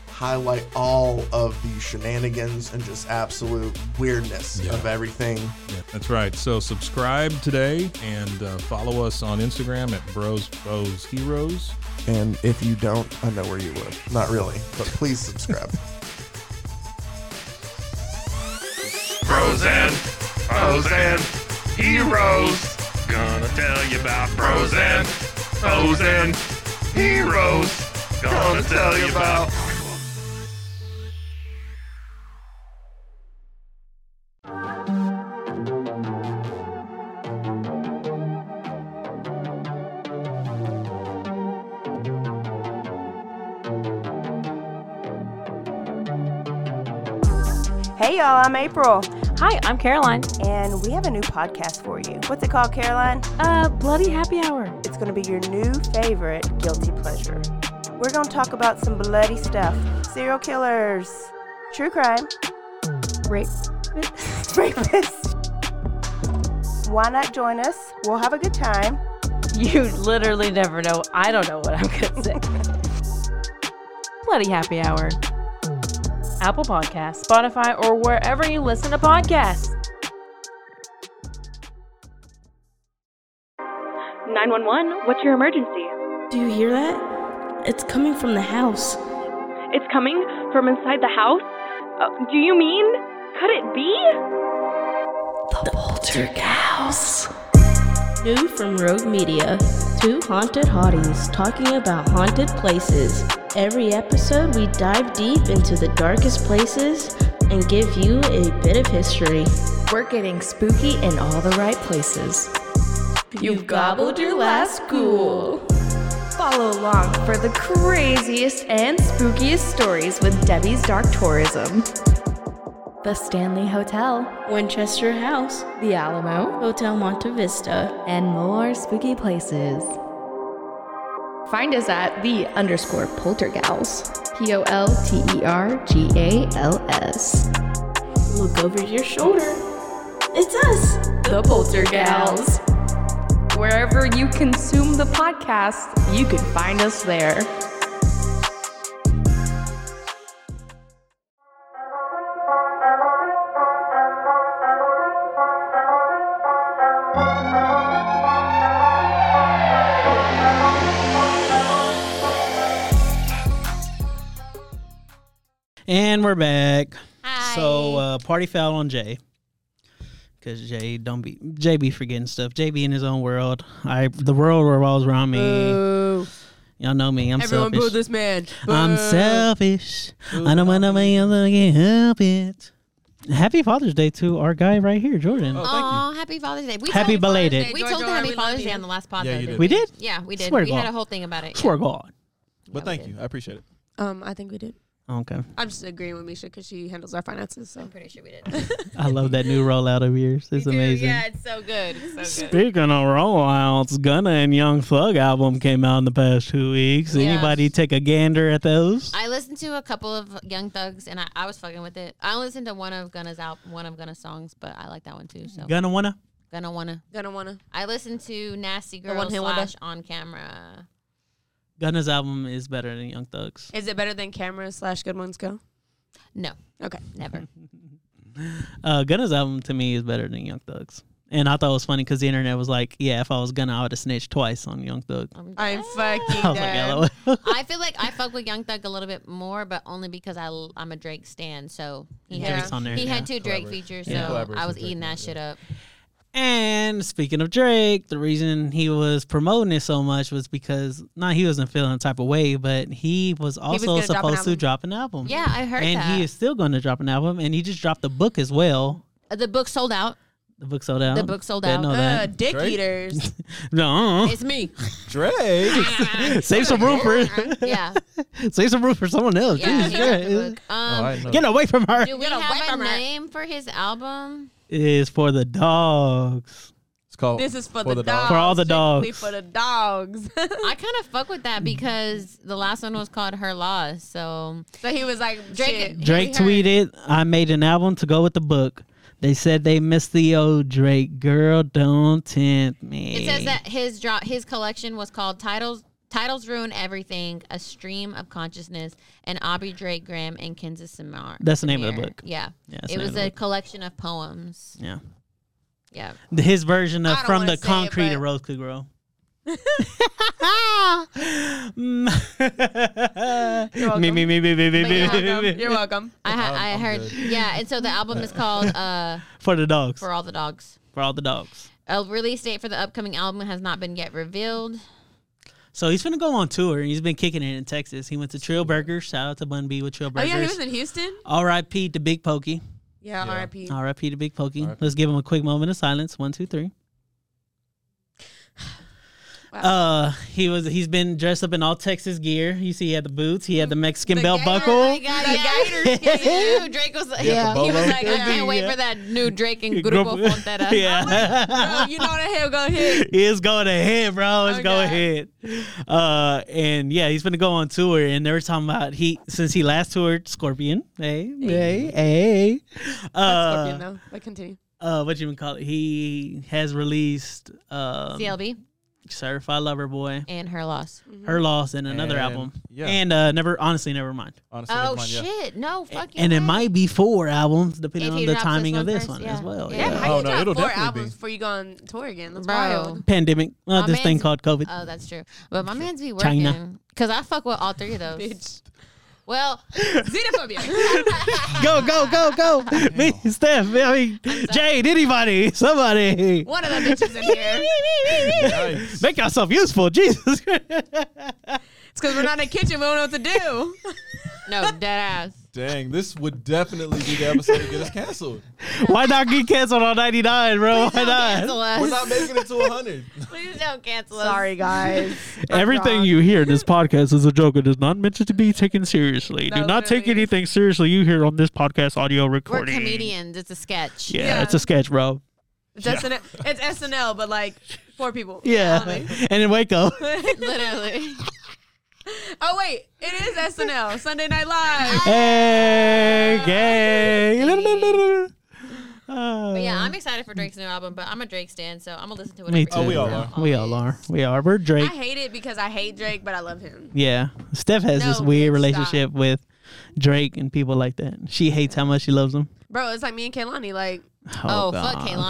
Speaker 6: highlight all of the shenanigans and just absolute weirdness
Speaker 7: Yeah.
Speaker 6: of everything.
Speaker 7: Yeah, that's right. So subscribe today and uh, follow us on Instagram at Bros Foes Heroes.
Speaker 6: And if you don't, I know where you live. Not really, but please subscribe.
Speaker 5: Frozen, frozen, heroes. Gonna tell you about frozen, frozen, heroes. Gonna tell you about.
Speaker 8: Hey y'all, I'm April,
Speaker 9: Hi, I'm Caroline.
Speaker 8: and we have a new podcast for you. What's it called, Caroline?
Speaker 9: Uh, Bloody Happy Hour.
Speaker 8: It's going to be your new favorite guilty pleasure. We're going to talk about some bloody stuff serial killers, true crime,
Speaker 9: Rape.
Speaker 8: rapists. Why not join us? We'll have a good time.
Speaker 9: You literally never know. I don't know what I'm going to say. Bloody Happy Hour. Apple Podcasts, Spotify, or wherever you listen to podcasts. 911, what's your emergency?
Speaker 8: Do you hear that? It's coming from the house.
Speaker 9: It's coming from inside the house? do you mean? Could it be?
Speaker 8: The Poltergeist. New from Rogue Media. Two haunted hotties talking about haunted places.
Speaker 10: Every episode, we dive deep into the darkest places and give you a bit of history. We're getting spooky in all the right places.
Speaker 11: You've gobbled your last ghoul.
Speaker 10: Follow along for the craziest and spookiest stories with Debbie's Dark Tourism. The Stanley Hotel, Winchester House, The Alamo, Hotel Monte Vista, and more spooky places.
Speaker 11: Find us at the underscore poltergals. P O L T E R G A L S.
Speaker 10: Look over your shoulder. It's us, the Poltergals.
Speaker 11: Wherever you consume the podcast, you can find us there.
Speaker 1: And we're back. So uh, party foul on Jay. Cause Jay don't be Jay be forgetting stuff. Jay be in his own world. I the world revolves around me.
Speaker 3: Uh,
Speaker 2: Boo.
Speaker 1: Y'all know me. I'm
Speaker 2: Everyone boo
Speaker 1: selfish.
Speaker 2: this man.
Speaker 1: I'm
Speaker 2: Boo.
Speaker 1: selfish. I don't want nobody else that can help it. Happy Father's Day to our guy right here, Jordan.
Speaker 3: Oh, happy Father's Day. We
Speaker 1: Happy
Speaker 3: told Father's
Speaker 1: belated.
Speaker 3: Day.
Speaker 1: Hey,
Speaker 3: We told them happy Father's Day on the last podcast.
Speaker 4: Yeah, you
Speaker 3: I
Speaker 4: did.
Speaker 3: think.
Speaker 1: We did?
Speaker 3: Yeah, we did.
Speaker 1: Swear
Speaker 3: we
Speaker 1: to
Speaker 3: had
Speaker 1: God.
Speaker 3: a whole thing about it.
Speaker 1: Swear to God.
Speaker 4: But thank you. I appreciate it.
Speaker 2: Um, I think we did.
Speaker 1: Okay.
Speaker 2: I'm just agreeing with Misha because she handles our finances. So I'm pretty sure we did.
Speaker 1: I love that new rollout of yours. It's amazing.
Speaker 3: it's so good. It's so
Speaker 1: Speaking of rollouts, Gunna and Young Thug album came out in the past two weeks.
Speaker 3: Yeah.
Speaker 1: Anybody take a gander at those?
Speaker 3: I listened to a couple of Young Thugs, and I, I was fucking with it. I only listened to one of Gunna's out one of Gunna's songs, but I like that one too. So
Speaker 1: Gunna wanna?
Speaker 3: Gunna wanna.
Speaker 2: Gonna wanna.
Speaker 3: I listened to Nasty
Speaker 2: The
Speaker 3: Girl
Speaker 2: one hit wonder?
Speaker 3: slash on camera.
Speaker 1: Gunna's album is better than Young Thug's.
Speaker 2: Is it better than Camera slash Good Ones Go?
Speaker 3: No,
Speaker 2: Okay.
Speaker 3: never.
Speaker 1: Uh, Gunna's album to me is better than Young Thug's. And I thought it was funny because the internet was like, yeah, if I was Gunna, I would have snitched twice on Young Thug.
Speaker 2: I'm
Speaker 1: I
Speaker 2: fucking
Speaker 1: was
Speaker 2: dead.
Speaker 1: like, LOL.
Speaker 3: I feel like I fuck with Young Thug a little bit more, but only because I l- I'm a Drake stan. So he
Speaker 1: And
Speaker 3: had
Speaker 1: Drake's on there,
Speaker 3: he
Speaker 1: yeah.
Speaker 3: had two Drake features, so
Speaker 1: Yeah.
Speaker 3: I was eating that shit up.
Speaker 1: And speaking of Drake, the reason he was promoting it so much was because not he wasn't feeling the type of way, but he was also
Speaker 3: gonna drop an
Speaker 1: supposed to
Speaker 3: album.
Speaker 1: drop an album.
Speaker 3: Yeah, I heard
Speaker 1: and
Speaker 3: that.
Speaker 1: he is still going to drop an album, and he just dropped the book as well.
Speaker 3: the book sold out.
Speaker 1: The book sold out.
Speaker 3: The book sold
Speaker 1: Didn't
Speaker 3: out.
Speaker 1: Know
Speaker 2: Uh,
Speaker 1: that.
Speaker 2: dick
Speaker 4: Drake?
Speaker 2: eaters.
Speaker 1: No,
Speaker 3: It's me.
Speaker 4: Drake.
Speaker 1: save some room for
Speaker 3: Yeah.
Speaker 1: save some room for someone else.
Speaker 3: Yeah.
Speaker 1: Jesus
Speaker 3: he dropped the
Speaker 1: Christ.
Speaker 3: book. Um,
Speaker 1: Get away from her.
Speaker 3: Do we
Speaker 2: Get away
Speaker 3: have
Speaker 2: from
Speaker 3: a
Speaker 2: her.
Speaker 3: name for his album?
Speaker 1: It is for the dogs.
Speaker 4: It's called.
Speaker 2: This is for, the, dogs.
Speaker 1: For all the
Speaker 2: Strictly
Speaker 1: dogs.
Speaker 2: For the dogs.
Speaker 3: I kind of fuck with that because the last one was called Her Loss. So
Speaker 2: so he was like,
Speaker 3: Drake-
Speaker 2: shit.
Speaker 1: Drake tweeted, "I made an album to go with the book." They said they missed the old Drake girl. Don't tempt me.
Speaker 3: it says that his drop his collection was called Titles Titles Ruin Everything, A Stream of Consciousness, and Aubrey Drake Graham and Kenza Samar.
Speaker 1: That's the name of the
Speaker 3: Samir.
Speaker 1: book.
Speaker 3: Yeah.
Speaker 1: Yeah, that's
Speaker 3: it
Speaker 1: the name
Speaker 3: was
Speaker 1: of the
Speaker 3: a
Speaker 1: book. Oh,
Speaker 3: collection of poems.
Speaker 1: Yeah.
Speaker 3: Yeah.
Speaker 1: His version
Speaker 2: I
Speaker 1: of
Speaker 2: don't
Speaker 1: From
Speaker 2: wanna
Speaker 1: the
Speaker 2: say it,
Speaker 1: Concrete
Speaker 2: but-
Speaker 1: a Rose Could Grow. me, me, me, me, me, me,
Speaker 3: you're
Speaker 1: me, me,
Speaker 3: welcome.
Speaker 1: me.
Speaker 2: You're welcome.
Speaker 3: I ha- I heard yeah, and so the album is called uh
Speaker 1: For the dogs.
Speaker 3: For All the Dogs.
Speaker 1: For all the dogs.
Speaker 3: A release date for the upcoming album has not been yet revealed.
Speaker 1: So he's going to go on tour. He's been kicking it in Texas. He went to Trill Burgers. Shout out to Bun B with Trill
Speaker 2: Oh, yeah, he was
Speaker 1: Burgers.
Speaker 2: in Houston?
Speaker 1: R.I.P. to Big Pokey.
Speaker 2: Yeah, RIP.
Speaker 1: R.I.P. to Big Pokey. Let's give him a quick moment of silence. One, two, three. Uh, he was. He's been dressed up in all Texas gear. You see, he had the boots. He had the Mexican belt
Speaker 2: oh
Speaker 1: buckle.
Speaker 3: yeah. Gator Drake was like, yeah. he was like, I can't wait
Speaker 1: Yeah.
Speaker 3: for that new Drake and Grupo
Speaker 1: Grupo-
Speaker 3: Frontera.
Speaker 2: Oh
Speaker 1: yeah.
Speaker 2: you know what the hell going hit.
Speaker 1: it's going ahead, bro. It's
Speaker 3: Oh,
Speaker 2: Okay.
Speaker 1: going ahead. Uh, and yeah, he's gonna go on tour, and they were talking about he since he last toured Scorpion. Hey, hey, hey.
Speaker 2: Scorpion,
Speaker 1: Uh,
Speaker 2: though. But continue.
Speaker 1: uh, what you even call it? He has released um,
Speaker 3: CLB
Speaker 1: Certified Lover Boy,
Speaker 3: and her loss.
Speaker 1: Her Loss, and another
Speaker 4: And-
Speaker 1: album,
Speaker 4: yeah.
Speaker 1: and uh, never honestly, never mind.
Speaker 4: Honestly,
Speaker 3: Oh
Speaker 4: never mind, yeah.
Speaker 3: shit! No fucking.
Speaker 1: And it
Speaker 3: way.
Speaker 1: might be four albums depending
Speaker 3: If
Speaker 1: on
Speaker 3: he
Speaker 1: the
Speaker 3: drops this
Speaker 1: timing
Speaker 3: one
Speaker 1: of this
Speaker 3: first,
Speaker 1: one
Speaker 3: yeah.
Speaker 1: as well.
Speaker 3: Yeah,
Speaker 2: How
Speaker 4: Oh,
Speaker 2: you
Speaker 4: no,
Speaker 2: drop
Speaker 4: it'll
Speaker 2: four
Speaker 4: definitely
Speaker 2: albums
Speaker 4: be.
Speaker 2: before you go on tour again? That's
Speaker 3: Bro.
Speaker 2: wild.
Speaker 1: Pandemic, uh,
Speaker 3: My
Speaker 1: this thing
Speaker 3: man's-
Speaker 1: called COVID.
Speaker 3: Oh, that's true. But my man's be working.
Speaker 1: China.
Speaker 3: Cause I fuck with all three of those.
Speaker 2: Bitch.
Speaker 3: Well,
Speaker 2: Xenophobia.
Speaker 1: go, go, go, go. Me, Steph, I mean, Jade, anybody, somebody.
Speaker 2: One of them bitches in here.
Speaker 4: Nice.
Speaker 1: Make yourself useful, Jesus.
Speaker 2: It's because we're not in the kitchen. We don't know what to do.
Speaker 3: no, dead ass.
Speaker 4: Dang, this would definitely be the episode to get us canceled.
Speaker 1: Why not get canceled on 99, bro? Why
Speaker 3: cancel
Speaker 1: not?
Speaker 3: us.
Speaker 4: We're not making it to 100.
Speaker 3: Please don't cancel us.
Speaker 2: Sorry, guys.
Speaker 1: Everything you hear in this podcast is a joke and is not meant to be taken seriously.
Speaker 3: No,
Speaker 1: Do not take anything seriously you hear on this podcast audio
Speaker 3: We're
Speaker 1: recording.
Speaker 3: comedians. It's a sketch.
Speaker 1: yeah, it's a sketch, bro.
Speaker 2: It's, SNL, it's SNL, but like four people.
Speaker 1: Yeah. and in Waco.
Speaker 3: Literally.
Speaker 2: Oh wait, it is SNL Sunday Night Live.
Speaker 1: hey, gay. Ah.
Speaker 3: But yeah, I'm excited for Drake's new album, but I'm a Drake stan, so I'm gonna listen to it.
Speaker 1: Me too. Oh,
Speaker 2: Oh,
Speaker 1: We all are. We are. We're
Speaker 2: I
Speaker 1: Drake.
Speaker 2: hate it because I hate Drake, but I love him.
Speaker 1: Yeah. Steph has this
Speaker 2: No,
Speaker 1: weird
Speaker 2: bitch,
Speaker 1: relationship with Drake and people like that. She hates how much she loves him.
Speaker 2: Bro, it's like me and Kaylani. Like,
Speaker 1: God.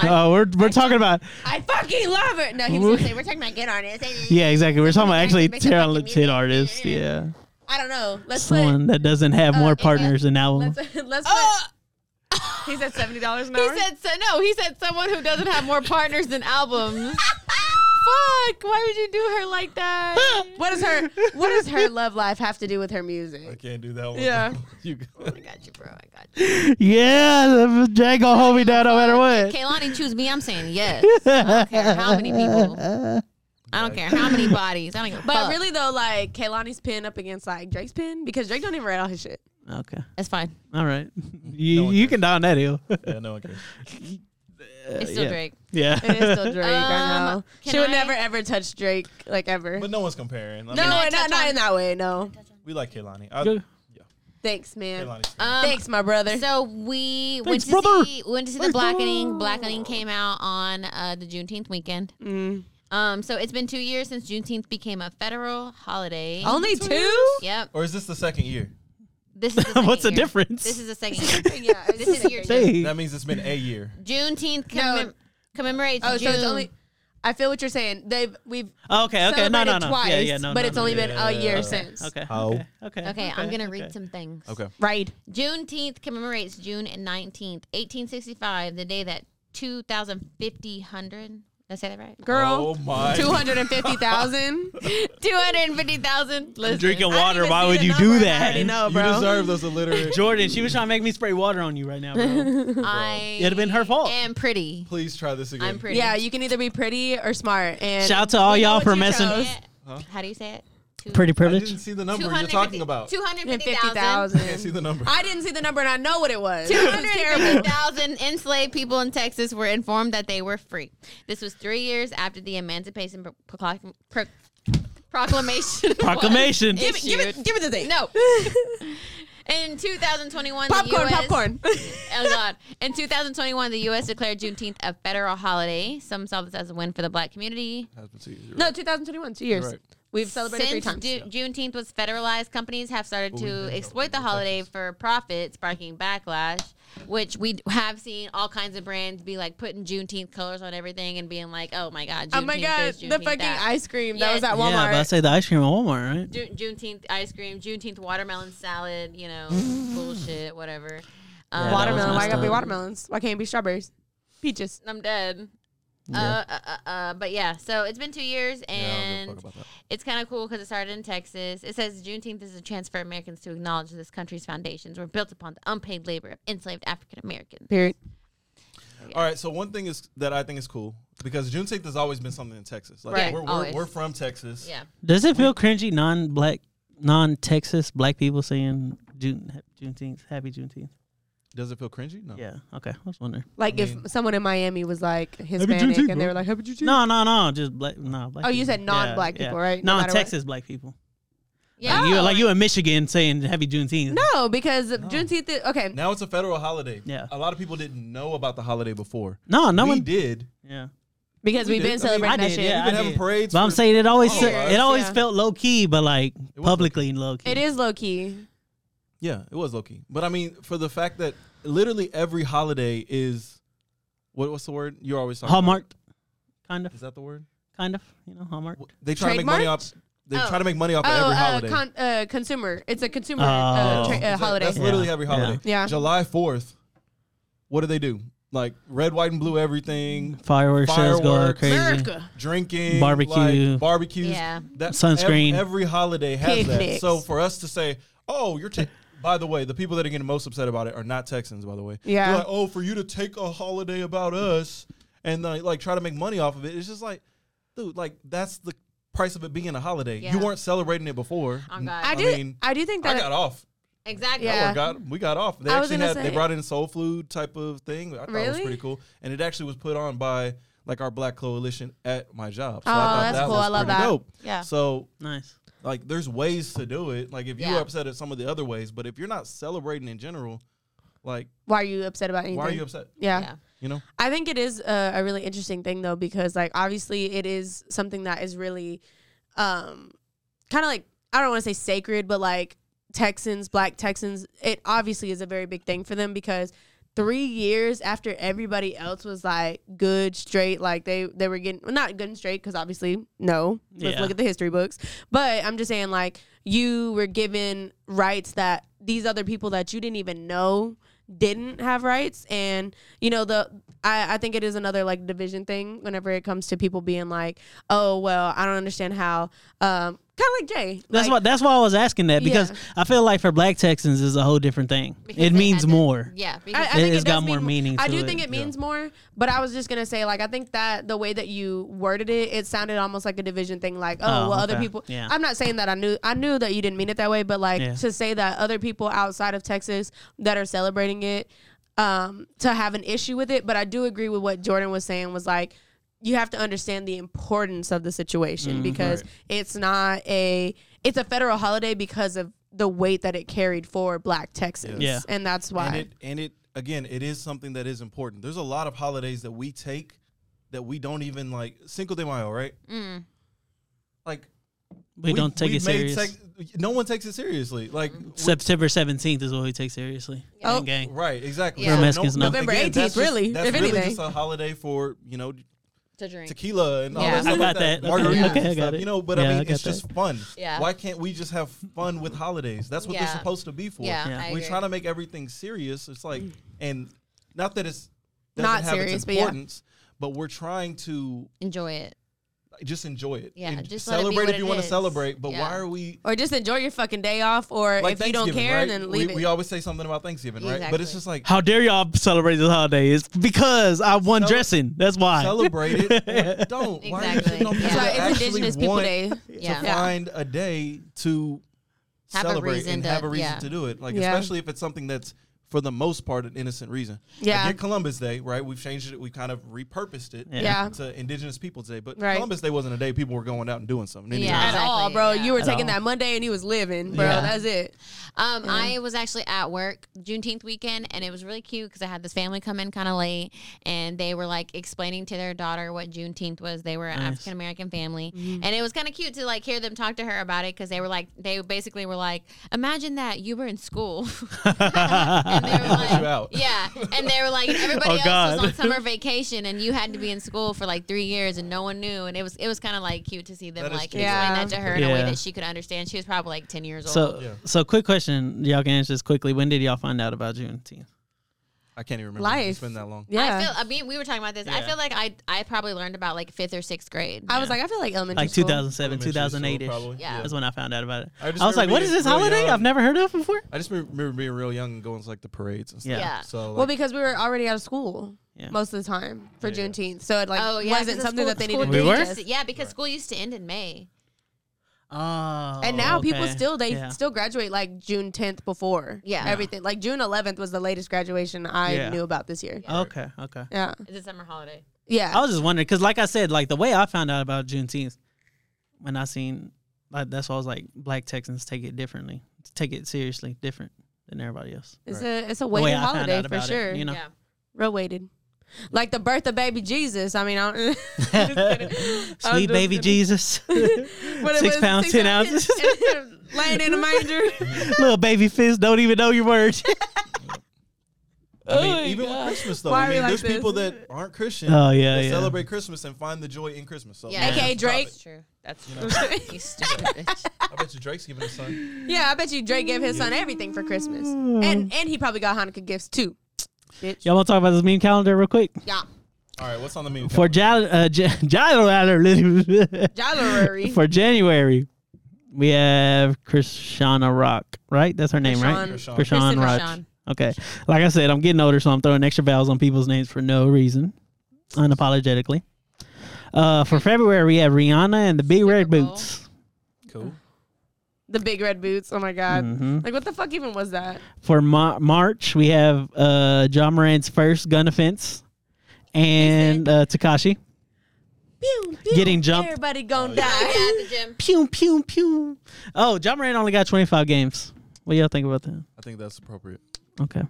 Speaker 1: Oh, we're, we're talking about
Speaker 2: I fucking love her. No, he was gonna say we're talking about good artists.
Speaker 1: yeah, exactly. We're talking about actually
Speaker 2: Make the fucking
Speaker 1: talented artists. Yeah,
Speaker 2: I don't know. Let's put.
Speaker 1: someone that doesn't have more partners than album.
Speaker 2: uh, Let's, let's put. He said seventy dollars an
Speaker 3: Oh. He
Speaker 2: hour.
Speaker 3: said so, no. He said someone who doesn't have more partners than albums. Fuck! Why would you do her like that?
Speaker 2: What does her What does her love life have to do with her music? I
Speaker 4: can't do that one.
Speaker 2: Yeah.
Speaker 4: you
Speaker 1: Yeah, Jay gonna hold me down no matter what.
Speaker 3: Kaylani choose me. I'm saying yes. I don't care how many people. I don't care how many bodies. I don't give a
Speaker 2: But
Speaker 3: fuck.
Speaker 2: really though, like Kaylani's pin up against like Drake's pin because Drake don't even write all his shit.
Speaker 1: Okay,
Speaker 3: that's fine.
Speaker 1: All right, you you can down that hill.
Speaker 4: yeah, no one cares.
Speaker 3: It's still
Speaker 1: yeah.
Speaker 3: Drake.
Speaker 1: Yeah,
Speaker 2: It is still Drake. I
Speaker 3: Um,
Speaker 2: know.
Speaker 3: can
Speaker 2: She would
Speaker 3: I-
Speaker 2: never ever touch Drake like ever.
Speaker 4: But no one's comparing. I
Speaker 2: no,
Speaker 4: mean,
Speaker 2: not, not in that way. No.
Speaker 4: we like Kehlani. I,
Speaker 1: Good.
Speaker 2: Thanks, man.
Speaker 4: Kaylani's
Speaker 3: Um,
Speaker 2: Thanks, my brother.
Speaker 3: So we went
Speaker 2: Thanks,
Speaker 3: to
Speaker 2: brother.
Speaker 3: see went to see the
Speaker 2: Thanks,
Speaker 3: Blackening.
Speaker 2: brother.
Speaker 3: Blackening came out on uh, the Juneteenth weekend.
Speaker 2: Mm.
Speaker 3: Um, so it's been two years since Juneteenth became a federal holiday.
Speaker 2: Only Two two? years?
Speaker 3: Yep.
Speaker 4: Or is this the second year?
Speaker 3: This is the
Speaker 1: What's the
Speaker 3: second year.
Speaker 1: difference?
Speaker 3: This is the second year. this is year two.
Speaker 1: Hey.
Speaker 4: That means it's been a year.
Speaker 3: Juneteenth commem- commemorates
Speaker 2: Oh,
Speaker 3: June.
Speaker 2: so it's only. I feel what you're saying. They've we've
Speaker 1: Oh, Okay, okay, no, no,
Speaker 2: celebrated
Speaker 1: no,
Speaker 2: twice,
Speaker 1: yeah, yeah, no,
Speaker 2: but
Speaker 1: no,
Speaker 2: it's
Speaker 1: no,
Speaker 2: only
Speaker 1: yeah,
Speaker 2: been
Speaker 1: yeah,
Speaker 2: a year
Speaker 1: yeah.
Speaker 2: since.
Speaker 1: Okay,
Speaker 4: How?
Speaker 1: okay, okay,
Speaker 3: Okay, I'm
Speaker 1: okay,
Speaker 3: gonna read
Speaker 1: okay.
Speaker 3: some things.
Speaker 4: Okay.
Speaker 2: Right.
Speaker 3: Juneteenth commemorates June 19th, 1865, the day that 2,050 hundred. Did I say that right?
Speaker 2: Girl,
Speaker 4: Oh my.
Speaker 2: 250,000.
Speaker 3: 250,000.
Speaker 1: I'm
Speaker 3: Listen,
Speaker 1: drinking
Speaker 3: I
Speaker 1: water. Why would you do that? I already know,
Speaker 4: You deserve those illiterate.
Speaker 1: Jordan, she was trying to make me spray water on you right now, bro.
Speaker 3: I
Speaker 1: It'd have been her fault.
Speaker 3: am pretty.
Speaker 4: Please try this again.
Speaker 3: I'm pretty.
Speaker 2: yeah, you can either be pretty or smart. And
Speaker 1: Shout out to all
Speaker 2: we know
Speaker 1: y'all
Speaker 2: what
Speaker 1: for
Speaker 2: you
Speaker 1: messing-
Speaker 2: chose.
Speaker 3: How do you say it? Two-
Speaker 1: Pretty
Speaker 4: I
Speaker 1: privilege.
Speaker 4: didn't see the number you're talking about.
Speaker 3: 250,000.
Speaker 2: 250,000.
Speaker 4: I can't see the number.
Speaker 2: I didn't see the number and I know what it was. It was terrible.
Speaker 3: 250,000 enslaved people in Texas were informed that they were free. This was three years after the Emancipation Pro- Procla- Pro- Proclamation. was
Speaker 1: Proclamation.
Speaker 2: Give it, give it,
Speaker 3: issued.
Speaker 2: give it the date.
Speaker 3: No. In 2021,
Speaker 2: Popcorn,
Speaker 3: the US,
Speaker 2: popcorn.
Speaker 3: Oh God! In 2021, the U.S. declared Juneteenth a federal holiday. Some saw this as a win for the Black community.
Speaker 2: No, 2021, two years.
Speaker 4: right.
Speaker 2: We've celebrated
Speaker 3: Since
Speaker 2: three times.
Speaker 3: Ju- Juneteenth was federalized, companies have started to exploit the holiday for profit, sparking backlash. Which we d- have seen all kinds of brands be like putting Juneteenth colors on everything and being like, "Oh my God!" Juneteenth
Speaker 2: oh my God,
Speaker 3: this,
Speaker 2: the
Speaker 3: Juneteenth
Speaker 2: fucking
Speaker 3: that.
Speaker 2: ice cream
Speaker 3: Yeah.
Speaker 2: that was at Walmart.
Speaker 1: Yeah, but I say the ice cream at Walmart, right?
Speaker 3: Ju- Juneteenth ice cream, Juneteenth watermelon salad, you know, bullshit, whatever. Um,
Speaker 1: that was
Speaker 2: watermelon. Why
Speaker 1: messed
Speaker 2: gotta be
Speaker 1: up.
Speaker 2: watermelons? Why can't it be strawberries? Peaches.
Speaker 3: I'm dead.
Speaker 1: Yeah.
Speaker 3: Uh, uh, uh, uh, but yeah, so it's been two years,
Speaker 4: I don't
Speaker 3: and
Speaker 4: give a fuck about that.
Speaker 3: it's kind of cool because it started in Texas. It says Juneteenth is a chance for Americans to acknowledge this country's foundations were built upon the unpaid labor of enslaved African Americans.
Speaker 2: Period.
Speaker 4: All right. So one thing is that I think is cool because Juneteenth has always been something in Texas. Like
Speaker 3: Right,
Speaker 4: we're, we're,
Speaker 3: always.
Speaker 4: we're from Texas.
Speaker 3: Yeah,
Speaker 1: Does it feel cringy, non-black, non-Texas black people saying June, Juneteenth, Happy Juneteenth?
Speaker 4: Does it feel cringy? No.
Speaker 1: Yeah. Okay. I was wondering.
Speaker 2: Like
Speaker 4: I mean-
Speaker 2: if someone in Miami was like Hispanic
Speaker 1: Juneteenth,
Speaker 2: and they
Speaker 1: bro.
Speaker 2: were like, "Happy Juneteenth."
Speaker 1: No, no, no. Just black. No. Black
Speaker 2: Oh, you
Speaker 1: people.
Speaker 2: said non-black people, right? No matter what.
Speaker 1: Non-Texas black people.
Speaker 3: yeah.
Speaker 1: You like you in Michigan saying Happy Juneteenth?
Speaker 2: No, because Juneteenth. Is, okay,
Speaker 4: Now it's a federal holiday.
Speaker 1: Yeah.
Speaker 4: A lot of people didn't know about the holiday before.
Speaker 1: No, no
Speaker 4: we
Speaker 1: one-
Speaker 4: did.
Speaker 1: Yeah.
Speaker 2: because
Speaker 4: We
Speaker 2: we've
Speaker 4: did. I
Speaker 2: been
Speaker 4: mean,
Speaker 2: celebrating
Speaker 1: I
Speaker 2: that
Speaker 1: did,
Speaker 2: shit.
Speaker 1: yeah.
Speaker 4: We've been having
Speaker 1: did.
Speaker 4: parades.
Speaker 1: But I'm
Speaker 4: for-
Speaker 1: saying it always
Speaker 4: Oh,
Speaker 1: fe-
Speaker 4: yeah.
Speaker 1: it always
Speaker 2: Yeah.
Speaker 1: felt low key, but like
Speaker 4: was
Speaker 1: publicly low key.
Speaker 2: It is low key.
Speaker 4: Yeah, it was low key. But I mean, for the fact that literally every holiday is, what what's the word you're always talking about?
Speaker 1: hallmarked, kind of,
Speaker 4: Is that the word?
Speaker 1: kind of. You know, hallmarked.
Speaker 4: They try to make money off.
Speaker 2: Trademarked?
Speaker 4: They
Speaker 2: Oh.
Speaker 4: try to make money off
Speaker 2: Oh,
Speaker 4: of every
Speaker 2: uh,
Speaker 4: holiday.
Speaker 2: con- uh, consumer. It's a consumer
Speaker 1: Oh.
Speaker 2: uh, tra-
Speaker 4: Is
Speaker 2: uh,
Speaker 4: that-
Speaker 2: holiday.
Speaker 4: That's literally
Speaker 1: Yeah.
Speaker 4: every holiday.
Speaker 2: Yeah. Yeah.
Speaker 4: July Fourth. What do they do? Like red, white, and blue, everything.
Speaker 1: Fireworks shows go
Speaker 4: Fireworks,
Speaker 1: crazy.
Speaker 2: America.
Speaker 4: Drinking,
Speaker 1: Barbecue.
Speaker 4: like, barbecues.
Speaker 2: Yeah.
Speaker 1: Sunscreen.
Speaker 4: ev- Every, holiday has that.
Speaker 2: Picnics.
Speaker 4: So for us to say, oh, you're. Ta-, by the way, the people that are getting most upset about it are not Texans. By the way,
Speaker 2: Yeah.
Speaker 4: They're like, oh, for you to take a holiday about us and uh, like try to make money off of it, it's just like, dude, like that's the price of it being a holiday.
Speaker 3: Yeah.
Speaker 4: You weren't celebrating it before.
Speaker 3: Oh, God.
Speaker 2: I do- I do think that-
Speaker 4: I got off.
Speaker 3: Exactly.
Speaker 4: Y'all were got- we got off. They
Speaker 2: I was
Speaker 4: actually
Speaker 2: gonna
Speaker 4: had they
Speaker 2: say-
Speaker 4: brought in soul food type of thing. I thought it was
Speaker 2: Really?
Speaker 4: pretty cool, and it actually was put on by like our Black Coalition at my job.
Speaker 2: Oh,
Speaker 4: thought
Speaker 2: that's cool.
Speaker 4: was
Speaker 2: I love
Speaker 4: pretty
Speaker 2: that.
Speaker 4: Dope.
Speaker 2: Yeah.
Speaker 4: So
Speaker 1: nice.
Speaker 4: Like, there's ways to do it. Like, if you're
Speaker 2: Yeah.
Speaker 4: upset at some of the other ways, but if you're not celebrating in general, like,
Speaker 2: Why are you upset about anything?
Speaker 4: why are you upset?
Speaker 2: Yeah.
Speaker 4: You know.
Speaker 2: I think it is a, a really interesting thing though because like obviously it is something that is really um kind of like I don't want to say sacred but like Texans, black Texans, it obviously is a very big thing for them because 3 years after everybody else was like good straight like they they were getting well, not good and straight cuz obviously no. Let's
Speaker 9: Yeah.
Speaker 2: look at the history books. But I'm just saying like you were given rights that these other people that you didn't even know didn't have rights and you know the I, I think it is another like division thing whenever it comes to people being like oh well i don't understand how um kind of like jay
Speaker 1: That's why. That's why I was asking that because
Speaker 2: Yeah.
Speaker 1: I feel like for Black Texans is a whole different thing. it means more.
Speaker 3: yeah
Speaker 2: I, I
Speaker 1: it,
Speaker 2: think
Speaker 1: has
Speaker 2: it
Speaker 1: got
Speaker 2: does
Speaker 1: more
Speaker 2: mean-
Speaker 1: meaning.
Speaker 2: i
Speaker 1: to
Speaker 2: do think it means more but i was just gonna say like i think that the way that you worded it it sounded almost like a division thing like oh,
Speaker 1: Oh,
Speaker 2: well other
Speaker 1: okay.
Speaker 2: people
Speaker 1: Yeah.
Speaker 2: i'm not saying that i knew i knew that you didn't mean it that way but like
Speaker 1: Yeah.
Speaker 2: to say that other people outside of texas that are celebrating it um to have an issue with it but i do agree with what jordan was saying was like you have to understand the importance of the situation
Speaker 1: Mm,
Speaker 9: Mhm.
Speaker 2: because
Speaker 9: Right.
Speaker 2: it's not a it's a federal holiday because of the weight that it carried for black texans
Speaker 4: Yeah.
Speaker 2: and that's why
Speaker 4: And it, and it again, it is something that is important. There's a lot of holidays that we take that we don't even like. Cinco de Mayo, right?
Speaker 3: Mm.
Speaker 4: Like
Speaker 1: We don't take it
Speaker 4: made
Speaker 1: serious. Mm-hmm.
Speaker 4: tec- no one takes it seriously. Like
Speaker 1: September seventeenth is what we take seriously.
Speaker 4: Oh,
Speaker 1: Gang, gang.
Speaker 4: right, exactly.
Speaker 1: We're
Speaker 4: So
Speaker 1: Mexicans now.
Speaker 4: no- again,
Speaker 1: November
Speaker 4: that's
Speaker 1: 18th,
Speaker 4: just-
Speaker 1: really,
Speaker 4: That's
Speaker 1: if
Speaker 4: really
Speaker 1: anything.
Speaker 4: just a holiday for you know
Speaker 3: To drink.
Speaker 4: tequila and all
Speaker 3: Yeah.
Speaker 4: that. stuff
Speaker 3: I got
Speaker 4: like that.
Speaker 1: that. Okay,
Speaker 4: Margaritas
Speaker 1: okay, I
Speaker 4: and
Speaker 1: got
Speaker 4: stuff,
Speaker 1: it.
Speaker 4: You know, but
Speaker 1: Yeah,
Speaker 4: I mean,
Speaker 1: I got
Speaker 4: it's just
Speaker 1: that.
Speaker 4: fun.
Speaker 3: Yeah.
Speaker 4: Why can't we just have fun with holidays? That's what
Speaker 3: Yeah.
Speaker 4: they're supposed to be for.
Speaker 3: Yeah, Yeah. I
Speaker 4: we
Speaker 3: agree. Mm.
Speaker 4: try to make everything serious. It's like, and not that it's doesn't
Speaker 3: Not
Speaker 4: have
Speaker 3: serious,
Speaker 4: its
Speaker 3: but yeah.
Speaker 4: importance, but we're trying to
Speaker 3: Enjoy it.
Speaker 4: just enjoy it.
Speaker 3: Yeah,
Speaker 4: And
Speaker 3: just let it be
Speaker 4: celebrate
Speaker 3: what
Speaker 4: if you
Speaker 3: it
Speaker 4: want
Speaker 3: is.
Speaker 4: to celebrate. But
Speaker 3: Yeah.
Speaker 4: why are we
Speaker 2: or just enjoy your fucking day off or
Speaker 4: like
Speaker 2: if you don't
Speaker 4: Thanksgiving,
Speaker 2: care
Speaker 4: right?
Speaker 2: then leave
Speaker 4: we,
Speaker 2: it
Speaker 4: we always say something about Thanksgiving, right? But it's
Speaker 2: Exactly.
Speaker 4: just like
Speaker 1: How dare y'all celebrate this holiday? It's because I won dressing. That's why.
Speaker 4: Celebrate it. Don't. Why are you
Speaker 3: Exactly.
Speaker 4: don't people
Speaker 3: That's why
Speaker 4: that
Speaker 3: it's
Speaker 4: actually
Speaker 3: Indigenous People
Speaker 4: want
Speaker 3: Day.
Speaker 4: To
Speaker 3: Yeah.
Speaker 4: find a day to
Speaker 3: Have a
Speaker 4: celebrate
Speaker 3: reason
Speaker 4: and
Speaker 3: to-
Speaker 4: have a reason
Speaker 3: yeah.
Speaker 4: to do it. Like
Speaker 3: Yeah.
Speaker 4: especially if it's something that's for the most part an innocent reason. Like,
Speaker 3: Yeah.
Speaker 4: your Columbus Day, right? We've changed it. We've kind of repurposed it
Speaker 2: Yeah. Yeah.
Speaker 4: to Indigenous Peoples Day. But
Speaker 2: Right.
Speaker 4: Columbus Day wasn't a day people were going out and doing something. anyway.
Speaker 2: at all bro you were
Speaker 4: At
Speaker 2: taking
Speaker 4: all.
Speaker 2: that monday and he was living bro
Speaker 4: Yeah.
Speaker 2: that's it
Speaker 3: Um,
Speaker 2: Yeah.
Speaker 3: I was actually at work Juneteenth weekend, and it was really cute because I had this family come in kind of late, and they were like explaining to their daughter what Juneteenth was. They were an
Speaker 9: Nice.
Speaker 3: African American family, and it was kind of cute to like hear them talk to her about it because they were like, they basically were like, imagine that you were in school.
Speaker 4: you out.
Speaker 3: Yeah, and they were like, and everybody
Speaker 4: Oh,
Speaker 3: else was on
Speaker 4: God.
Speaker 3: summer vacation, and you had to be in school for like three years, and no one knew, and it was it was kind of like cute to see them
Speaker 9: That is
Speaker 3: like
Speaker 9: cute.
Speaker 3: explain
Speaker 9: Yeah.
Speaker 3: that to her in a way
Speaker 1: Yeah.
Speaker 3: that she could understand. She was probably like ten years
Speaker 1: So,
Speaker 3: old.
Speaker 1: so quick question. Y'all can answer this quickly. When did y'all find out about Juneteenth?
Speaker 4: I can't even remember. It's been that long.
Speaker 3: I feel. uh, I mean, we were talking about this. I
Speaker 1: Yeah.
Speaker 3: feel like I I probably learned about like fifth or sixth grade.
Speaker 2: I was like, I feel like elementary
Speaker 1: Like 2007, 2008 ish.
Speaker 4: probably. Yeah.
Speaker 1: That's when I found out about it.
Speaker 4: I
Speaker 1: I,
Speaker 4: just
Speaker 1: was like,
Speaker 4: remember
Speaker 1: what is
Speaker 4: being
Speaker 1: this
Speaker 4: really
Speaker 1: holiday?
Speaker 4: young.
Speaker 1: I've never heard of before.
Speaker 4: I just remember being real young and going to like the parades and stuff.
Speaker 2: Yeah.
Speaker 4: So like,
Speaker 2: well because we were already out of school
Speaker 4: Yeah.
Speaker 2: most of the time for juneteenth so it like
Speaker 3: oh yeah,
Speaker 2: wasn't
Speaker 3: 'cause
Speaker 2: something
Speaker 3: school-
Speaker 2: that they
Speaker 3: school
Speaker 2: needed
Speaker 1: We
Speaker 2: to
Speaker 1: were?
Speaker 2: teach us.
Speaker 3: used to- yeah, because school used to end in May.
Speaker 1: Oh.
Speaker 2: and now people
Speaker 1: okay.
Speaker 2: still they
Speaker 1: Yeah.
Speaker 2: still graduate like June 10th before
Speaker 3: Yeah.
Speaker 2: everything like June 11th was the latest graduation I
Speaker 1: Yeah.
Speaker 2: knew about this year
Speaker 1: Okay. Okay.
Speaker 2: yeah
Speaker 3: It's a summer holiday.
Speaker 2: yeah
Speaker 1: I was just wondering because, like I said, like the way I found out about Juneteenth, when I seen, like, that's why I was like, Black Texans take it differently, take it seriously, different than everybody else.
Speaker 2: It's a it's a
Speaker 1: The
Speaker 2: weighted
Speaker 1: way I found
Speaker 2: holiday
Speaker 1: out
Speaker 2: for
Speaker 1: about it,
Speaker 2: sure.
Speaker 1: you know.
Speaker 2: real weighted. Like the birth of baby Jesus. I mean, I don't.
Speaker 1: Sweet baby Jesus,
Speaker 2: it
Speaker 1: six
Speaker 2: was
Speaker 1: pounds,
Speaker 2: six
Speaker 1: ten
Speaker 2: pounds,
Speaker 1: ounces.
Speaker 2: laying in a manger.
Speaker 1: Little baby fist don't even know your words.
Speaker 4: I mean,
Speaker 2: Oh my
Speaker 4: even with
Speaker 2: God.
Speaker 4: Christmas though,
Speaker 2: Why
Speaker 4: I
Speaker 2: are
Speaker 4: mean,
Speaker 2: we like
Speaker 4: there's
Speaker 2: this?
Speaker 4: people that aren't Christian
Speaker 1: Oh, yeah,
Speaker 4: that
Speaker 1: yeah.
Speaker 4: celebrate Christmas and find the joy in Christmas. So
Speaker 2: Yeah. AKA Drake.
Speaker 3: That's true. That's
Speaker 4: You
Speaker 3: true.
Speaker 2: know.
Speaker 3: you stupid bitch.
Speaker 4: I bet you Drake's giving his son.
Speaker 2: yeah, I bet you Drake gave his son everything for Christmas, and and he probably got Hanukkah gifts too.
Speaker 1: Mm. Y'all want to talk about this meme calendar real quick?
Speaker 3: Yeah.
Speaker 4: All right, what's on the meme?
Speaker 1: For Jal- uh, J- January.
Speaker 4: January.
Speaker 1: For January, we have Krishana Rock, right? That's her name, right?
Speaker 4: Krishan.
Speaker 1: Krishan
Speaker 4: Krishan. Kristen
Speaker 1: Rock.
Speaker 4: Krishan.
Speaker 1: Okay. Like I said, I'm getting older, so I'm throwing extra vowels on people's names for no reason, unapologetically. Uh, for February, we have Rihanna and the Big Red Boots.
Speaker 4: Cool.
Speaker 2: The big red boots. Oh my god.
Speaker 1: Mhm.
Speaker 2: Like what the fuck even was that?
Speaker 1: For Ma- March, we have uh, John Moran's first gun offense and uh, Takashi. Getting jumped.
Speaker 2: Everybody gonna
Speaker 3: die. At the gym.
Speaker 1: Pew, pew, pew. Oh, John Moran only got 25 games. What y'all think about that?
Speaker 4: I think that's appropriate.
Speaker 1: Okay.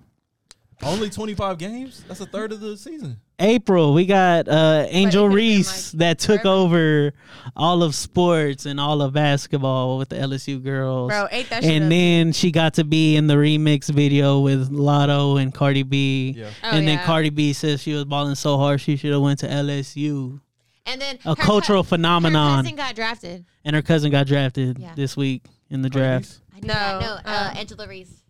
Speaker 4: Only 25 games? That's a third of the season.
Speaker 1: April, we got uh, Angel Reese that took over all of sports and all of basketball with the LSU girls.
Speaker 2: Bro, ate that shit
Speaker 1: and
Speaker 2: up.
Speaker 1: then she got to be in the remix video with Lotto and Cardi B.
Speaker 4: Yeah.
Speaker 3: Oh,
Speaker 1: and then
Speaker 3: yeah.
Speaker 1: Cardi B says she was balling so hard she should have went to LSU.
Speaker 3: And then
Speaker 1: A
Speaker 3: her
Speaker 1: cultural
Speaker 3: cou-
Speaker 1: phenomenon.
Speaker 3: Her cousin got drafted.
Speaker 1: And her cousin got drafted
Speaker 3: Yeah.
Speaker 1: this week in the draft.
Speaker 3: I no, that. no, uh, Angela Reese.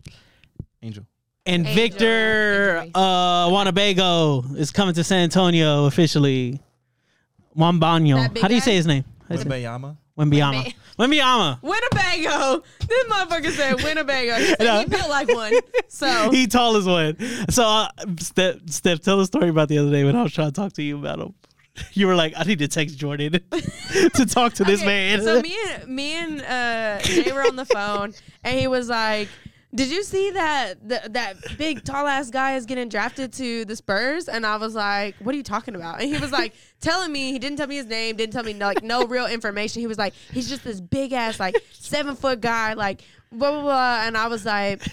Speaker 4: Angel.
Speaker 1: And
Speaker 3: Angel.
Speaker 1: Victor uh, Wanabago is coming to San Antonio officially.
Speaker 2: That
Speaker 1: Wambano.
Speaker 2: big
Speaker 1: How do you
Speaker 2: guy?
Speaker 1: say his name?
Speaker 4: Wembanyama.
Speaker 1: Wembanyama. Wembanyama.
Speaker 2: Winnebago. This motherfucker said Winnebago. He, said
Speaker 1: No.
Speaker 2: he built like one. So
Speaker 1: He tall as one. So, uh, Steph, Steph, tell the story about the other day when I was trying to talk to you about him. You were like, I need to text Jordan to talk to this
Speaker 2: Okay,
Speaker 1: man.
Speaker 2: So me and me and uh, Jay were on the phone, and he was like, "Did you see that th- that big tall ass guy is getting drafted to the Spurs?" And I was like, "What are you talking about?" And he was like, telling me he didn't tell me his name, didn't tell me like no real information. He was like, "He's just this big ass like seven foot guy, like blah blah blah." And I was like.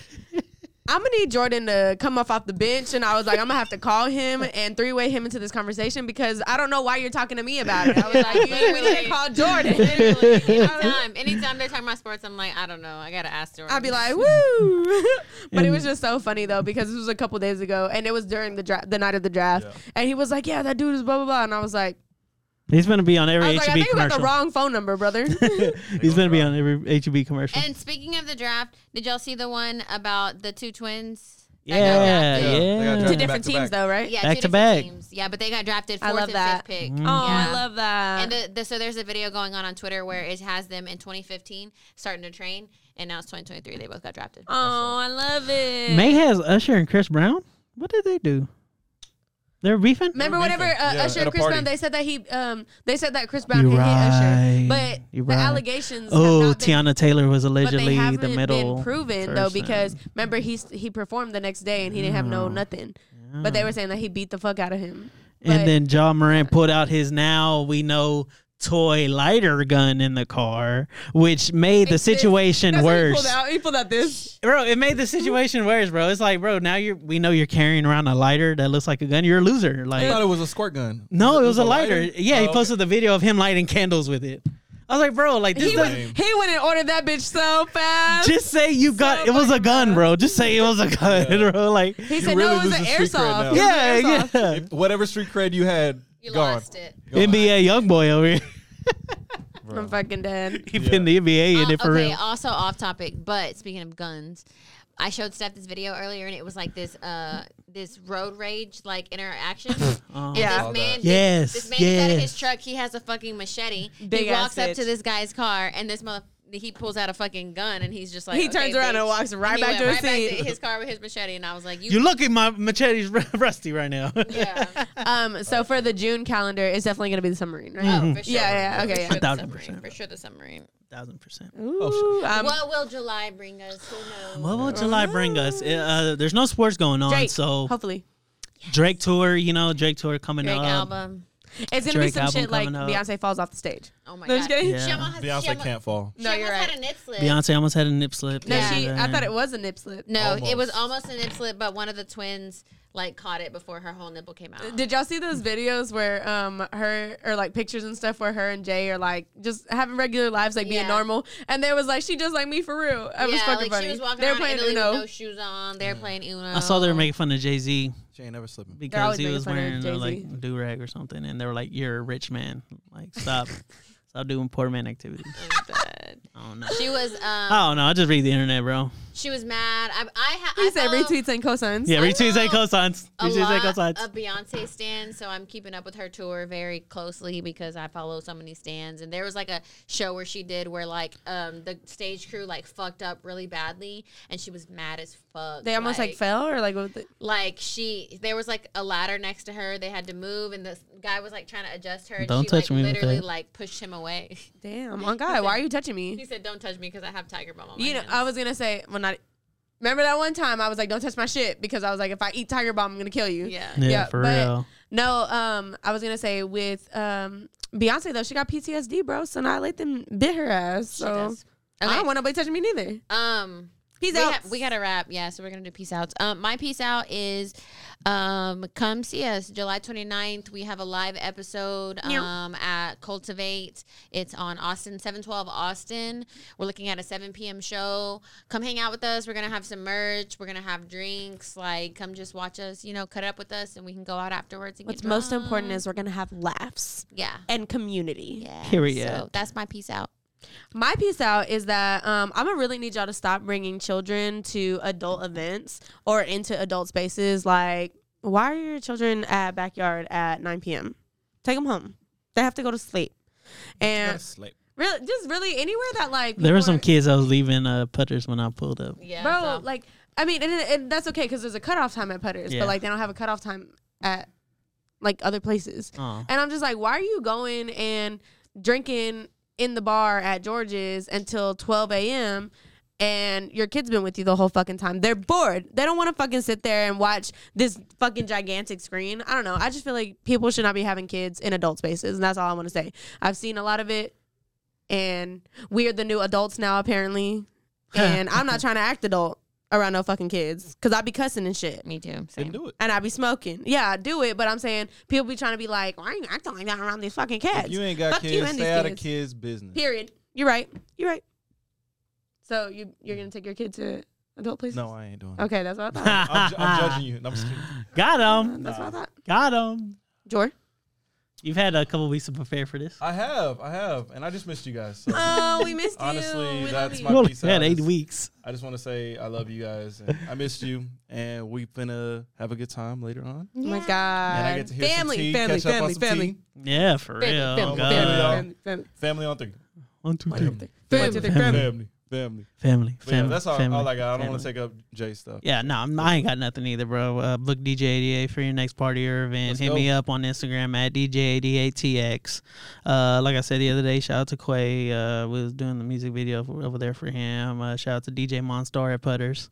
Speaker 2: I'm gonna need Jordan to come up off the bench, and I was like, I'm gonna have to call him and three way him into this conversation because I don't know why you're talking to me about it. I was like, you, we need to call Jordan.
Speaker 3: Anytime, anytime they're talking about sports, I'm like, I don't know. I gotta ask her.
Speaker 2: I'd be like, woo! but it was just so funny though because this was a couple days ago, and it was during the draft, the night of the draft, and he was like, "Yeah, that dude is blah blah blah," and I was like,
Speaker 1: He's going to be on every
Speaker 2: "I was
Speaker 1: HEB
Speaker 2: like, I think you got
Speaker 1: commercial.
Speaker 2: the wrong phone number, brother."
Speaker 1: He's going to be on every HEB commercial.
Speaker 3: And speaking of the draft, did y'all see the one about the two twins? that got
Speaker 1: yeah,
Speaker 3: drafted?
Speaker 1: yeah.
Speaker 2: Two different teams though, right?
Speaker 3: Yeah,
Speaker 1: Back
Speaker 3: two
Speaker 1: to
Speaker 3: different
Speaker 1: back. Mm.
Speaker 3: teams. Yeah, but they got drafted
Speaker 2: I
Speaker 3: fourth
Speaker 2: love
Speaker 3: and
Speaker 2: that.
Speaker 3: fifth pick.
Speaker 2: Oh,
Speaker 3: Yeah.
Speaker 2: I love that.
Speaker 3: And the, the, so there's a video going on on Twitter where it has them in 2015 starting to train, and now it's 2023. They both got drafted.
Speaker 2: oh, I love it.
Speaker 1: May has Usher and Chris Brown. What did they do? They're beefing.
Speaker 2: Remember whenever uh,
Speaker 1: Yeah,
Speaker 2: Usher
Speaker 1: at a
Speaker 2: and Chris
Speaker 1: party.
Speaker 2: Brown, they said that he, um, they said that Chris Brown
Speaker 1: You're
Speaker 2: had hit
Speaker 1: right.
Speaker 2: Usher, but
Speaker 1: You're
Speaker 2: the
Speaker 1: right.
Speaker 2: allegations.
Speaker 1: Oh,
Speaker 2: have not been
Speaker 1: Tiana Taylor was allegedly
Speaker 2: but they haven't
Speaker 1: the middle.
Speaker 2: been proven though
Speaker 1: person.
Speaker 2: because remember he he performed the next day and he didn't have no nothing but they were saying that he beat the fuck out of him
Speaker 1: And then John Moran put out his now we know toy lighter gun in the car, which made the situation worse.
Speaker 2: he pulled out this
Speaker 1: Bro, it made the situation worse, bro. It's like, bro, now you're we know you're carrying around a lighter that looks like a gun. You're a loser. Like
Speaker 4: I thought it was a squirt gun.
Speaker 1: No, it was
Speaker 4: was
Speaker 1: a
Speaker 4: a
Speaker 1: lighter.
Speaker 4: lighter?
Speaker 1: Yeah,
Speaker 4: Oh,
Speaker 1: he
Speaker 4: okay.
Speaker 1: posted the video of him lighting candles with it. I was like, bro, like this
Speaker 2: he, was,
Speaker 1: doesn't
Speaker 2: he went and ordered that bitch so fast
Speaker 1: just say you got it was a gun, bro. Just say it was a gun, bro. Like
Speaker 2: he said no it was an airsoft
Speaker 1: Yeah,
Speaker 2: It was an airsoft.
Speaker 1: yeah.
Speaker 4: If- whatever street cred you had, you gone.
Speaker 3: lost it.
Speaker 1: NBA young boy over here.
Speaker 2: i'm fucking dead
Speaker 1: He been the NBA in
Speaker 3: Uh,
Speaker 2: Oh,
Speaker 1: it for
Speaker 3: okay,
Speaker 1: real.
Speaker 3: also off topic, but speaking of guns, I showed Steph this video earlier, and it was like this uh this road rage like interaction.
Speaker 1: Oh.
Speaker 3: And
Speaker 1: Yeah.
Speaker 3: this man,
Speaker 1: Yes,
Speaker 3: this man gets out of
Speaker 1: yes.
Speaker 3: his truck. He has a fucking machete.
Speaker 2: Big
Speaker 3: he walks
Speaker 2: ass
Speaker 3: up to
Speaker 2: bitch.
Speaker 3: this guy's car, and this mother. He pulls out a fucking gun and he's just like
Speaker 2: He turns
Speaker 3: "Okay,
Speaker 2: around and
Speaker 3: bitch."
Speaker 2: walks right
Speaker 3: he
Speaker 2: back
Speaker 3: went
Speaker 2: to his
Speaker 3: right back
Speaker 2: seat.
Speaker 3: to his car with his machete and I was like you,
Speaker 1: You look at my machete's rusty right now.
Speaker 2: um so for the june calendar it's definitely gonna be the submarine right
Speaker 1: Mm-hmm.
Speaker 3: Oh, for sure.
Speaker 2: yeah yeah okay yeah
Speaker 3: For sure, the
Speaker 1: Thousand
Speaker 3: submarine.
Speaker 1: percent.
Speaker 3: For sure the submarine.
Speaker 1: Thousand percent.
Speaker 4: Oh,
Speaker 2: Ooh, um,
Speaker 3: what will July bring us? Who knows?
Speaker 1: What will July bring us? Uh, there's no sports going on,
Speaker 2: Drake,
Speaker 1: so
Speaker 2: hopefully
Speaker 1: Drake tour, you know, Drake tour coming
Speaker 3: Drake
Speaker 1: up.
Speaker 3: album.
Speaker 2: it's gonna
Speaker 1: Drake
Speaker 2: be some
Speaker 1: album
Speaker 2: shit like
Speaker 1: coming up.
Speaker 2: beyonce falls off the stage
Speaker 3: Oh my
Speaker 2: No,
Speaker 3: god.
Speaker 2: just kidding.
Speaker 1: Yeah.
Speaker 3: She almost-
Speaker 4: Beyonce
Speaker 3: she almo-
Speaker 4: can't fall.
Speaker 2: no
Speaker 3: she
Speaker 2: you're
Speaker 3: almost
Speaker 2: right
Speaker 3: had a nip slip.
Speaker 1: Beyonce almost had a nip slip.
Speaker 2: no
Speaker 3: Yeah.
Speaker 2: she i thought it was a nip slip
Speaker 3: No, it was
Speaker 4: Almost.
Speaker 3: almost a nip slip, but one of the twins like caught it before her whole nipple came out.
Speaker 2: Did y'all see those videos where um her or like pictures and stuff where her and Jay are like just having regular lives, like being
Speaker 3: Yeah.
Speaker 2: normal, and there was like she just like me for real. I
Speaker 3: yeah,
Speaker 2: was fucking
Speaker 3: like
Speaker 2: funny.
Speaker 3: she was walking
Speaker 2: they were
Speaker 3: around
Speaker 2: playing
Speaker 3: Italy
Speaker 2: Uno.
Speaker 3: with no shoes on.
Speaker 4: Mm.
Speaker 3: They were playing Uno.
Speaker 1: I saw they were making fun of Jay Z
Speaker 4: She ain't never slipping.
Speaker 1: because
Speaker 2: uh, always
Speaker 1: he
Speaker 2: making
Speaker 1: was
Speaker 2: fun of
Speaker 1: wearing a,
Speaker 2: Jay-Z.
Speaker 1: like do rag or something, and they were like, "You're a rich man. Like stop, stop doing poor man activities."
Speaker 2: Oh
Speaker 3: Bad.
Speaker 1: I don't know.
Speaker 3: She was um
Speaker 2: Ah.
Speaker 1: I don't know. I just read the internet, bro.
Speaker 3: She was mad. I, I, ha- I
Speaker 2: He said
Speaker 3: follow
Speaker 2: retweets and cosigns.
Speaker 1: Yeah, retweets and
Speaker 3: follow
Speaker 1: cosigns.
Speaker 3: A
Speaker 1: Retweets and
Speaker 3: lot
Speaker 1: cosigns.
Speaker 3: of Beyonce stands, so I'm keeping up with her tour very closely because I follow so many stands. And there was like a show where she did where like um the stage crew like fucked up really badly, and she was mad as fuck.
Speaker 2: They almost like, fell or like. What the-
Speaker 3: Like she, there was like a ladder next to her. They had to move, and the guy was like trying to adjust her. And
Speaker 1: Don't
Speaker 3: she,
Speaker 1: touch
Speaker 3: like,
Speaker 1: me with
Speaker 3: Literally,
Speaker 1: that.
Speaker 3: like pushed him away.
Speaker 2: Damn, on
Speaker 3: He
Speaker 2: God,
Speaker 3: said-
Speaker 2: why are you touching me?
Speaker 3: He said, "Don't touch me because I have tiger bomb on my
Speaker 2: You know,
Speaker 3: hand."
Speaker 2: I was gonna say, well, not. Remember that one time I was like, "Don't touch my shit," because I was like, "If I eat Tiger Bomb, I'm gonna kill you."
Speaker 3: Yeah,
Speaker 1: Yeah, for
Speaker 2: but
Speaker 1: real.
Speaker 2: No, um, I was gonna say with um Beyonce though, she got PTSD, bro. So now I let them bit her ass. So I
Speaker 3: Okay.
Speaker 2: don't want nobody touching me neither.
Speaker 3: Um,
Speaker 2: Peace
Speaker 3: we
Speaker 2: out.
Speaker 3: ha- we got to wrap. Yeah, so we're going to do peace outs. Um, my peace out is um, come see us July 29th. We have a live episode
Speaker 10: Meow.
Speaker 3: um, at Cultivate. It's on Austin, 712 Austin. We're looking at a 7 p.m. show. Come hang out with us. We're going to have some merch. We're going to have drinks. Like, come just watch us, you know, cut up with us, and we can go out afterwards. And
Speaker 2: What's
Speaker 3: get
Speaker 2: most
Speaker 3: drunk.
Speaker 2: important is we're gonna have laughs.
Speaker 3: Yeah.
Speaker 2: And community.
Speaker 3: Yeah.
Speaker 1: Period.
Speaker 3: So that's my peace out.
Speaker 2: My piece out is that um, I'm gonna really need y'all to stop bringing children to adult events or into adult spaces. Like, why are your children at backyard at 9 p.m.? Take them home. They have to go to sleep. And
Speaker 4: sleep.
Speaker 2: really, just really anywhere that like
Speaker 1: There were
Speaker 2: people
Speaker 1: some
Speaker 2: are-
Speaker 1: kids I was leaving uh, putters when I pulled up.
Speaker 3: Yeah,
Speaker 2: bro. Like, I mean, and, and that's okay because there's a cutoff time at putters,
Speaker 1: Yeah.
Speaker 2: but like they don't have a cutoff time at like other places.
Speaker 1: Aw.
Speaker 2: And I'm just like, why are you going and drinking in the bar at George's until 12 a.m. And your kid's been with you the whole fucking time. They're bored. They don't want to fucking sit there and watch this fucking gigantic screen. I don't know. I just feel like people should not be having kids in adult spaces. And that's all I want to say. I've seen a lot of it. And we are the new adults now, apparently. And I'm not trying to act adult around no fucking kids because I be cussing and shit.
Speaker 3: Me too.
Speaker 4: Then do it.
Speaker 2: And I be smoking. Yeah, I do it, but I'm saying people be trying to be like, why are you acting like that around these fucking kids?
Speaker 4: If you ain't got
Speaker 2: Fuck you
Speaker 4: kids,
Speaker 2: and
Speaker 4: stay
Speaker 2: these
Speaker 4: out of
Speaker 2: kids.
Speaker 4: kids' business.
Speaker 2: Period. You're right. You're right. So you you're gonna take your kid to adult places?
Speaker 4: No, I ain't doing
Speaker 2: Okay, Ah. that's what I
Speaker 4: that.
Speaker 2: thought.
Speaker 4: I'm, ju- I'm judging you. No, I'm just kidding.
Speaker 1: Got him.
Speaker 2: That's what I thought.
Speaker 1: Got him.
Speaker 2: Jor?
Speaker 1: You've had a couple weeks to prepare for this.
Speaker 4: I have, I have, and I just missed you guys. So.
Speaker 2: Oh, we missed you.
Speaker 4: Honestly, that's
Speaker 1: You
Speaker 4: my
Speaker 1: only
Speaker 4: piece.
Speaker 1: had
Speaker 4: out.
Speaker 1: eight
Speaker 4: It's-
Speaker 1: weeks.
Speaker 4: I just want to say I love you guys. And I missed you, and we finna have a good time later on.
Speaker 2: Oh my god.
Speaker 4: And I get to hear some
Speaker 2: family,
Speaker 4: tea,
Speaker 2: family,
Speaker 4: catch up on
Speaker 2: family,
Speaker 4: some
Speaker 2: family.
Speaker 4: tea. Oh,
Speaker 1: Yeah, for
Speaker 2: Family,
Speaker 1: real.
Speaker 2: family,
Speaker 1: God.
Speaker 4: family, y'all.
Speaker 2: Family, family.
Speaker 4: Family on three.
Speaker 1: One, two,
Speaker 4: One,
Speaker 1: three.
Speaker 4: two, three. One, two, three.
Speaker 1: Family.
Speaker 4: Family,
Speaker 1: Family,
Speaker 4: family, But yeah,
Speaker 1: family,
Speaker 4: that's all,
Speaker 1: family,
Speaker 4: all I got. I don't want to
Speaker 1: family.
Speaker 4: take up Jay stuff.
Speaker 1: Yeah, no, I'm, I ain't got nothing either, bro. Uh, book DJ88 for your next party or event.
Speaker 4: Let's
Speaker 1: Hit
Speaker 4: go.
Speaker 1: me up on Instagram at DJ88TX. Uh, like I said the other day, shout out to Quay. Uh, we was doing the music video for, over there for him. Uh, shout out to DJ Monstar at Putters.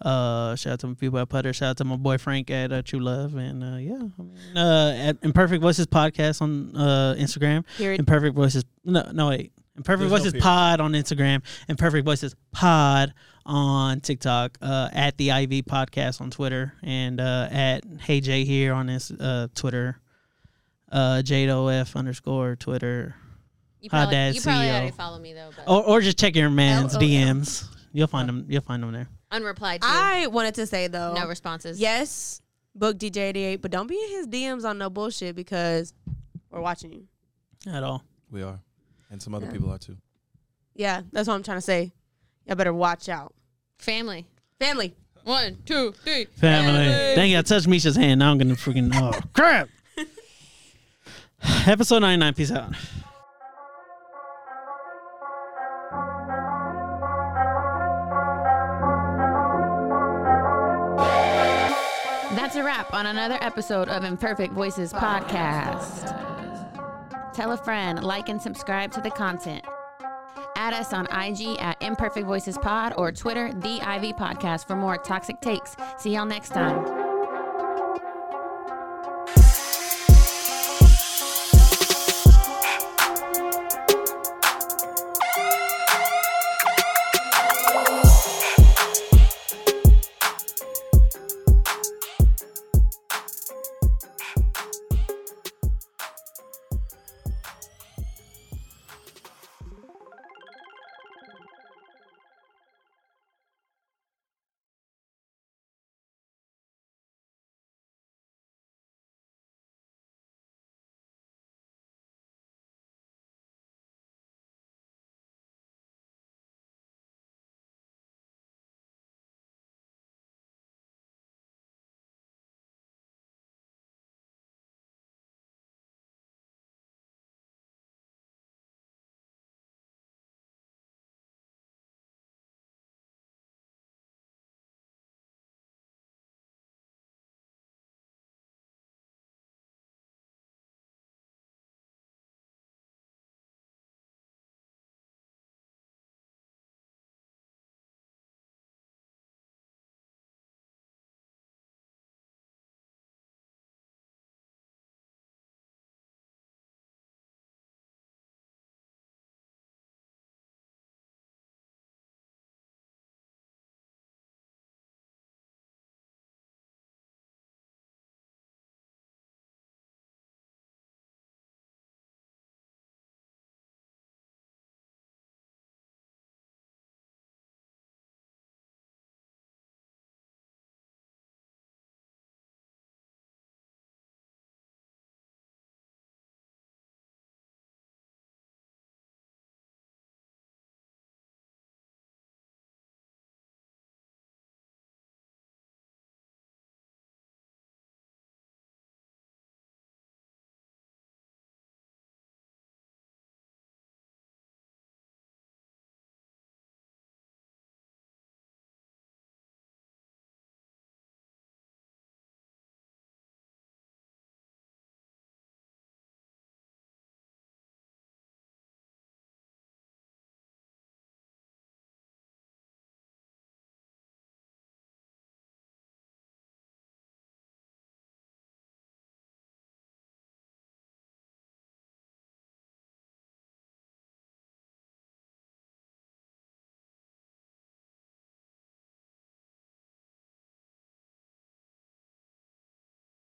Speaker 1: Uh, shout out to my people at Putters. Shout out to my boy Frank at uh, True Love. And uh, yeah, I mean, uh, at Imperfect Voices podcast on uh, Instagram.
Speaker 2: Period.
Speaker 1: Imperfect Voices. No, no, wait. Imperfect
Speaker 4: There's no
Speaker 1: Voices
Speaker 4: period.
Speaker 1: Pod on Instagram and Perfect Voices Pod on TikTok, uh, at the IV Podcast on Twitter, and uh, at Hey Jay here on this uh, Twitter, uh, JDOF underscore Twitter,
Speaker 3: You
Speaker 1: Hi,
Speaker 3: probably,
Speaker 1: Dad,
Speaker 3: you probably
Speaker 2: E
Speaker 1: CEO.
Speaker 3: already follow me though, but
Speaker 2: Oh.
Speaker 1: or or just check your man's
Speaker 2: LOL.
Speaker 1: DMs. You'll find them. You'll find them there.
Speaker 3: unreplied to.
Speaker 2: I wanted to say though.
Speaker 3: no responses.
Speaker 2: Yes, book DJ88, but don't be in his DMs on no bullshit because we're watching you.
Speaker 1: At all.
Speaker 4: We are, and some other people are too.
Speaker 2: Yeah, that's what I'm trying to say. Y'all better watch out.
Speaker 3: Family.
Speaker 2: Family.
Speaker 3: One, two, three.
Speaker 1: Family. Dang, I touched Misha's hand. Now I'm gonna freaking oh crap. Episode 99. Peace out.
Speaker 3: That's a wrap on another episode of Imperfect Voices Podcast. Tell a friend, like, and subscribe to the content. Add us on IG at Imperfect Voices Pod or Twitter, The IV Podcast, for more toxic takes. See y'all next time.